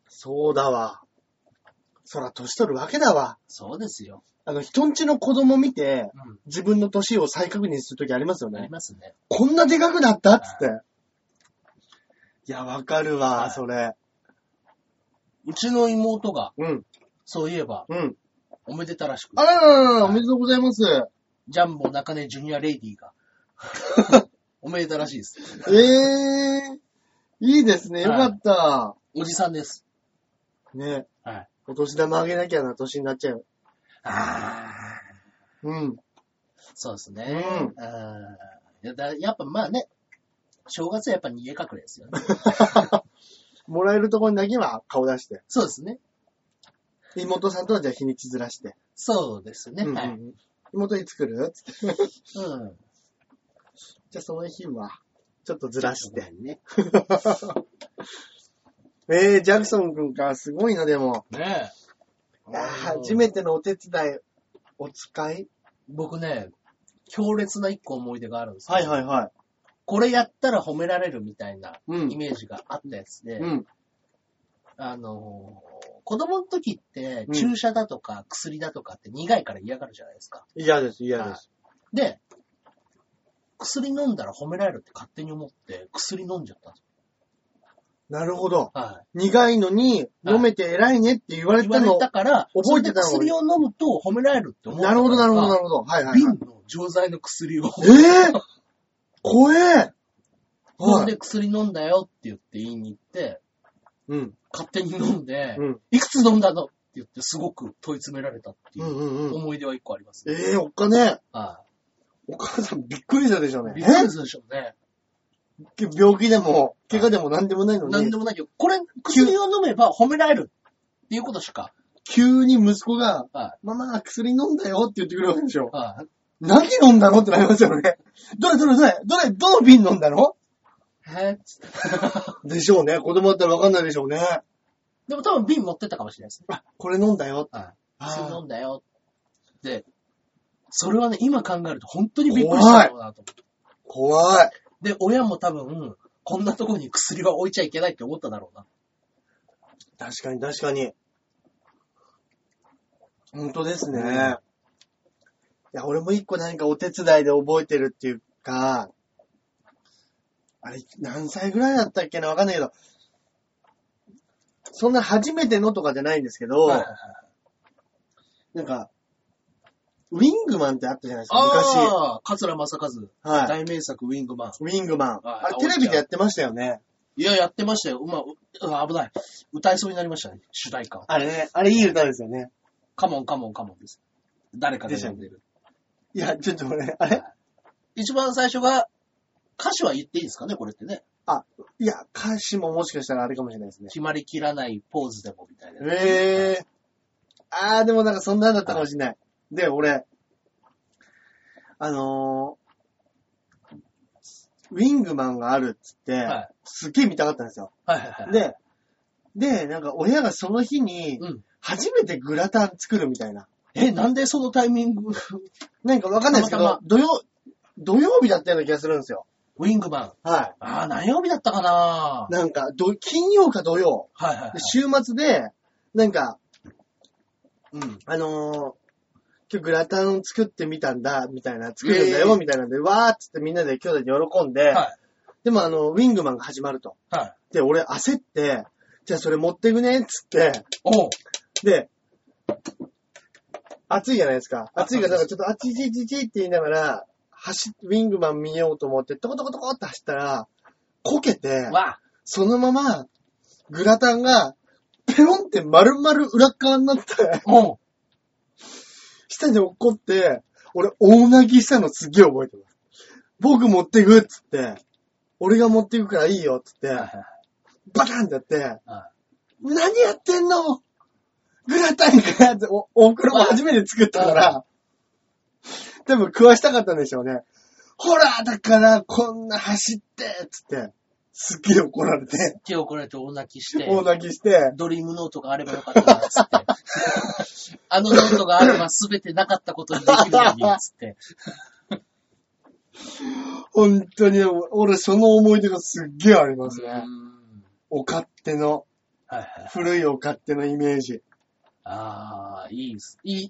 [SPEAKER 2] そうだわ。そら、年取るわけだわ。
[SPEAKER 1] そうですよ。
[SPEAKER 2] あの、人んちの子供見て、
[SPEAKER 1] うん。
[SPEAKER 2] 自分の年を再確認するときありますよ
[SPEAKER 1] あり
[SPEAKER 2] ね。
[SPEAKER 1] ますね。
[SPEAKER 2] こんなでかくなったっつって。いや、わかる
[SPEAKER 1] は
[SPEAKER 2] わ、
[SPEAKER 1] い
[SPEAKER 2] それ。
[SPEAKER 1] うちの妹が、
[SPEAKER 2] うん、
[SPEAKER 1] そういえば、
[SPEAKER 2] うん。
[SPEAKER 1] おめでたらしく
[SPEAKER 2] あ、らららら、おめでとうございます。
[SPEAKER 1] ジャンボ中根ジュニアレイディが、
[SPEAKER 2] (laughs)
[SPEAKER 1] おめでたらしいです。
[SPEAKER 2] ええいいですね、よかった。
[SPEAKER 1] おじさんです。
[SPEAKER 2] ね、
[SPEAKER 1] はい。
[SPEAKER 2] お年玉あげなきゃな、年になっちゃう。
[SPEAKER 1] ああ。
[SPEAKER 2] うん。 (laughs)
[SPEAKER 1] そうですね。あーやだやっぱ、まあね、正月はやっぱ逃げ隠れですよ
[SPEAKER 2] (laughs)
[SPEAKER 1] ね。
[SPEAKER 2] もらえるところにだけは顔出して。
[SPEAKER 1] そうですね。
[SPEAKER 2] 妹さんとはじゃあ日にちずらして。
[SPEAKER 1] そうです
[SPEAKER 2] う
[SPEAKER 1] ね。
[SPEAKER 2] んうん
[SPEAKER 1] はい。
[SPEAKER 2] うん妹に作るつって
[SPEAKER 1] うん。
[SPEAKER 2] じゃあその日は、ちょっとずら (laughs) して。
[SPEAKER 1] ね。
[SPEAKER 2] えー、ジャクソン君か、すごいな、でも。
[SPEAKER 1] ね
[SPEAKER 2] い
[SPEAKER 1] え
[SPEAKER 2] やー初めてのお手伝い、お使い
[SPEAKER 1] 僕ね、強烈な一個思い出があるんですよ
[SPEAKER 2] はいはいはい。
[SPEAKER 1] これやったら褒められるみたいな
[SPEAKER 2] う
[SPEAKER 1] イ
[SPEAKER 2] ん。
[SPEAKER 1] メージがあったやつで、
[SPEAKER 2] うん。
[SPEAKER 1] あのー子供の時って
[SPEAKER 2] うん
[SPEAKER 1] 注射だとか薬だとかって苦いから嫌がるじゃないですか。
[SPEAKER 2] 嫌です、嫌です。
[SPEAKER 1] で、薬飲んだら褒められるって勝手に思って薬飲んじゃったんです
[SPEAKER 2] なるほど。
[SPEAKER 1] よ。はい。
[SPEAKER 2] 苦いのに、
[SPEAKER 1] はい
[SPEAKER 2] 飲めて偉いねって言われ
[SPEAKER 1] 言わ
[SPEAKER 2] た
[SPEAKER 1] れ
[SPEAKER 2] の。
[SPEAKER 1] たから、
[SPEAKER 2] 覚えてたの
[SPEAKER 1] それで薬を飲むと褒められるって思う。
[SPEAKER 2] なるほど、なるほど、なるほど。はいはい、は
[SPEAKER 1] 瓶
[SPEAKER 2] い。
[SPEAKER 1] の錠剤の薬を。
[SPEAKER 2] えぇ、怖え
[SPEAKER 1] (laughs) ほん
[SPEAKER 2] はい。
[SPEAKER 1] で薬飲んだよって言って言いに行って、
[SPEAKER 2] うん。
[SPEAKER 1] 勝手に飲んで、
[SPEAKER 2] うん。
[SPEAKER 1] いくつ飲んだのって言ってすごく問い詰められたってい
[SPEAKER 2] うん
[SPEAKER 1] う
[SPEAKER 2] うんうん。
[SPEAKER 1] 思い出は一個あります、ね。
[SPEAKER 2] ええおっかね。
[SPEAKER 1] は
[SPEAKER 2] お母さんびっくりしたでしょう
[SPEAKER 1] い。び
[SPEAKER 2] ね。
[SPEAKER 1] っくりするでしょうね。
[SPEAKER 2] え病気でも、怪我でも何でもないの
[SPEAKER 1] なん
[SPEAKER 2] に
[SPEAKER 1] で、もないけど、これ、薬を飲めば褒められるっていうことしか。
[SPEAKER 2] 急に息子が、
[SPEAKER 1] は
[SPEAKER 2] ママ、薬飲んだよって言ってくるわけでしょ
[SPEAKER 1] い。。はい。
[SPEAKER 2] 何飲んだのってなりますよね。どれどれどれどれどの瓶飲んだの
[SPEAKER 1] へーっつって
[SPEAKER 2] でしょうね。子供だったらわかんないでしょうね。
[SPEAKER 1] でも多分瓶持ってったかもしれないですね。
[SPEAKER 2] あ、これ飲んだよ。
[SPEAKER 1] はい。薬
[SPEAKER 2] あ
[SPEAKER 1] 飲んだよって。それはね、今考えると本当にびっくりしただろうなと思って。
[SPEAKER 2] ー怖い。
[SPEAKER 1] で、親も多分、こんなとこに薬は置いちゃいけないって思っただろうな。
[SPEAKER 2] 確かに確かに。本当ですね。
[SPEAKER 1] うん
[SPEAKER 2] いや、俺も一個何かお手伝いで覚えてるっていうか、あれ、何歳ぐらいだったっけなわかんないけど、そんな初めてのとかじゃないんですけど、
[SPEAKER 1] はいはいはい
[SPEAKER 2] なんか、ウィングマンってあったじゃないですか、
[SPEAKER 1] ああ、桂正和。
[SPEAKER 2] 昔。はい。
[SPEAKER 1] 大名作ウィングマン。
[SPEAKER 2] ウィングマン。
[SPEAKER 1] はい
[SPEAKER 2] あれ、テレビでやってましたよね。
[SPEAKER 1] いや、やってましたよ。うまあ、う危ない。歌いそうになりましたね、主題歌を。
[SPEAKER 2] あれね、あれいい歌ですよね。
[SPEAKER 1] カモンカモンカモンです。誰かが呼んでる。
[SPEAKER 2] いや、ちょっと俺、あれ
[SPEAKER 1] 一番最初が、歌詞は言っていいですかね、これってね。
[SPEAKER 2] いや、歌詞ももしかしたらあれかもしれないですね。
[SPEAKER 1] 決まりきらないポーズでもみたいな。
[SPEAKER 2] ええあー、でもなんかそんなんだったかもしれない。で、俺、あのー、ウィングマンがあるっつって、
[SPEAKER 1] はい
[SPEAKER 2] すっげえ見たかったんですよ。
[SPEAKER 1] はいはいはい。
[SPEAKER 2] で、で、なんか親がその日に、
[SPEAKER 1] うん。
[SPEAKER 2] 初めてグラタン作るみたいな。
[SPEAKER 1] え、なんでそのタイミング、 (laughs)
[SPEAKER 2] なんかわかんないですけど、
[SPEAKER 1] たまた
[SPEAKER 2] 土曜、土曜日だったような気がするんですよ。
[SPEAKER 1] ウィングマン。
[SPEAKER 2] は。
[SPEAKER 1] ああ、何曜日だったかない
[SPEAKER 2] なんか、ど金曜か土曜。
[SPEAKER 1] はいはいはい
[SPEAKER 2] で。週末で、なんか、
[SPEAKER 1] うん。
[SPEAKER 2] あのー今日グラタン作ってみたんだ、みたいな、作るんだよ、
[SPEAKER 1] えー
[SPEAKER 2] みたいなんで、わーっつってみんなで兄弟で喜んで、
[SPEAKER 1] は
[SPEAKER 2] でもあの、ウィングマンが始まると。
[SPEAKER 1] い。はい。
[SPEAKER 2] で、俺焦って、じゃあそれ持ってくね、っつって、
[SPEAKER 1] おう。
[SPEAKER 2] で、暑いじゃないですか。
[SPEAKER 1] あ
[SPEAKER 2] 暑いから、なんかち
[SPEAKER 1] そ
[SPEAKER 2] ょっとあちちちちって言いながら、走っ、ウィングマン見ようと思って、トコトコトコって走ったら、こけて、
[SPEAKER 1] わ
[SPEAKER 2] そのまま、グラタンが、ペロンって丸々裏っ側になって、
[SPEAKER 1] おう。
[SPEAKER 2] 下に怒って、俺、大泣きしたのすっげえ覚えてます。僕持ってくっつって、俺が持ってくからいいよっつって、
[SPEAKER 1] はいはい
[SPEAKER 2] バカンってやって、
[SPEAKER 1] は
[SPEAKER 2] 何やってんのグラタンかって、お、お袋も初めて作ったから、多分食わしたかったんでしょうね。ほら、だから、こんな走ってっつって、すっげえ怒られ
[SPEAKER 1] い
[SPEAKER 2] て、。
[SPEAKER 1] 手をこれて大泣きして。
[SPEAKER 2] 大泣きして、
[SPEAKER 1] ドリームノートがあればよかったな、
[SPEAKER 2] (laughs)
[SPEAKER 1] つって。あのノートがあれば全てなかったことにできるのに、つ
[SPEAKER 2] (laughs)
[SPEAKER 1] って。
[SPEAKER 2] 本当に、俺その思い出がすっげえあります
[SPEAKER 1] うー
[SPEAKER 2] ね。
[SPEAKER 1] ん
[SPEAKER 2] お勝手の。
[SPEAKER 1] はいはい。
[SPEAKER 2] 古いお勝手のイメージ。
[SPEAKER 1] ああ、いいです。いい、いい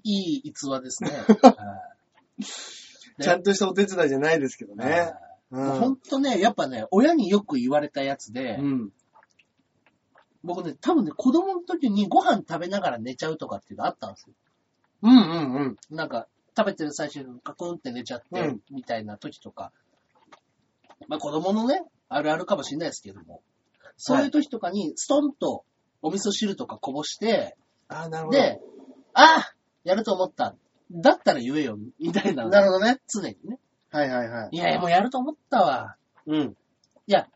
[SPEAKER 1] 逸話ですね。はいね
[SPEAKER 2] ちゃんとしたお手伝いじゃないですけど (laughs) ね。う
[SPEAKER 1] はいほん
[SPEAKER 2] ん。
[SPEAKER 1] とね、やっぱね、親によく言われたやつで、
[SPEAKER 2] うん。
[SPEAKER 1] 僕ね、多分ね、子供の時にご飯食べながら寝ちゃうとかっていうのあったんですよ。
[SPEAKER 2] うんうんうん。
[SPEAKER 1] なんか、食べてる最中にカクンって寝ちゃって
[SPEAKER 2] うん、
[SPEAKER 1] みたいな時とか、まあ子供のね、あるあるかもしれないですけども、そういう時とかに、ストンとお味噌汁とかこぼして、
[SPEAKER 2] ああ、なるほど。
[SPEAKER 1] で、ああやると思った。だったら言えよ、みたいなの
[SPEAKER 2] なる
[SPEAKER 1] が
[SPEAKER 2] ほどね。
[SPEAKER 1] 常にね。
[SPEAKER 2] はいはいはい。
[SPEAKER 1] いやいや、もうやると思ったわ。 (laughs)
[SPEAKER 2] うん。
[SPEAKER 1] だ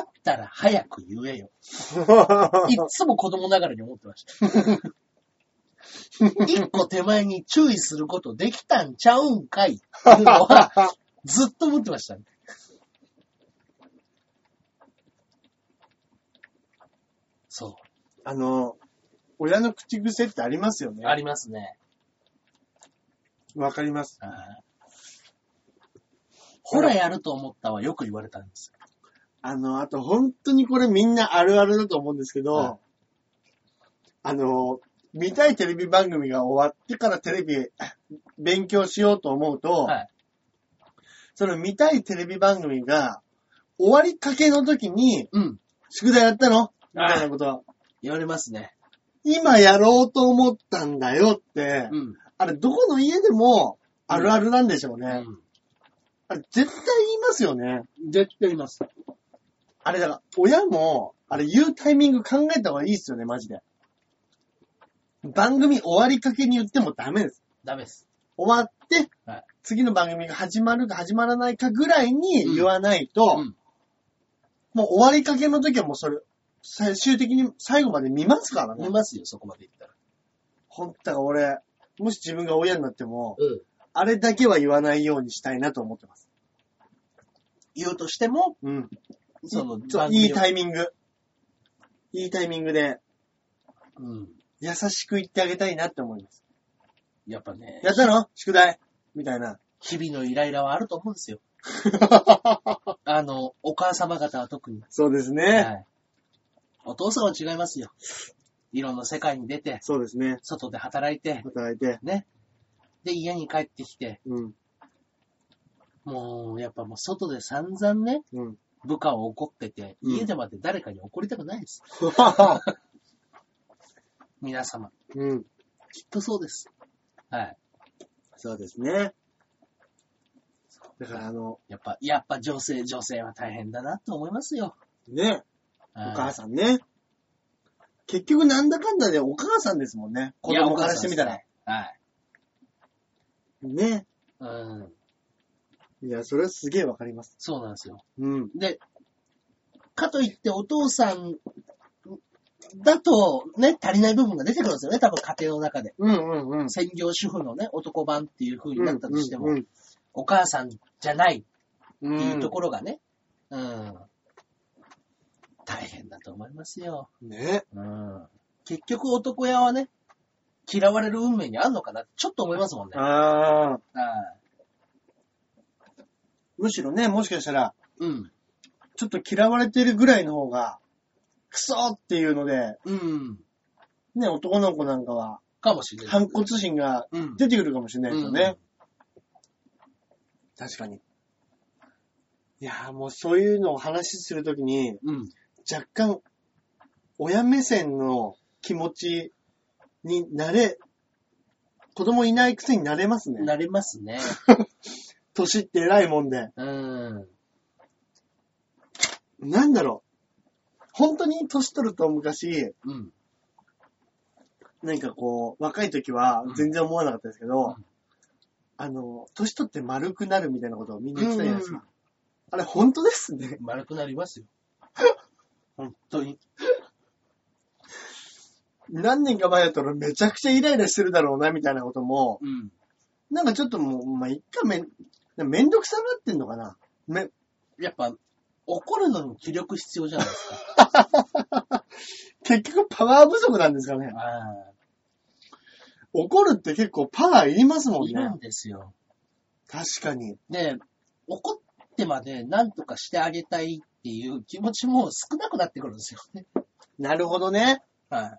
[SPEAKER 1] ったら早く言えよ。いっつも子供ながらに思ってました。一個手前に注意することできたんちゃうんかいっていうのは、ずっと思ってましたね。そ
[SPEAKER 2] あの、親の口癖ってありますよね
[SPEAKER 1] う。。ありますね。
[SPEAKER 2] わかります。
[SPEAKER 1] はいほらやると思ったはよく言われたんですよ。
[SPEAKER 2] あの、あと本当にこれみんなあるあるだと思うんですけど、
[SPEAKER 1] はい
[SPEAKER 2] あの、見たいテレビ番組が終わってからテレビ勉強しようと思うと、
[SPEAKER 1] はい
[SPEAKER 2] その見たいテレビ番組が終わりかけの時に、
[SPEAKER 1] うん。
[SPEAKER 2] 宿題やったのみたいなことは、
[SPEAKER 1] 言われますね。
[SPEAKER 2] 今やろうと思ったんだよって、
[SPEAKER 1] うん。
[SPEAKER 2] あれどこの家でもあるあるなんでしょうね。
[SPEAKER 1] うん
[SPEAKER 2] あれ絶対言いますよね。
[SPEAKER 1] 絶対います。
[SPEAKER 2] あれだから、親も、あれ言うタイミング考えた方がいいっすよね、マジで。番組終わりかけに言ってもダメです。
[SPEAKER 1] ダメです。
[SPEAKER 2] 終わって、
[SPEAKER 1] はい
[SPEAKER 2] 次の番組が始まるか始まらないかぐらいに言わないと、
[SPEAKER 1] うん
[SPEAKER 2] もう終わりかけの時はもうそれ、最終的に最後まで見ますからね。
[SPEAKER 1] 見ますよ、そこまで言ったら。
[SPEAKER 2] ほんとだから俺、もし自分が親になっても、
[SPEAKER 1] うん。
[SPEAKER 2] あれだけは言わないようにしたいなと思ってます。
[SPEAKER 1] 言うとしても、
[SPEAKER 2] うん。
[SPEAKER 1] その、
[SPEAKER 2] そういいタイミング。いいタイミングで、
[SPEAKER 1] うん。
[SPEAKER 2] 優しく言ってあげたいなって思います。
[SPEAKER 1] やっぱね、
[SPEAKER 2] やったの宿題みたいな。
[SPEAKER 1] 日々のイライラはあると思う
[SPEAKER 2] (laughs)
[SPEAKER 1] んですよ。あの、お母様方は特に。
[SPEAKER 2] そうですね。
[SPEAKER 1] はい。お父さんは違いますよ。いろんな世界に出て、
[SPEAKER 2] そうですね。
[SPEAKER 1] 外で働いて、
[SPEAKER 2] 働いて。
[SPEAKER 1] で、家に帰ってきて、
[SPEAKER 2] うん。
[SPEAKER 1] もう、やっぱもう外で散々ね、
[SPEAKER 2] (laughs) うん。
[SPEAKER 1] 部下を怒ってて、
[SPEAKER 2] うん
[SPEAKER 1] 家でまで誰かに怒りたくないです。皆様、
[SPEAKER 2] うん。
[SPEAKER 1] きっとそうです。はい。
[SPEAKER 2] そうですね。だからあの、
[SPEAKER 1] やっぱ、やっぱ女性、女性は大変だなと思いますよ。
[SPEAKER 2] ね、
[SPEAKER 1] お
[SPEAKER 2] お母さんね。結局なんだかんだでお母さんですもんね。子供からしてみたら。。
[SPEAKER 1] はい。
[SPEAKER 2] ね。
[SPEAKER 1] うん。
[SPEAKER 2] いや、それはすげえわかります。
[SPEAKER 1] そうなんですよ。
[SPEAKER 2] うん。
[SPEAKER 1] で、かといってお父さんだとね、足りない部分が出てくるんですよね。多分家庭の中で。
[SPEAKER 2] うんうんうん。
[SPEAKER 1] 専業主婦のね、男版っていう風になったとしても、
[SPEAKER 2] うん
[SPEAKER 1] お母さんじゃない
[SPEAKER 2] うんう
[SPEAKER 1] っ
[SPEAKER 2] ん
[SPEAKER 1] ていうところがね、うん。大変だと思いますよ。
[SPEAKER 2] ね。
[SPEAKER 1] うん。結局男屋はね、嫌われる運命にあんのかなってちょっと思いますもんね。
[SPEAKER 2] ああ。
[SPEAKER 1] はい
[SPEAKER 2] むしろね、もしかしたら、
[SPEAKER 1] うん。
[SPEAKER 2] ちょっと嫌われてるぐらいの方が、クソっていうので、
[SPEAKER 1] うん。
[SPEAKER 2] ね、男の子なんかは、
[SPEAKER 1] かもしれない。
[SPEAKER 2] 反骨心が
[SPEAKER 1] うん。
[SPEAKER 2] 出てくるかもしれないですよね。確かに。いやーもうそういうのを話しするときに、
[SPEAKER 1] うん。うん。
[SPEAKER 2] 若干、親目線の気持ちになれ、子供いないくせになれますね。
[SPEAKER 1] なれますね。
[SPEAKER 2] 年って偉いもんで。
[SPEAKER 1] うん。
[SPEAKER 2] なんだろう。本当に年取ると昔、
[SPEAKER 1] うん。
[SPEAKER 2] なんかこう、若い時は全然思わなかったですけど、
[SPEAKER 1] うん
[SPEAKER 2] あの、年取って丸くなるみたいなことをみんな言ってたじゃないですか。あれ本当ですね。
[SPEAKER 1] 丸くな
[SPEAKER 2] (laughs)
[SPEAKER 1] りますよ。本当に。
[SPEAKER 2] 何年か前だったらめちゃくちゃイライラしてるだろうな、みたいなことも、
[SPEAKER 1] うん。
[SPEAKER 2] なんかちょっともう、まあ、一回めん、めんどくさがってんのかな。め、
[SPEAKER 1] やっぱ、怒るのに気力必要じゃないです
[SPEAKER 2] (laughs)
[SPEAKER 1] か。
[SPEAKER 2] 結局パワー不足なんですかね。
[SPEAKER 1] あ
[SPEAKER 2] 怒るって結構パワーいります
[SPEAKER 1] あ
[SPEAKER 2] もん
[SPEAKER 1] いる
[SPEAKER 2] ね
[SPEAKER 1] ん。ですよ。
[SPEAKER 2] 確かに。
[SPEAKER 1] で、怒ってまで何とかしてあげたいっていう気持ちも少なくなってくるんですよね。
[SPEAKER 2] なるほどね。
[SPEAKER 1] は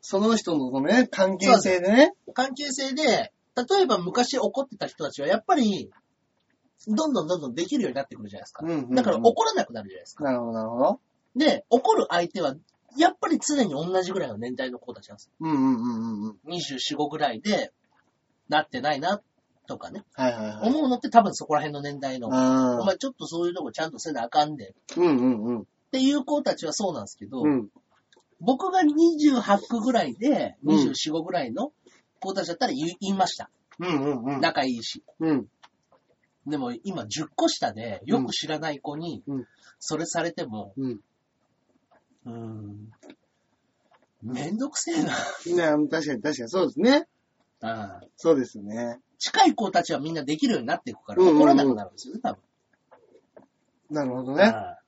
[SPEAKER 2] その人のね、関係性でね。
[SPEAKER 1] い。関係性で、例えば昔怒ってた人たちはやっぱり、どんどんどんどんできるようになってくるじゃないですか。
[SPEAKER 2] うんうんうん
[SPEAKER 1] だから怒らなくなるじゃないですか。
[SPEAKER 2] なるほど、なるほど。
[SPEAKER 1] で、怒る相手は、やっぱり常に同じぐらいの年代の子たちなんですよ
[SPEAKER 2] うんうんうんうんうん。
[SPEAKER 1] 24、5ぐらいで、なってないな、とかね。
[SPEAKER 2] はいはいはい。
[SPEAKER 1] 思うのって多分そこら辺の年代の。
[SPEAKER 2] あ
[SPEAKER 1] お
[SPEAKER 2] あ。
[SPEAKER 1] 前ちょっとそういうとこちゃんとせなあかんで。っ
[SPEAKER 2] うんうんうん。
[SPEAKER 1] ていう子たちはそうなんですけど、
[SPEAKER 2] うん。
[SPEAKER 1] 僕が28区ぐらいで、
[SPEAKER 2] うん
[SPEAKER 1] 24、5ぐらいの子たちだったら言い言いました。
[SPEAKER 2] うんうんうん。
[SPEAKER 1] 仲いいし。
[SPEAKER 2] うん。
[SPEAKER 1] でも今10個下で、よく知らない子に
[SPEAKER 2] うん、
[SPEAKER 1] それされても、
[SPEAKER 2] うん。
[SPEAKER 1] うーん、めんどくせえな。
[SPEAKER 2] ね、確かに確かにそうですね。
[SPEAKER 1] ああ
[SPEAKER 2] そうですね。
[SPEAKER 1] 近い子たちはみんなできるようになっていくから、
[SPEAKER 2] うんうんうん
[SPEAKER 1] 怒らなくなるんですよね、多分。
[SPEAKER 2] なるほどね。
[SPEAKER 1] ああ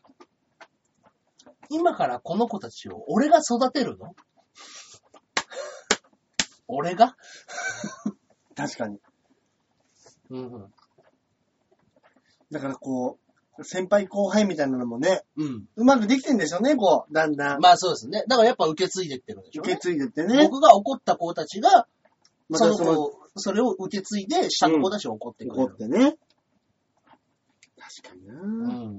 [SPEAKER 1] 今からこの子たちを俺が育てるの (laughs) 俺が
[SPEAKER 2] 確かに。
[SPEAKER 1] うんうん。
[SPEAKER 2] だからこう、先輩後輩みたいなのもね、
[SPEAKER 1] うん。
[SPEAKER 2] うまくできてんでしょうね、こう、だんだん。
[SPEAKER 1] まあそうですね。だからやっぱ受け継いでってるんでしょう
[SPEAKER 2] 受け
[SPEAKER 1] ね。
[SPEAKER 2] 継いでってね。
[SPEAKER 1] 僕が怒った子たちが、
[SPEAKER 2] ま
[SPEAKER 1] そ
[SPEAKER 2] た
[SPEAKER 1] の
[SPEAKER 2] そ
[SPEAKER 1] 子
[SPEAKER 2] の、
[SPEAKER 1] を、それを受け継いで、下の子たちを怒ってくれる。
[SPEAKER 2] 怒ってね。確かに
[SPEAKER 1] う
[SPEAKER 2] な、
[SPEAKER 1] ん。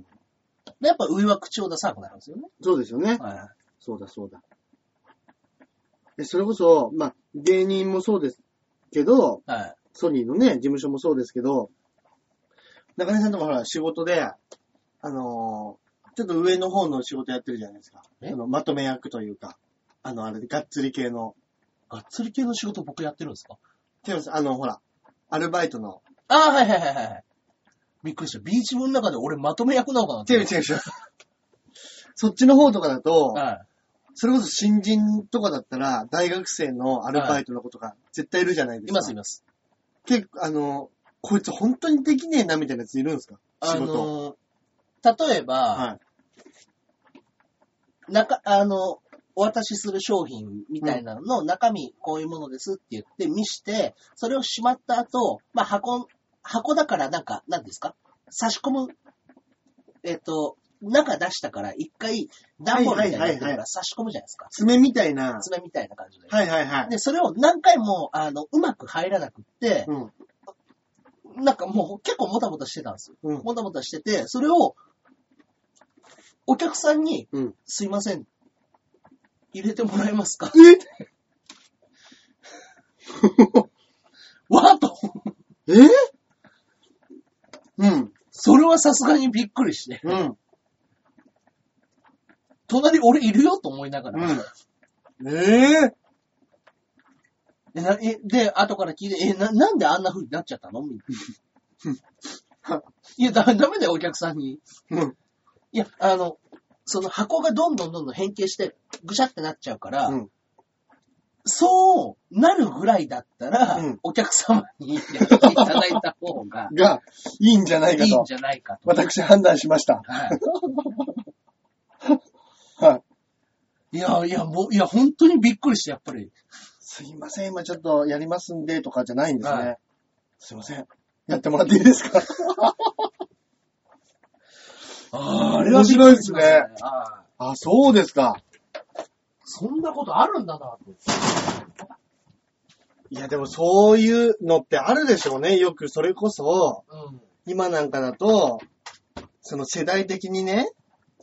[SPEAKER 1] で、やっぱ上は口を出さなくなるんですよね。
[SPEAKER 2] そうですよね。
[SPEAKER 1] はいはい。
[SPEAKER 2] そうだそうだ。えそれこそ、まあ、芸人もそうですけど、
[SPEAKER 1] はい。
[SPEAKER 2] ソニーのね、事務所もそうですけど、中根さんとかほら、仕事で、あのーちょっと上の方の仕事やってるじゃないですか。
[SPEAKER 1] え
[SPEAKER 2] あのまとめ役というか、あの、あれで、がっつり系の。
[SPEAKER 1] がっつり系の仕事僕やってるんですか
[SPEAKER 2] てかあの、ほら、アルバイトの。
[SPEAKER 1] ああ、はいはいはいはい。びっくりした。ビーチ部の中で俺まとめ役なのかなって
[SPEAKER 2] 違う違う違う。そっちの方とかだと、
[SPEAKER 1] は
[SPEAKER 2] それこそ新人とかだったら、大学生のアルバイトの子とか、絶対いるじゃないで
[SPEAKER 1] い。
[SPEAKER 2] すか。
[SPEAKER 1] いますいます。
[SPEAKER 2] 結構、あの、こいつ本当にできねえな、みたいなやついるんですか
[SPEAKER 1] あ
[SPEAKER 2] 仕事。
[SPEAKER 1] のー、例えば、
[SPEAKER 2] は
[SPEAKER 1] なか、あの、お渡しする商品みたいなのの中身、こういうものですって言って見して、それをしまった後、まあ、箱、箱だからなんか、なんですか差し込む、えっ、と、中出したから一回、段ボールみたいにな
[SPEAKER 2] は
[SPEAKER 1] ってる
[SPEAKER 2] いはいはい
[SPEAKER 1] か
[SPEAKER 2] は
[SPEAKER 1] ら差し込むじゃないですか。
[SPEAKER 2] 爪みたいな。
[SPEAKER 1] 爪みたいな感じで。
[SPEAKER 2] はいはいはい。
[SPEAKER 1] で、それを何回も、あの、うまく入らなくって、
[SPEAKER 2] うん。
[SPEAKER 1] なんかもう結構もたもたしてたんですよ。
[SPEAKER 2] うん
[SPEAKER 1] (laughs) もたもたしてて、それを、お客さんに、
[SPEAKER 2] うん。
[SPEAKER 1] すいません、入れてもらえますか
[SPEAKER 2] え
[SPEAKER 1] わーと、
[SPEAKER 2] えうん。
[SPEAKER 1] それはさすがにびっくりして、
[SPEAKER 2] うん。
[SPEAKER 1] 隣俺いるよと思いながら、
[SPEAKER 2] うん。ええ
[SPEAKER 1] えなえで、後から聞いて、え、な、なんであんな風になっちゃったのみた
[SPEAKER 2] (laughs)
[SPEAKER 1] いな。いや、だダメだよ、お客さんに。
[SPEAKER 2] うん。
[SPEAKER 1] いや、あの、その箱がどんどんどんどん変形して、ぐしゃってなっちゃうから、
[SPEAKER 2] うん
[SPEAKER 1] そうなるぐらいだったら、
[SPEAKER 2] うん
[SPEAKER 1] お客様にやっていただいた方が
[SPEAKER 2] が、いいんじゃないいか
[SPEAKER 1] いん
[SPEAKER 2] と。
[SPEAKER 1] じゃないかと。
[SPEAKER 2] 私判断しました。
[SPEAKER 1] はい
[SPEAKER 2] はい。
[SPEAKER 1] いや、いや、もう、いや、本当にびっくりして、やっぱり。
[SPEAKER 2] すいません、今ちょっとやりますんで、とかじゃないんですね。
[SPEAKER 1] はい
[SPEAKER 2] すいません。やってもらっていいですか
[SPEAKER 1] あ
[SPEAKER 2] あれはびっくりしましたね
[SPEAKER 1] ああ
[SPEAKER 2] (laughs) あ、そうですか。
[SPEAKER 1] そんなことあるんだな、と。
[SPEAKER 2] いや、でもそういうのってあるでしょうね。よくそれこそ、
[SPEAKER 1] うん。
[SPEAKER 2] 今なんかだと、その世代的にね、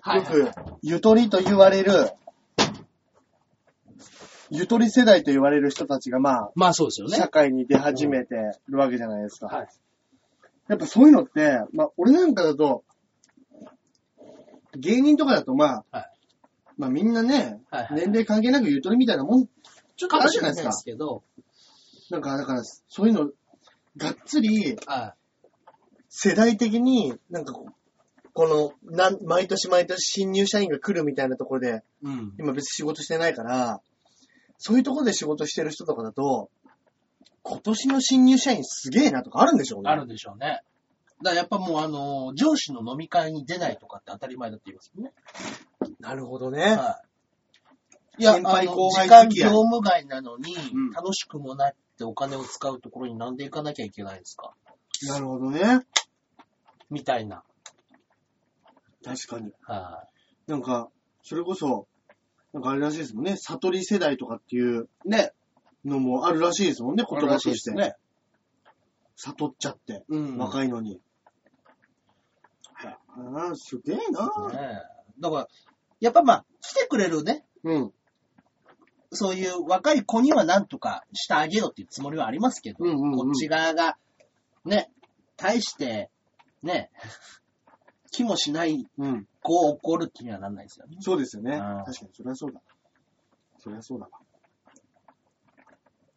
[SPEAKER 1] はい
[SPEAKER 2] よく、ゆとりと言われる、ゆとり世代と言われる人たちが、ま
[SPEAKER 1] まあ、そうですよ
[SPEAKER 2] あ、
[SPEAKER 1] ね。
[SPEAKER 2] 社会に出始めてるわけじゃないですか。
[SPEAKER 1] はい。
[SPEAKER 2] やっぱそういうのって、まあ、俺なんかだと、芸人とかだと、まあ、
[SPEAKER 1] はい
[SPEAKER 2] まあみんなね、
[SPEAKER 1] はいはい
[SPEAKER 2] 年齢関係なくゆとりみたいなもん、
[SPEAKER 1] ちょ
[SPEAKER 2] と
[SPEAKER 1] っと
[SPEAKER 2] あ
[SPEAKER 1] あ
[SPEAKER 2] る
[SPEAKER 1] る
[SPEAKER 2] じ
[SPEAKER 1] じ
[SPEAKER 2] ゃ
[SPEAKER 1] ゃ
[SPEAKER 2] な
[SPEAKER 1] ないい
[SPEAKER 2] でか
[SPEAKER 1] ですすか。ですけど、
[SPEAKER 2] なんか、だから、そういうの、がっつり、
[SPEAKER 1] は
[SPEAKER 2] 世代的に、なんかこう、この、なん、毎年毎年新入社員が来るみたいなところで、
[SPEAKER 1] い。うん。
[SPEAKER 2] 今別に仕事してないから、そういうところで仕事してる人とかだと、今年の新入社員すげえなとかあるんでしょうね。
[SPEAKER 1] あるんでしょうね。だからやっぱもうあのー、上司の飲み会に出ないとかって当たり前だって言いますもんね。
[SPEAKER 2] なるほどね。
[SPEAKER 1] はい。いや、あ
[SPEAKER 2] 先輩
[SPEAKER 1] の
[SPEAKER 2] 後輩
[SPEAKER 1] 時間
[SPEAKER 2] 付き
[SPEAKER 1] 業
[SPEAKER 2] 合い
[SPEAKER 1] 務外なのに
[SPEAKER 2] うん、
[SPEAKER 1] 楽しくもなってお金を使うところになんで行かなきゃいけないんですか
[SPEAKER 2] なるほどね。
[SPEAKER 1] みたいな。
[SPEAKER 2] 確かに。
[SPEAKER 1] は
[SPEAKER 2] なんか、それこそ、なんかあれらしいですもんね。悟り世代とかっていう、ね、のもあるらしいですもんね、
[SPEAKER 1] い。
[SPEAKER 2] 言葉として。
[SPEAKER 1] ね。
[SPEAKER 2] 悟っちゃって、
[SPEAKER 1] うん。
[SPEAKER 2] 若いのに。ああ、すげえな、
[SPEAKER 1] ねえだから、やっぱまあ、来てくれるね、
[SPEAKER 2] うん、
[SPEAKER 1] そういう若い子にはなんとかしてあげようっていうつもりはありますけど、
[SPEAKER 2] うんうんうん
[SPEAKER 1] こっち側が、ね、対して、ね、 (laughs) 気もしない
[SPEAKER 2] うん。
[SPEAKER 1] 子を怒る気にはなんないですよね。
[SPEAKER 2] そうですよね。
[SPEAKER 1] あー
[SPEAKER 2] 確かに、それはそうだ。それはそうだわ。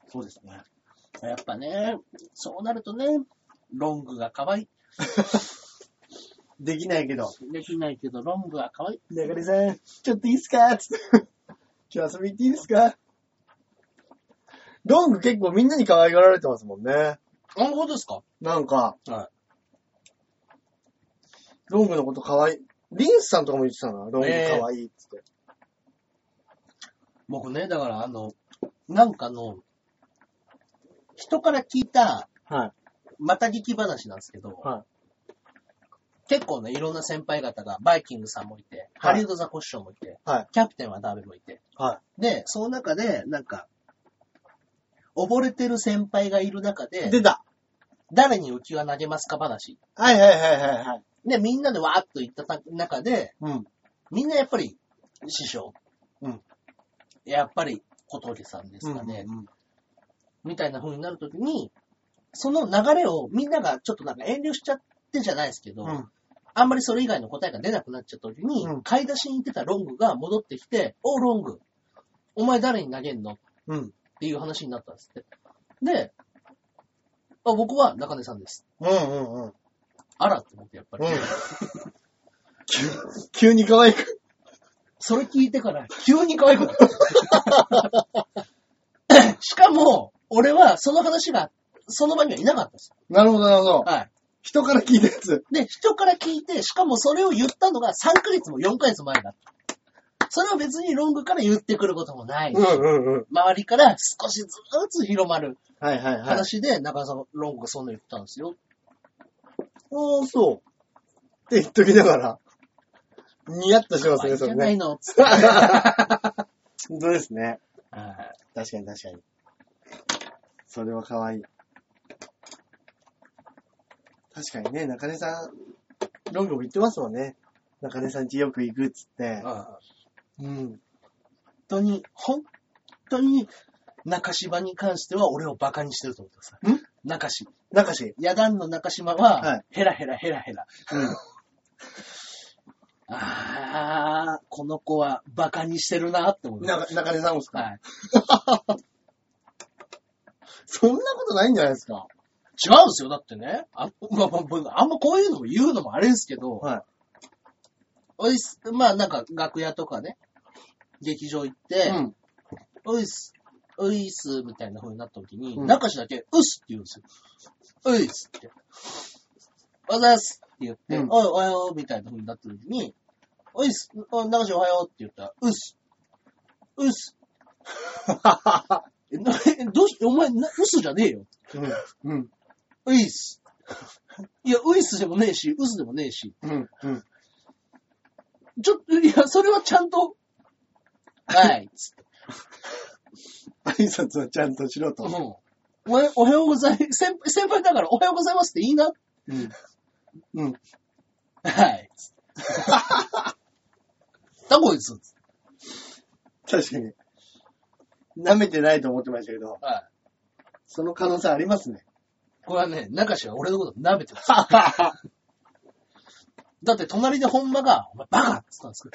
[SPEAKER 2] そうですね。
[SPEAKER 1] やっぱね、そうなるとね、ロングが可愛い。
[SPEAKER 2] できないけど。
[SPEAKER 1] できないけど、ロングが可愛い。
[SPEAKER 2] (laughs) 流れさん、ちょっといいっすかつって。今日遊び行っていいですかドング結構みんなに可愛がられてますもんね。
[SPEAKER 1] あ、本当ですか
[SPEAKER 2] なんか、
[SPEAKER 1] は
[SPEAKER 2] ドングのこと可愛い。リンスさんとかも言ってたな、ドング可愛いっつって。
[SPEAKER 1] い。僕ね、だからあの、なんかの、人から聞いた、
[SPEAKER 2] はい。
[SPEAKER 1] また聞き話なんですけど、
[SPEAKER 2] は
[SPEAKER 1] 結構ね、いろんな先輩方が、バイキングさんもいて、
[SPEAKER 2] はい
[SPEAKER 1] ハリウッドザコッションもいて、
[SPEAKER 2] はい
[SPEAKER 1] キャプテンはダーベもいて、
[SPEAKER 2] は
[SPEAKER 1] で、その中で、なんか、溺れてる先輩がいる中
[SPEAKER 2] い。
[SPEAKER 1] で、
[SPEAKER 2] 出た
[SPEAKER 1] 誰に浮き輪投げますか話。
[SPEAKER 2] はいはいはいはいはい。
[SPEAKER 1] で、みんなでわーっと言ったた中で、
[SPEAKER 2] うん。
[SPEAKER 1] みんなやっぱり、師匠。
[SPEAKER 2] うん。
[SPEAKER 1] やっぱり、小峠さんですかね。
[SPEAKER 2] うんうんうん
[SPEAKER 1] みたいな風になるときに、その流れをみんながちょっとなんか遠慮しちゃってじゃないですけど、
[SPEAKER 2] うん
[SPEAKER 1] あんまりそれ以外の答えが出なくなっちゃったときに、
[SPEAKER 2] うん
[SPEAKER 1] 買い出しに行ってたロングが戻ってきて、おうロング、お前誰に投げんのっ
[SPEAKER 2] うん。
[SPEAKER 1] ていう話になったんですって。で、あ僕は中根さんです。
[SPEAKER 2] うんうん (laughs) うん。
[SPEAKER 1] あらって思って、やっぱり。
[SPEAKER 2] うん急に可愛く。
[SPEAKER 1] それ聞いてから急に可愛くなった。 (laughs) しかも、俺はその話が、その場にはいなかったんですよ。
[SPEAKER 2] なるほどなるほど。
[SPEAKER 1] はい。
[SPEAKER 2] 人から聞いたやつ。
[SPEAKER 1] で、人から聞いて、しかもそれを言ったのが3ヶ月も4ヶ月前だった。それを別にロングから言ってくることもない。
[SPEAKER 2] うんうん。
[SPEAKER 1] 周りから少しずつ広まる
[SPEAKER 2] はいはいはい。
[SPEAKER 1] 話で、中田さん、ロングがそんな言ったんですよ。
[SPEAKER 2] おー、そう。って言っときながら、ニヤッとしてます
[SPEAKER 1] 可愛
[SPEAKER 2] ね、
[SPEAKER 1] いじ
[SPEAKER 2] それ
[SPEAKER 1] ゃない
[SPEAKER 2] ね。 (laughs)
[SPEAKER 1] の、つって。
[SPEAKER 2] 本当ですね。
[SPEAKER 1] はい
[SPEAKER 2] 確かに確かに。それは可愛い。確かにね、中根さん、ロングも言ってますもんね。中根さん家よく行くっつって。う
[SPEAKER 1] 本
[SPEAKER 2] ん。
[SPEAKER 1] 当に、本当に、中島に関しては俺をバカにしてると思ってください。
[SPEAKER 2] ん
[SPEAKER 1] 中島。
[SPEAKER 2] 中し、
[SPEAKER 1] 野団の中島
[SPEAKER 2] は
[SPEAKER 1] は、
[SPEAKER 2] い
[SPEAKER 1] ヘラヘラヘラヘラ。
[SPEAKER 2] うん。
[SPEAKER 1] あー、この子はバカにしてるなって思います。
[SPEAKER 2] 中中根さんもっすか、
[SPEAKER 1] はい。
[SPEAKER 2] そんなことないんじゃないですか
[SPEAKER 1] 違うんですよ。だってね。あ,、まあまあまああんまこういうのも言うのもあれですけど、
[SPEAKER 2] はい。
[SPEAKER 1] おいす、まあなんか楽屋とかね、劇場行って、
[SPEAKER 2] うん。
[SPEAKER 1] おいっす、おいっす、みたいな風になった時に、
[SPEAKER 2] うん
[SPEAKER 1] 中志だけ、うっすって言うんですよ。おいっすって。おはようございますって言って、
[SPEAKER 2] うん
[SPEAKER 1] おい、おはよう、みたいな風になった時に、おいっす、お中志おはようって言ったら、うっす、うっす。
[SPEAKER 2] (laughs)
[SPEAKER 1] えなえどうし、お前、な嘘じゃねえよ。
[SPEAKER 2] うん。うん。
[SPEAKER 1] ういっす。いや、ういっすでもねえし、うすでもねえし。
[SPEAKER 2] うん。うん。
[SPEAKER 1] ちょっと、いや、それはちゃんと、はい、つって。
[SPEAKER 2] 挨拶をちゃんとしろと。
[SPEAKER 1] (laughs) うんお前、おはようござい、先輩、先輩だからおはようございますっていいな。
[SPEAKER 2] うん。うん。
[SPEAKER 1] はい、つって。タコです。つって
[SPEAKER 2] 確かに。舐めてないと思ってましたけど、
[SPEAKER 1] はい。
[SPEAKER 2] その可能性あります
[SPEAKER 1] (laughs)
[SPEAKER 2] ね。
[SPEAKER 1] これはね、中氏は俺のこと舐めてます。だって隣で本間が、お前バカって言 (laughs) った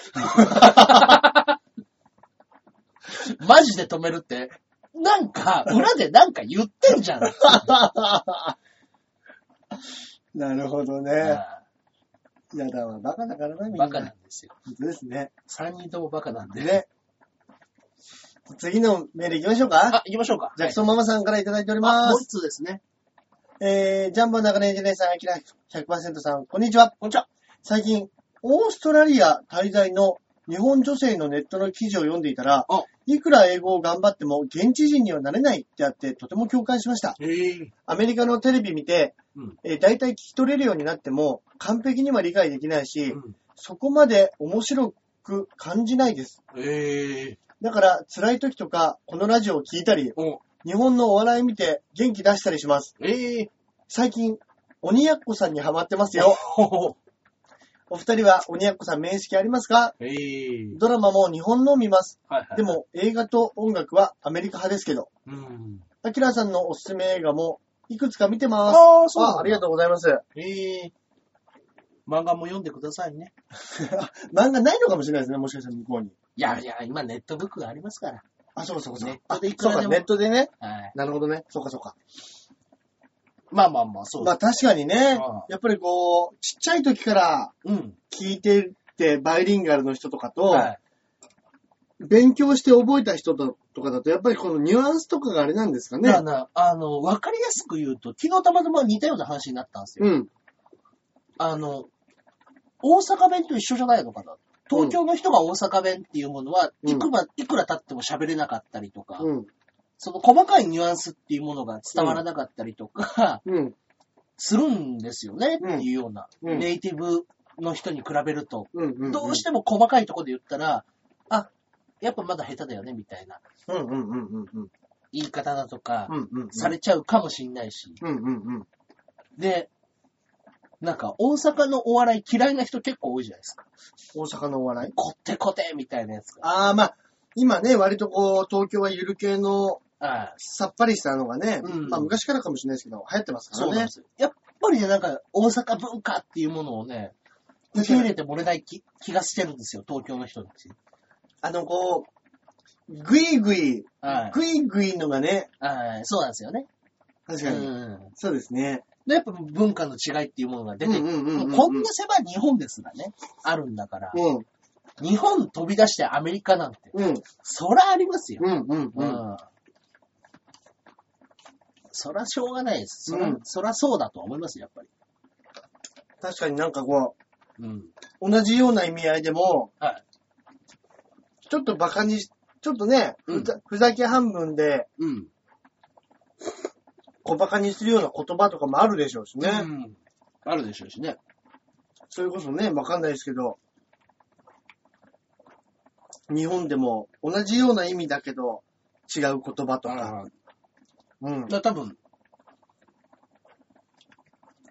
[SPEAKER 1] んですけど。マジで止めるって、なんか、裏でなんか言ってんじゃん。
[SPEAKER 2] なるほどね。やだわ、バカだからな、みんな。
[SPEAKER 1] バカなんですよ。
[SPEAKER 2] 本当ですね。
[SPEAKER 1] 3人ともバカなんで。
[SPEAKER 2] ね。次のメール行きましょうか。
[SPEAKER 1] あ、行きましょうか。
[SPEAKER 2] ジャクソンママさんからいただいており
[SPEAKER 1] はい
[SPEAKER 2] ま
[SPEAKER 1] もう一
[SPEAKER 2] す。
[SPEAKER 1] つですね。
[SPEAKER 2] えー、ジャンボ中根エンジニアさん、アキラ100%さん、こんにちは。
[SPEAKER 1] こんにちは。
[SPEAKER 2] 最近、オーストラリア滞在の日本女性のネットの記事を読んでいたら
[SPEAKER 1] あ、
[SPEAKER 2] いくら英語を頑張っても現地人にはなれないってあって、とても共感しました。
[SPEAKER 1] えー、
[SPEAKER 2] アメリカのテレビ見て、
[SPEAKER 1] うん
[SPEAKER 2] えー大体聞き取れるようになっても、完璧には理解できないし、
[SPEAKER 1] うん
[SPEAKER 2] そこまで面白く感じないです。
[SPEAKER 1] えー、
[SPEAKER 2] だから、辛い時とか、このラジオを聞いたり、
[SPEAKER 1] お、
[SPEAKER 2] 日本のお笑い見て元気出したりします。
[SPEAKER 1] えー、
[SPEAKER 2] 最近、鬼やっこさんにハマってますよ。
[SPEAKER 1] ほほ
[SPEAKER 2] お二人は鬼やっこさん面識ありますか
[SPEAKER 1] えー、
[SPEAKER 2] ドラマも日本のを見ます。
[SPEAKER 1] はいはい。
[SPEAKER 2] で、も、映画と音楽はアメリカ派ですけど、
[SPEAKER 1] うん。
[SPEAKER 2] アキラさんのおすすめ映画もいくつか見てます。
[SPEAKER 1] ああ、そうなんだ
[SPEAKER 2] あありがとうございます。 (laughs)
[SPEAKER 1] えー、漫画も読んでくださいね。
[SPEAKER 2] 漫画ないのかもしれないですね、もしかしたら向こうに。
[SPEAKER 1] いやいや、今ネットブックがありますから。
[SPEAKER 2] あ、そうかそうかそうか。
[SPEAKER 1] ネットでい
[SPEAKER 2] あ
[SPEAKER 1] く
[SPEAKER 2] そう
[SPEAKER 1] らで
[SPEAKER 2] か、
[SPEAKER 1] も
[SPEAKER 2] ネットでね。
[SPEAKER 1] はい。
[SPEAKER 2] なるほどね。そうかそうか。
[SPEAKER 1] まあまあまあ、そう
[SPEAKER 2] まあ確かにね
[SPEAKER 1] ああ、
[SPEAKER 2] やっぱりこう、ちっちゃい時から
[SPEAKER 1] うん。
[SPEAKER 2] 聞いてってバイリンガルの人とかと、
[SPEAKER 1] はい。
[SPEAKER 2] 勉強して覚えた人だとかだと、やっぱりこのニュアンスとかがあれなんですかね
[SPEAKER 1] だか。ら、あの、わかりやすく言うと、昨日たまたま似たような話になったんですよ。
[SPEAKER 2] うん。
[SPEAKER 1] あの、大阪弁と一緒じゃないのかな。東京の人が大阪弁っていうものは、
[SPEAKER 2] うん
[SPEAKER 1] いくら、いくら経っても喋れなかったりとか、
[SPEAKER 2] うん。
[SPEAKER 1] その細かいニュアンスっていうものが伝わらなかったりとか、
[SPEAKER 2] うん。
[SPEAKER 1] するんですよね、
[SPEAKER 2] うん
[SPEAKER 1] っていうような、
[SPEAKER 2] うん
[SPEAKER 1] ネイティブの人に比べると、
[SPEAKER 2] うん。うん。
[SPEAKER 1] どうしても細かいところで言ったら、あ、やっぱまだ下手だよね、みたいな
[SPEAKER 2] うんうんうんうんうん。
[SPEAKER 1] 言い方だとか、
[SPEAKER 2] うんうんうん。
[SPEAKER 1] されちゃうかもしんないし、
[SPEAKER 2] うんうんうん。
[SPEAKER 1] で、なんか大阪のお笑い嫌いな人結構多いじゃないですか。
[SPEAKER 2] 大阪のお笑い
[SPEAKER 1] こってこてみたいなやつが。
[SPEAKER 2] ああ、まあ、今ね、割とこう、東京はゆる系の
[SPEAKER 1] ああ
[SPEAKER 2] さっぱりしたのがね、
[SPEAKER 1] うん
[SPEAKER 2] まあ昔からかもしれないですけど、流行ってますか
[SPEAKER 1] そう
[SPEAKER 2] ら
[SPEAKER 1] な
[SPEAKER 2] ね
[SPEAKER 1] んで。すよ。やっぱりね、なんか大阪文化っていうものをね、受け入れてもらえない気気がしてるんですよ、東京の人たち。
[SPEAKER 2] あの、こう、ぐいぐい、
[SPEAKER 1] はい。
[SPEAKER 2] ぐいぐいのがね、
[SPEAKER 1] はい。そうなんですよね。
[SPEAKER 2] 確
[SPEAKER 1] う
[SPEAKER 2] かに。
[SPEAKER 1] ん。
[SPEAKER 2] そうですね。
[SPEAKER 1] で、やっぱ文化の違いっていうものが出てくる。
[SPEAKER 2] うんうんうんうんうん
[SPEAKER 1] もうこんな狭い日本ですらね、あるんだから、
[SPEAKER 2] うん、
[SPEAKER 1] 日本飛び出してアメリカなんて、
[SPEAKER 2] うん、
[SPEAKER 1] そらありますよ。
[SPEAKER 2] うん、うん、
[SPEAKER 1] う
[SPEAKER 2] うん。
[SPEAKER 1] ん。そらしょうがないです。そら、
[SPEAKER 2] うん
[SPEAKER 1] そらそうだとは思いますよ、やっぱり。
[SPEAKER 2] 確かになんかこ
[SPEAKER 1] うん。
[SPEAKER 2] う、同じような意味合いでも、
[SPEAKER 1] はい。
[SPEAKER 2] ちょっとバカにし、ちょっとね、
[SPEAKER 1] うん
[SPEAKER 2] ふざふざけ半分で、
[SPEAKER 1] うん。
[SPEAKER 2] 小バカにするような言葉とかもあるでしょうしね。
[SPEAKER 1] うん。あるでしょうしね。
[SPEAKER 2] それこそね、わかんないですけど、日本でも同じような意味だけど、違う言葉とか。
[SPEAKER 1] ああ。
[SPEAKER 2] うん
[SPEAKER 1] だか。ら多分、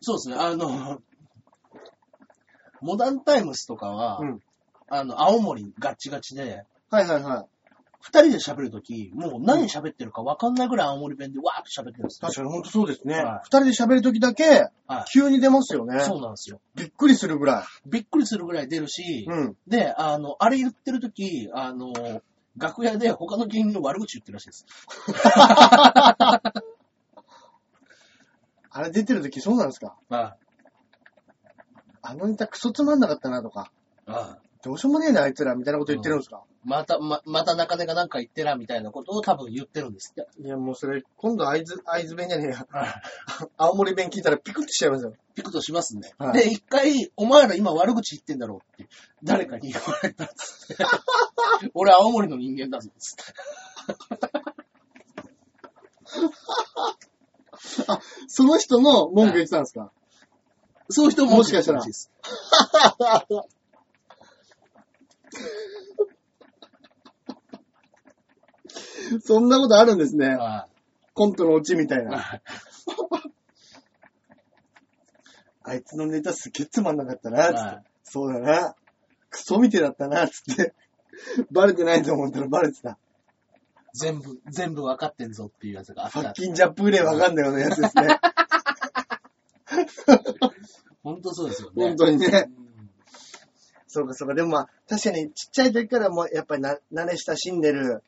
[SPEAKER 1] そうですね、あの、モダンタイムスとかは、
[SPEAKER 2] うん
[SPEAKER 1] あの、青森ガッチガチで、
[SPEAKER 2] はいはいはい。
[SPEAKER 1] 二人で喋るとき、もう何喋ってるか分かんないぐらい青森弁でわーっと喋ってるんですよ。
[SPEAKER 2] 確かに本当そうですね。二、
[SPEAKER 1] はい
[SPEAKER 2] 人で喋るときだけ
[SPEAKER 1] はい、
[SPEAKER 2] 急に出ますよね、
[SPEAKER 1] そうなんですよ。
[SPEAKER 2] びっくりするぐらい。
[SPEAKER 1] びっくりするぐらい出るし、
[SPEAKER 2] うん。
[SPEAKER 1] で、あの、あれ言ってるとき、あの、楽屋で他の芸人の悪口言ってるらしいです。
[SPEAKER 2] あれ出てるときそうなんですか
[SPEAKER 1] あ
[SPEAKER 2] あのネタクソつまんなかったなとか、
[SPEAKER 1] あ
[SPEAKER 2] どうしようもねえなあいつらみたいなこと言ってるんですか、
[SPEAKER 1] また、ま、また中根がなんか言ってな、みたいなことを多分言ってるんですって。
[SPEAKER 2] いやもうそれ、今度会津、会津弁じゃねえや。 (laughs) 青森弁聞いたらピクッとしちゃいますよ。
[SPEAKER 1] ピクとしますね。
[SPEAKER 2] はい
[SPEAKER 1] で、一回、お前ら今悪口言ってんだろうって、誰かに言われたっ
[SPEAKER 2] (laughs)
[SPEAKER 1] つって。俺青森の人間だぞ、つって。
[SPEAKER 2] その人の文句言ってたんですか、
[SPEAKER 1] そういう人も
[SPEAKER 2] もしかしたら
[SPEAKER 1] いるしです
[SPEAKER 2] そんなことあるんですね。
[SPEAKER 1] は
[SPEAKER 2] コントのオチみたい
[SPEAKER 1] い
[SPEAKER 2] な。あいつのネタすげえつまんなかったな、つって。
[SPEAKER 1] はい
[SPEAKER 2] そうだな。クソみてえだったな、つって。バレてないと思ったらバレてた。
[SPEAKER 1] 全部、全部分かってんぞっていうやつがあっ
[SPEAKER 2] ファ
[SPEAKER 1] た
[SPEAKER 2] ッ。キンジャップぐらいわかんないようなやつです (laughs) ね。
[SPEAKER 1] 本当そうですよね。
[SPEAKER 2] 本当にね。
[SPEAKER 1] うん
[SPEAKER 2] そうかそうか。でもまあ、確かにちっちゃい時からもうやっぱりな慣れ親しんでる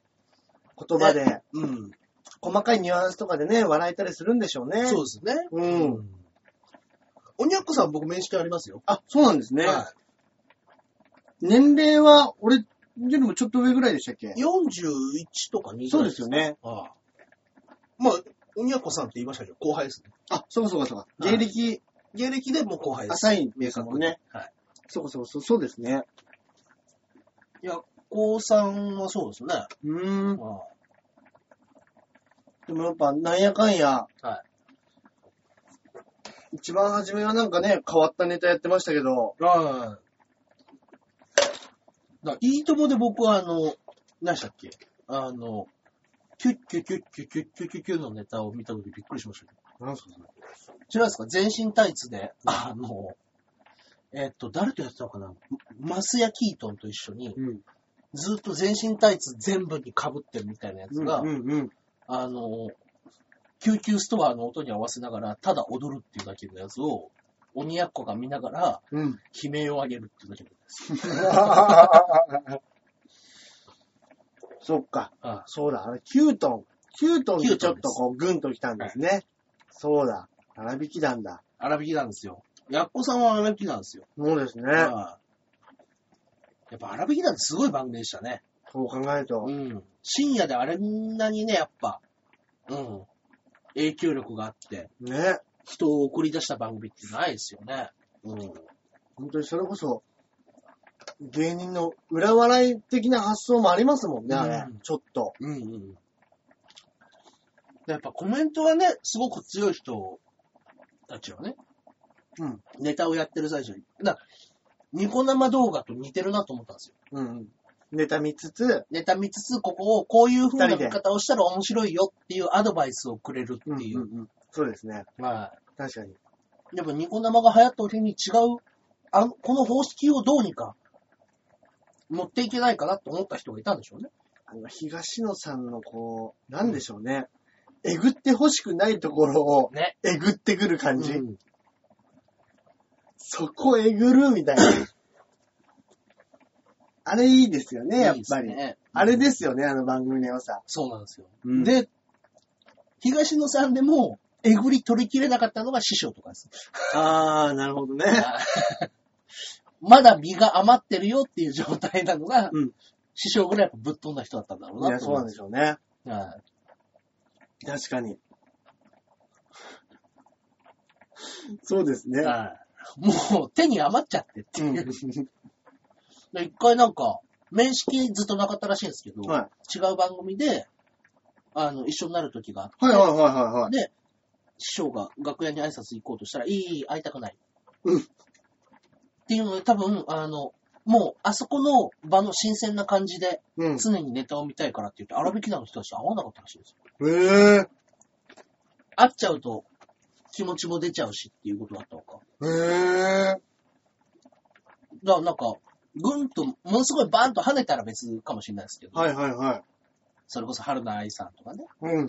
[SPEAKER 2] 言葉で、
[SPEAKER 1] うん。
[SPEAKER 2] 細かいニュアンスとかでね、笑えたりするんでしょうね。
[SPEAKER 1] そう
[SPEAKER 2] う。
[SPEAKER 1] ですね。
[SPEAKER 2] うん。
[SPEAKER 1] おにゃっこさん僕面識ありますよ。
[SPEAKER 2] あ、そうなんですね。
[SPEAKER 1] は
[SPEAKER 2] 年齢は、俺よりもちょっと上ぐらいでしたっけ
[SPEAKER 1] い。41とか2
[SPEAKER 2] そうですよね。
[SPEAKER 1] ああまあ、おにゃっこさんって言いましたけど、後輩ですね。
[SPEAKER 2] あ、そうかそうかそうか。
[SPEAKER 1] はい
[SPEAKER 2] 芸歴
[SPEAKER 1] 芸歴でもう後輩です。
[SPEAKER 2] 浅いですもんね。
[SPEAKER 1] はい。
[SPEAKER 2] そうかそうかそうそうですね。
[SPEAKER 1] いや、高3はそうですね。
[SPEAKER 2] うーん。
[SPEAKER 1] あ
[SPEAKER 2] でもやっぱ、なんやかんや、
[SPEAKER 1] あはい。
[SPEAKER 2] 一番初めはなんかね、変わったネタやってましたけど、
[SPEAKER 1] ああ。だいいともで僕はあの、何でしたっけあの、キュッキュキュッキュキュッキュキュキュのネタを見たときびっくりしましたけ
[SPEAKER 2] なんすかそれ
[SPEAKER 1] ど。違うんですか全身タイツで、あの、えっと、誰とやってたのかなマスヤ・キートンと一緒に、
[SPEAKER 2] うん。
[SPEAKER 1] ずっと全身タイツ全部に被ってるみたいなやつ
[SPEAKER 2] うん
[SPEAKER 1] が、
[SPEAKER 2] うんうん。
[SPEAKER 1] あの、救急ストアの音に合わせながら、ただ踊るっていうだけのやつを、鬼やっこが見ながら、 (laughs)
[SPEAKER 2] うん。 (laughs)
[SPEAKER 1] 悲鳴を上げるっていうだけのやつ。
[SPEAKER 2] そっか。
[SPEAKER 1] ああ
[SPEAKER 2] そうだ。あれ、9トン。9トンでちょっとこう、ぐんときたんですね。そうだ。粗引き弾だ。
[SPEAKER 1] 粗引きなんですよ。やっこさんは粗引きなんですよ。
[SPEAKER 2] そうですね。
[SPEAKER 1] ああやっぱ粗引きなんてすごい番組でしたね。
[SPEAKER 2] そう考えると。
[SPEAKER 1] うん。深夜であれんなにね、やっぱ、うん。影響力があって、
[SPEAKER 2] ね。
[SPEAKER 1] 人を送り出した番組ってないですよね。うん。
[SPEAKER 2] 本当にそれこそ、芸人の裏笑い的な発想もありますもんね、あれ
[SPEAKER 1] うん
[SPEAKER 2] ちょっと。
[SPEAKER 1] うんうん。やっぱコメントがね、すごく強い人たちはね、
[SPEAKER 2] うん。
[SPEAKER 1] ネタをやってる最初に。だからニコ生動画と似てるなと思ったんですよ。
[SPEAKER 2] うん。ネタ見つつ、
[SPEAKER 1] ネタ見つつ、ここをこういう風な
[SPEAKER 2] 二人で
[SPEAKER 1] 見方をしたら面白いよっていうアドバイスをくれるっていう。
[SPEAKER 2] んんそうですね。
[SPEAKER 1] まあ、
[SPEAKER 2] 確かに。
[SPEAKER 1] やっぱニコ生が流行った時に違う、あの、この方式をどうにか持っていけないかなと思った人がいたんでしょうね。
[SPEAKER 2] あの、東野さんのこう、なんでしょうね。えぐってほしくないところを、
[SPEAKER 1] ね。
[SPEAKER 2] えぐってくる感じ。
[SPEAKER 1] うん
[SPEAKER 2] そこえぐるみたいな。あれいいですよね、やっぱり。
[SPEAKER 1] いいですね
[SPEAKER 2] あれですよね、あの番組の良さ。
[SPEAKER 1] そうなんですよ。
[SPEAKER 2] うん
[SPEAKER 1] で、東野さんでも、えぐり取りきれなかったのが師匠と
[SPEAKER 2] (laughs)
[SPEAKER 1] かです。
[SPEAKER 2] あー、なるほどね。
[SPEAKER 1] まだ身が余ってるよっていう状態なのが、
[SPEAKER 2] うん
[SPEAKER 1] 師匠ぐらいやっぱぶっ飛んだ人だったんだろう
[SPEAKER 2] い
[SPEAKER 1] な
[SPEAKER 2] や、
[SPEAKER 1] と
[SPEAKER 2] そう
[SPEAKER 1] 思
[SPEAKER 2] なん
[SPEAKER 1] う
[SPEAKER 2] でしょうね。
[SPEAKER 1] はい
[SPEAKER 2] 確かに。そうですね。
[SPEAKER 1] はいもう手に余っちゃってっていう。で一回なんか、面識ずっとなかったらしいんですけど、
[SPEAKER 2] は
[SPEAKER 1] 違う番組で、あの、一緒になる時があって、
[SPEAKER 2] はいはいはいはいはい。
[SPEAKER 1] で、師匠が楽屋に挨拶行こうとしたら、いいいい、会いたくない。
[SPEAKER 2] うん
[SPEAKER 1] っていうので、多分、あの、もう、あそこの場の新鮮な感じで、
[SPEAKER 2] うん。
[SPEAKER 1] 常にネタを見たいからって言って、荒引きなの人たちと会わなかったらしいです
[SPEAKER 2] へ
[SPEAKER 1] よ。
[SPEAKER 2] え
[SPEAKER 1] 会っちゃうと、気持ちも出ちゃうしっていうことだったのか。
[SPEAKER 2] ー。へえ
[SPEAKER 1] だからなんか、ぐんと、ものすごいバーンと跳ねたら別かもしれないですけど、
[SPEAKER 2] ー。はいはいはい。
[SPEAKER 1] それこそ春菜愛さんとかね、
[SPEAKER 2] うん。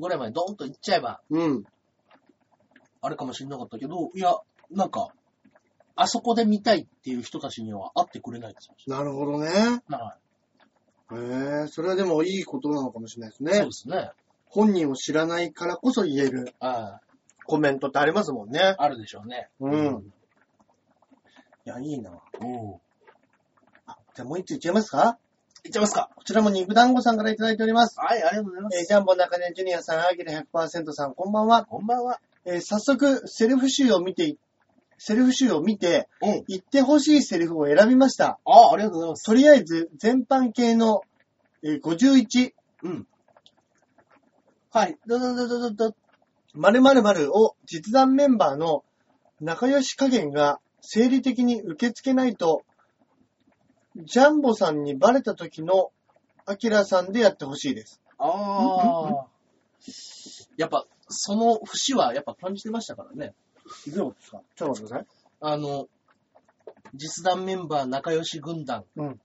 [SPEAKER 1] ぐらいまでドーンと行っちゃえば、
[SPEAKER 2] うん。
[SPEAKER 1] あれかもしれなかったけど、いや、なんか、あそこで見たいっていう人たちには会ってくれないんですよ。
[SPEAKER 2] なるほどね。
[SPEAKER 1] は
[SPEAKER 2] へえー。それはでもいいことなのかもしれないです
[SPEAKER 1] い。そう
[SPEAKER 2] ね
[SPEAKER 1] で。すね。
[SPEAKER 2] 本人を知らないからこそ言える
[SPEAKER 1] あ
[SPEAKER 2] コメントってありますもんね。
[SPEAKER 1] あるでしょうね。
[SPEAKER 2] うん。いや、いいな。
[SPEAKER 1] おう
[SPEAKER 2] じゃあもう一ついっちゃいますか
[SPEAKER 1] いっちゃいますか。
[SPEAKER 2] こちらも肉団子さんからいただいております。
[SPEAKER 1] はい、ありがとうございま
[SPEAKER 2] えー
[SPEAKER 1] す。
[SPEAKER 2] ジャンボ中根ジュニアさん、アーギル100%さん、こんばんは。
[SPEAKER 1] こんばんは。
[SPEAKER 2] えー早速、セルフ集を見てい、セルフ集を見て、
[SPEAKER 1] うん。
[SPEAKER 2] 言ってほしいセリフを選びました。
[SPEAKER 1] ああ、ありがとうございます。
[SPEAKER 2] とりあえず、全般系の、えー51、
[SPEAKER 1] うん。はい。どどどどどど。
[SPEAKER 2] 〇〇〇を実弾メンバーの仲良し加減が生理的に受け付けないと、ジャンボさんにバレた時の、アキラさんでやってほしいです。
[SPEAKER 1] ああ。やっぱ、その節はやっぱ感じてましたからね。
[SPEAKER 2] どうですかちょっと待ってください。
[SPEAKER 1] あの、実弾メンバー仲良し軍団。
[SPEAKER 2] うん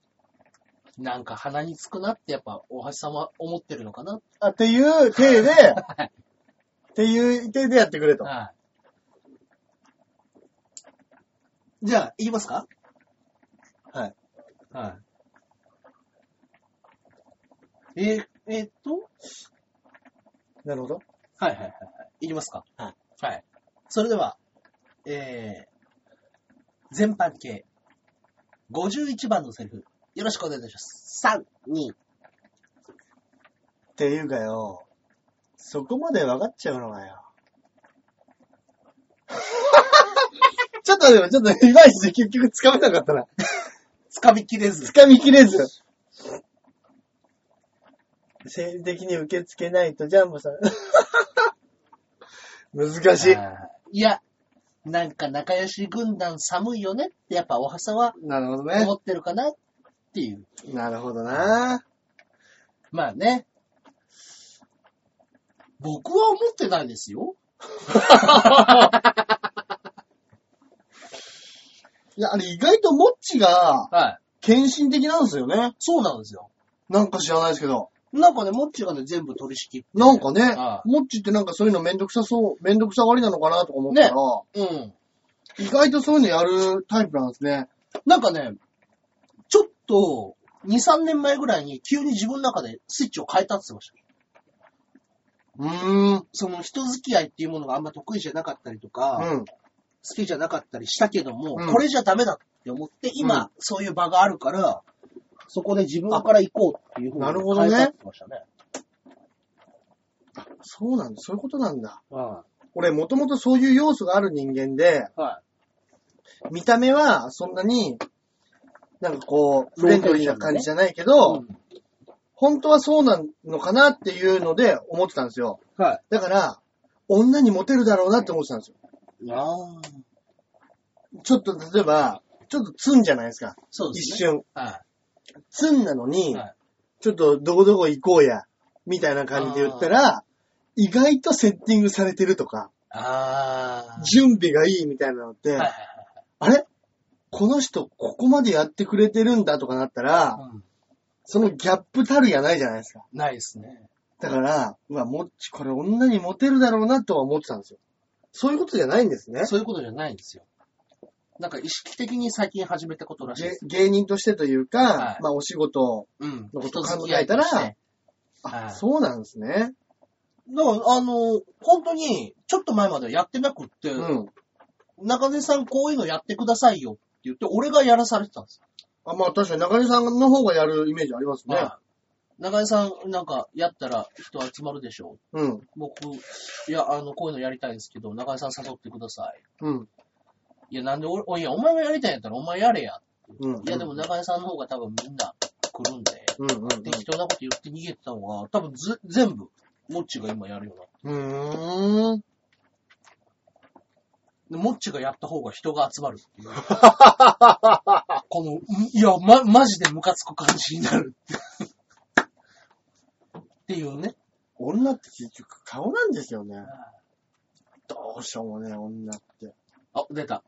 [SPEAKER 1] なんか鼻につくなってやっぱ大橋さんは思ってるのかな。
[SPEAKER 2] あ、っていう (laughs) 体で、っていう体でやってくれと。
[SPEAKER 1] はい。じゃあ、言いますか
[SPEAKER 2] はい。
[SPEAKER 1] はい。えー、えーっと、
[SPEAKER 2] なるほど。
[SPEAKER 1] はいはいはいはい。いきますか。。
[SPEAKER 2] はい
[SPEAKER 1] はい。それでは、えー、全般系、51番のセリフ、よろしくお願いいたします。3、2、
[SPEAKER 2] っていうかよ、そこまで分かっちゃうのかよ。 (laughs) ちょっとでも、ちょっと、いまいち結局掴めなかったな。
[SPEAKER 1] 掴みきれず。
[SPEAKER 2] 掴みきれず。生理的に受け付けないと、ジャンボさん。 (laughs) 難しい。
[SPEAKER 1] いや、なんか仲良し軍団寒いよねってやっぱおはさんは
[SPEAKER 2] なるほどね
[SPEAKER 1] 思。ってるかなっていう。
[SPEAKER 2] なるほどな。
[SPEAKER 1] まあね。僕は思ってないですよ。
[SPEAKER 2] いや、あれ意外とモッチが、
[SPEAKER 1] はい。
[SPEAKER 2] 献身的なんですよね。
[SPEAKER 1] そうなんですよ。
[SPEAKER 2] なんか知らないですけど。
[SPEAKER 1] なんかね、もっちがね、全部取り仕切って。
[SPEAKER 2] なんかね
[SPEAKER 1] ああ、
[SPEAKER 2] モッチってなんかそういうのめんどくさそう、めんどくさがりなのかなとか思ったら、
[SPEAKER 1] ねうん。
[SPEAKER 2] 意外とそういうのやるタイプなんですね。
[SPEAKER 1] なんかね、ちょっと、2、3年前ぐらいに急に自分の中でスイッチを変えたって言ってました。
[SPEAKER 2] うーん。
[SPEAKER 1] その人付き合いっていうものがあんま得意じゃなかったりとか、
[SPEAKER 2] うん。
[SPEAKER 1] 好きじゃなかったりしたけども、
[SPEAKER 2] うん
[SPEAKER 1] これじゃダメだって思って、今、
[SPEAKER 2] うん
[SPEAKER 1] そういう場があるから、そこで自分から行こうっていうふうに
[SPEAKER 2] なるほどね
[SPEAKER 1] 変えたって言ってましたね。
[SPEAKER 2] そうなんだ。そういうことなんだ。
[SPEAKER 1] は
[SPEAKER 2] 俺、もともとそういう要素がある人間で、
[SPEAKER 1] い。は
[SPEAKER 2] 見た目はそんなに、なんかこう、フレンドリーな感じじゃないけど、
[SPEAKER 1] うん
[SPEAKER 2] 本当はそうなのかなっていうので思ってたんですよ。
[SPEAKER 1] は
[SPEAKER 2] だから、女にモテるだろうなって思ってたんですよ。
[SPEAKER 1] い。ああ。
[SPEAKER 2] ちょっと例えば、ちょっとツンじゃないですか。
[SPEAKER 1] そうで
[SPEAKER 2] 一
[SPEAKER 1] すね。
[SPEAKER 2] 瞬。
[SPEAKER 1] は
[SPEAKER 2] ツンなのに、
[SPEAKER 1] はい
[SPEAKER 2] ちょっとどこどこ行こうや、みたいな感じで言ったら、意外とセッティングされてるとか、
[SPEAKER 1] い。ああ。
[SPEAKER 2] 準備がいいみたいなのって、
[SPEAKER 1] はいはい
[SPEAKER 2] あれこの人ここまでやってくれてるんだとかなったら、
[SPEAKER 1] はい。うん。
[SPEAKER 2] そのギャップたるやないじゃないですか。
[SPEAKER 1] ないですね。
[SPEAKER 2] だから、うわ、もっち、これ女にモテるだろうなとは思ってたんですよ。そういうことじゃないんですね。
[SPEAKER 1] そういうことじゃないんですよ。なんか意識的に最近始めたことらしいで
[SPEAKER 2] げ
[SPEAKER 1] す。
[SPEAKER 2] 芸人としてというか、
[SPEAKER 1] はい
[SPEAKER 2] まあお仕事、
[SPEAKER 1] うん。
[SPEAKER 2] のこと
[SPEAKER 1] 人
[SPEAKER 2] を
[SPEAKER 1] 付
[SPEAKER 2] 考
[SPEAKER 1] き合
[SPEAKER 2] え
[SPEAKER 1] いと
[SPEAKER 2] たら
[SPEAKER 1] して
[SPEAKER 2] あ、
[SPEAKER 1] はい
[SPEAKER 2] そうなんですね。
[SPEAKER 1] だから、あの、本当に、ちょっと前まではやってなくって、
[SPEAKER 2] うん。
[SPEAKER 1] 中根さんこういうのやってくださいよって言って、俺がやらされてたんですよ。
[SPEAKER 2] あ、まあ確かに中根さんの方がやるイメージありますね。
[SPEAKER 1] はい中根さん、なんか、やったら人集まるでしょ
[SPEAKER 2] うん。
[SPEAKER 1] う。僕、いや、あの、こういうのやりたいんですけど、中根さん誘ってください。
[SPEAKER 2] うん。
[SPEAKER 1] いや、なんで俺、おいや、お前がやりたいんやったらお前やれや。
[SPEAKER 2] うん。
[SPEAKER 1] いや、でも中根さんの方が多分みんな来るんで、
[SPEAKER 2] うんうん
[SPEAKER 1] 適当なこと言って逃げてたのが、多分ず、全部、モッチが今やるよ
[SPEAKER 2] うん。うーん。
[SPEAKER 1] うな。でモッチがやった方が人が集まるっ
[SPEAKER 2] (laughs)
[SPEAKER 1] ていう。この、んいや、ま、マジでムカつく感じになるって。っていうね。
[SPEAKER 2] 女って結局顔なんですよね。どうしようもね、女って。
[SPEAKER 1] あ、出た。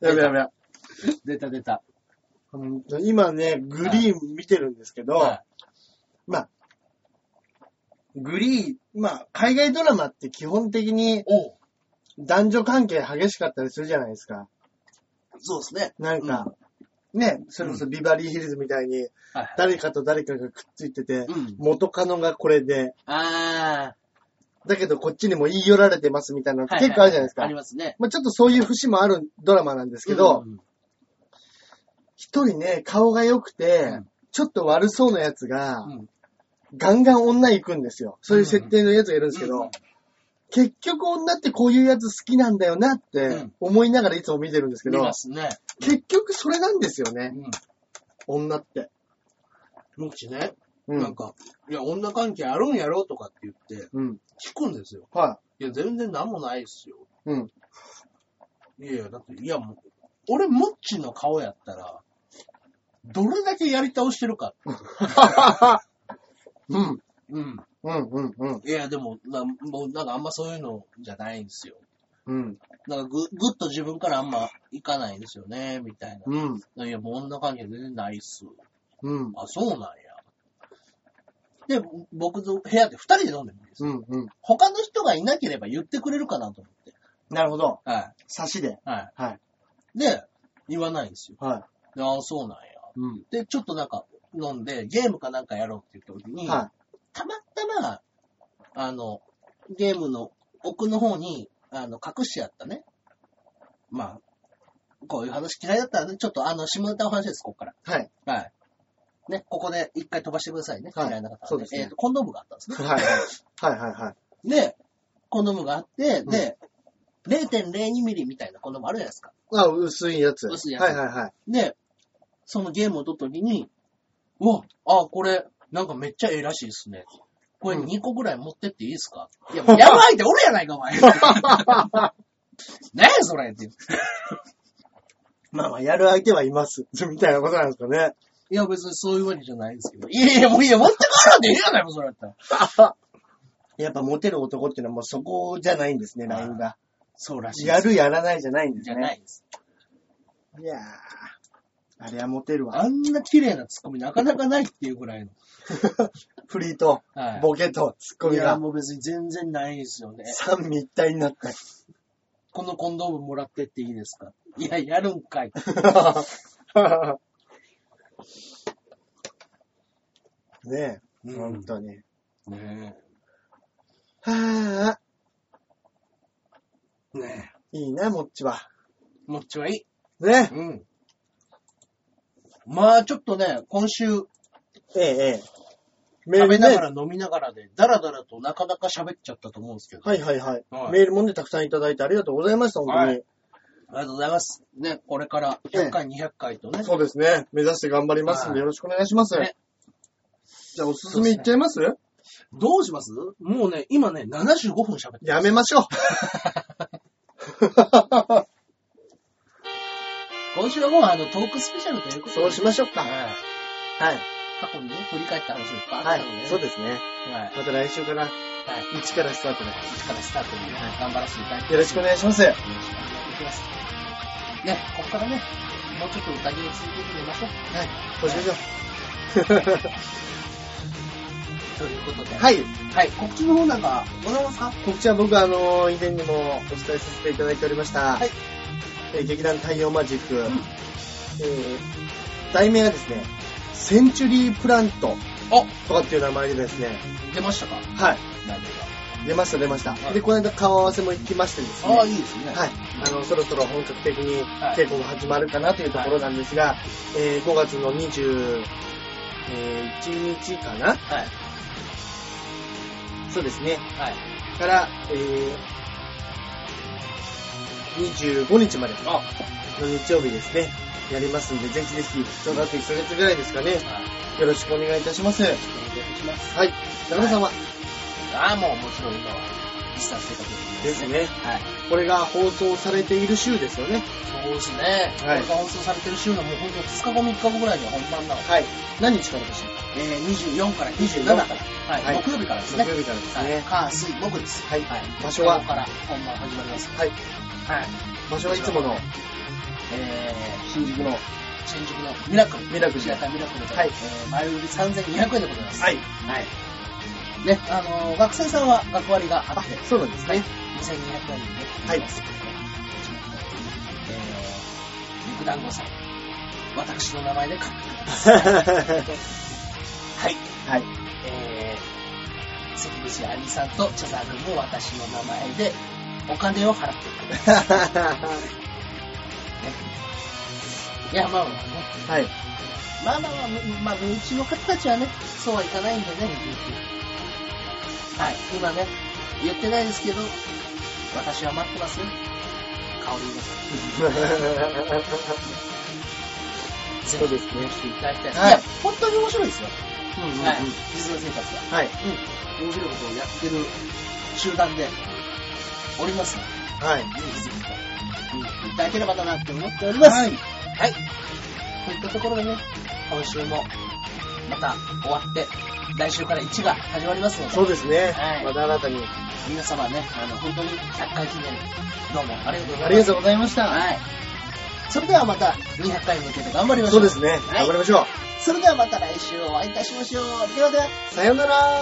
[SPEAKER 2] やべやべ。
[SPEAKER 1] 出た出た。
[SPEAKER 2] うん今ね、グリーン見てるんですけど、
[SPEAKER 1] は
[SPEAKER 2] グリーン、まあ、海外ドラマって基本的に
[SPEAKER 1] い、おう
[SPEAKER 2] 男女関係激しかったりするじゃないですか。
[SPEAKER 1] そうですね。
[SPEAKER 2] なんか、ね、それこそビバリーヒルズみたいに、
[SPEAKER 1] はいはい。
[SPEAKER 2] 誰かと誰かがくっついてて、
[SPEAKER 1] うん。
[SPEAKER 2] 元カノがこれで、
[SPEAKER 1] あ
[SPEAKER 2] だけどこっちにも言い寄られてますみたいなの
[SPEAKER 1] ー。
[SPEAKER 2] 結構あるじゃないですか。
[SPEAKER 1] ありますね。
[SPEAKER 2] まあ、ちょっとそういう節もあるドラマなんですけど
[SPEAKER 1] う、ん
[SPEAKER 2] 一、人ね、顔が良くて、
[SPEAKER 1] うん
[SPEAKER 2] ちょっと悪そうなやつが、
[SPEAKER 1] うん
[SPEAKER 2] ガンガン女行くんですよ。そういう設定のやつがいるんですけど、
[SPEAKER 1] うんうん
[SPEAKER 2] 結局女ってこういうやつ好きなんだよなっ
[SPEAKER 1] う
[SPEAKER 2] て
[SPEAKER 1] ん
[SPEAKER 2] 思いながらいつも見てるんですけ
[SPEAKER 1] 見
[SPEAKER 2] ど、
[SPEAKER 1] ますね。
[SPEAKER 2] 結局それなんですよ
[SPEAKER 1] う
[SPEAKER 2] ね、
[SPEAKER 1] ん。
[SPEAKER 2] 女って。
[SPEAKER 1] モッチね。
[SPEAKER 2] う
[SPEAKER 1] なん
[SPEAKER 2] ん。
[SPEAKER 1] か、いや、女関係あるんやろとかって言って、
[SPEAKER 2] うん。
[SPEAKER 1] 聞くんですよ。
[SPEAKER 2] はい
[SPEAKER 1] や、全然なんもないっすよ。
[SPEAKER 2] い。うん。
[SPEAKER 1] いやいや、だって、いや、もう、俺、モッチの顔やったら、どれだけやり倒してるか。
[SPEAKER 2] うん。
[SPEAKER 1] うん。
[SPEAKER 2] うん。うん。うん。
[SPEAKER 1] いや、でも、なもう、なんかあんまそういうのじゃないんですよ。
[SPEAKER 2] うん。
[SPEAKER 1] なんかぐ、ぐっと自分からあんま行かないんですよね、みたい
[SPEAKER 2] うん。
[SPEAKER 1] な。いや、もう女関係全然ないっす。
[SPEAKER 2] うん。
[SPEAKER 1] あ、そうなんや。で、僕と部屋で二人で飲んでるんですよ。
[SPEAKER 2] うん。うん。
[SPEAKER 1] 他の人がいなければ言ってくれるかなと思って。
[SPEAKER 2] なるほど。
[SPEAKER 1] はい。
[SPEAKER 2] 差しで。
[SPEAKER 1] は
[SPEAKER 2] はい。
[SPEAKER 1] い。で、言わないんですよ。
[SPEAKER 2] は
[SPEAKER 1] でああ、そうなんや。
[SPEAKER 2] い。うん。
[SPEAKER 1] で、ちょっとなんか飲んで、ゲームかなんかやろうって言った時に、
[SPEAKER 2] は
[SPEAKER 1] たまたま、あの、ゲームの奥の方に、あの、隠してあったね。まあ、こういう話嫌いだったらね、ちょっとあの、下ネタの話です、ここから。
[SPEAKER 2] い。はい。
[SPEAKER 1] はい。ね、ここで一回飛ばしてくださいね。
[SPEAKER 2] はい
[SPEAKER 1] 嫌いな方は、
[SPEAKER 2] そうですね
[SPEAKER 1] えっ、と、コンドームがあったんですね。
[SPEAKER 2] はい。はい。はい。はい。
[SPEAKER 1] で、コンドームがあって、で、0.02ミリみたいなコンドームあるじゃないですか。
[SPEAKER 2] あ、薄いやつ。
[SPEAKER 1] 薄いやつ
[SPEAKER 2] はいはいはい。
[SPEAKER 1] で、そのゲームを取った時に、うわ、あ、これ、なんかめっちゃええらしいですね。これ
[SPEAKER 2] うん
[SPEAKER 1] 2個ぐらい持ってっていいですか、いや、もうやばいっておるやないか、お前。 (laughs) 何やそれって。い
[SPEAKER 2] まあまあ、やる相手はいます。 (laughs) みたいなことなんですか
[SPEAKER 1] (laughs)
[SPEAKER 2] ね。
[SPEAKER 1] や、別にそういうわけじゃないですけど。いやいや、もういいや、持って帰らんでええやないか、それやったら。
[SPEAKER 2] やっぱモテる男っていうのはもうそこじゃないんですね、
[SPEAKER 1] はい
[SPEAKER 2] ラインが。
[SPEAKER 1] そうらしいです。
[SPEAKER 2] やるやらないじゃないんです
[SPEAKER 1] じゃ
[SPEAKER 2] ね。
[SPEAKER 1] ないです。
[SPEAKER 2] いやー、あれはモテるわ。
[SPEAKER 1] あんな綺麗なツッコミなかなかないっていうぐらいの。
[SPEAKER 2] (laughs) フリーと
[SPEAKER 1] はい、
[SPEAKER 2] ボケとツッコ
[SPEAKER 1] い
[SPEAKER 2] ミ
[SPEAKER 1] や、
[SPEAKER 2] が
[SPEAKER 1] もう別に全然ないですよね。
[SPEAKER 2] 三位一体になった。 (laughs)
[SPEAKER 1] このコンドームもらってっていいですかいや、やるんかい。
[SPEAKER 2] ねえ、
[SPEAKER 1] うん
[SPEAKER 2] 本当に。
[SPEAKER 1] ね
[SPEAKER 2] はあ、
[SPEAKER 1] え。ねえ。
[SPEAKER 2] いいな、もっちは。
[SPEAKER 1] もっちはいい。
[SPEAKER 2] ね
[SPEAKER 1] うん。まあちょっとね、今週、
[SPEAKER 2] ええ、ええ。メー
[SPEAKER 1] 食べ
[SPEAKER 2] ル
[SPEAKER 1] な
[SPEAKER 2] ね
[SPEAKER 1] が。ら飲みながらで、だらだらとなかなか喋っちゃったと思うんですけど、
[SPEAKER 2] はいはいはい。
[SPEAKER 1] はい
[SPEAKER 2] メールもね、たくさんいただいてありがとうございました、本当に。
[SPEAKER 1] はいありがとうございます。ね、これから100回、200回とね、
[SPEAKER 2] そうですね。目指して頑張りますん
[SPEAKER 1] は
[SPEAKER 2] で、
[SPEAKER 1] い
[SPEAKER 2] よろしくお願いします。
[SPEAKER 1] ね
[SPEAKER 2] じゃあ、おすすめいっちゃいます
[SPEAKER 1] どうしますもうね、今ね、75分喋って
[SPEAKER 2] やめましょう。
[SPEAKER 1] (laughs) 今週はもうあの、トークスペシャルということで。
[SPEAKER 2] そうしましょうか。はい。
[SPEAKER 1] はい。過去にね、振り返った話もいっぱいあ
[SPEAKER 2] は
[SPEAKER 1] っ
[SPEAKER 2] い
[SPEAKER 1] たので、ね。。
[SPEAKER 2] そうですね。
[SPEAKER 1] はい。はい。
[SPEAKER 2] また来週から、1からスタートで。
[SPEAKER 1] 一からスタートにね頑張らせていただいて。
[SPEAKER 2] よろしくお願いします。
[SPEAKER 1] よろしくお願いします。ね、ここからね、もうちょっと宴を続けてみましょう。
[SPEAKER 2] はい。そうしましょう。
[SPEAKER 1] ということで。
[SPEAKER 2] はい。
[SPEAKER 1] はい。告知の方なんか、ございますか
[SPEAKER 2] 告知は僕、あのー以前にもお伝えさせていただいておりました。
[SPEAKER 1] はい
[SPEAKER 2] えー劇団太陽マジック。
[SPEAKER 1] ん
[SPEAKER 2] えー題名がですね、センチュリープラント
[SPEAKER 1] あ、
[SPEAKER 2] とかっていう名前でですね、
[SPEAKER 1] 出ましたか
[SPEAKER 2] はい。
[SPEAKER 1] 大丈
[SPEAKER 2] 出ました出ました。
[SPEAKER 1] はい
[SPEAKER 2] で、この間顔合わせも行きましてですね。
[SPEAKER 1] 夫ああ、いいですね。
[SPEAKER 2] はい。あの、そろそろ本格的に稽古が始まるかなというところなんですが、えー5月の21日かな
[SPEAKER 1] はい。
[SPEAKER 2] そうですね。
[SPEAKER 1] はい。
[SPEAKER 2] から、えー25日まで
[SPEAKER 1] あ、は
[SPEAKER 2] の日曜日ですね、やりますんで、ぜひぜひ、ちょうどあと1ヶ月ぐらいですかね、
[SPEAKER 1] い。
[SPEAKER 2] よろしくお願いいたします。はい。
[SPEAKER 1] お願いします。
[SPEAKER 2] 中村さんは、
[SPEAKER 1] ああ、もうもちろん今は、一冊生活
[SPEAKER 2] ですね、
[SPEAKER 1] はい。
[SPEAKER 2] これが放送されている週ですよね。
[SPEAKER 1] そうですね。
[SPEAKER 2] はい
[SPEAKER 1] これが放送されてる週のもうほんと2日後3日後ぐらいには本番なので、
[SPEAKER 2] はい。何日からでしたっ
[SPEAKER 1] えー、24から27
[SPEAKER 2] 27
[SPEAKER 1] から、
[SPEAKER 2] から
[SPEAKER 1] はい、
[SPEAKER 2] はい
[SPEAKER 1] 木曜日からです
[SPEAKER 2] け
[SPEAKER 1] ね。
[SPEAKER 2] 木曜日からです
[SPEAKER 1] は
[SPEAKER 2] ね。
[SPEAKER 1] い、火、水、木です。
[SPEAKER 2] はい
[SPEAKER 1] はい、
[SPEAKER 2] 場所は
[SPEAKER 1] ここから本番始まります。
[SPEAKER 2] はい。
[SPEAKER 1] はい。
[SPEAKER 2] 場所はいつもの、
[SPEAKER 1] え
[SPEAKER 2] 新宿の、は
[SPEAKER 1] ー、新宿のミラクル。
[SPEAKER 2] ミラクルで
[SPEAKER 1] シアターミラクルで。
[SPEAKER 2] はい
[SPEAKER 1] えー、前売り3200円でございます。
[SPEAKER 2] い。
[SPEAKER 1] はい。ね、あのー学生さんは学割があ
[SPEAKER 2] あ
[SPEAKER 1] って、、
[SPEAKER 2] そうなんですね。
[SPEAKER 1] 2200円で、ね、
[SPEAKER 2] はい
[SPEAKER 1] えー、肉団子さん。私の名前で買ってください。はい。
[SPEAKER 2] はい。
[SPEAKER 1] えー、関口ありさんと茶沢君も私の名前でお金を払ってくれる。いや、まあまあね。
[SPEAKER 2] (laughs) はい。
[SPEAKER 1] まあまあまあ、まあ、身内の方たちはね、そうはいかないんでね。はい、今ね、言ってないですけど、私は待ってますよ。香りです。ぜ
[SPEAKER 2] (laughs) そう
[SPEAKER 1] ひ
[SPEAKER 2] ですね。
[SPEAKER 1] 来ていただきたい。
[SPEAKER 2] はい
[SPEAKER 1] いや、本当に面白いですよ。
[SPEAKER 2] うんうんうん
[SPEAKER 1] はい、実業生活は。
[SPEAKER 2] はい。
[SPEAKER 1] うん、面白いことをやってる集団で、おりますので
[SPEAKER 2] はい。
[SPEAKER 1] いただければだなって思っております。
[SPEAKER 2] はい
[SPEAKER 1] はい。といったところでね、今週もまた終わって、来週から1が始まりますので、
[SPEAKER 2] そうですね
[SPEAKER 1] はい。
[SPEAKER 2] また新たに。
[SPEAKER 1] 皆様ね、あの、本当に100回記念、どうもありがとうございます。
[SPEAKER 2] ありがとうございました。
[SPEAKER 1] はい。それではまた200回に向けて頑張りましょ。
[SPEAKER 2] そううですね。
[SPEAKER 1] は
[SPEAKER 2] 頑張り
[SPEAKER 1] い。
[SPEAKER 2] ましょう。
[SPEAKER 1] それではまた来週お会いいたしましょう。ではでは。
[SPEAKER 2] さようなら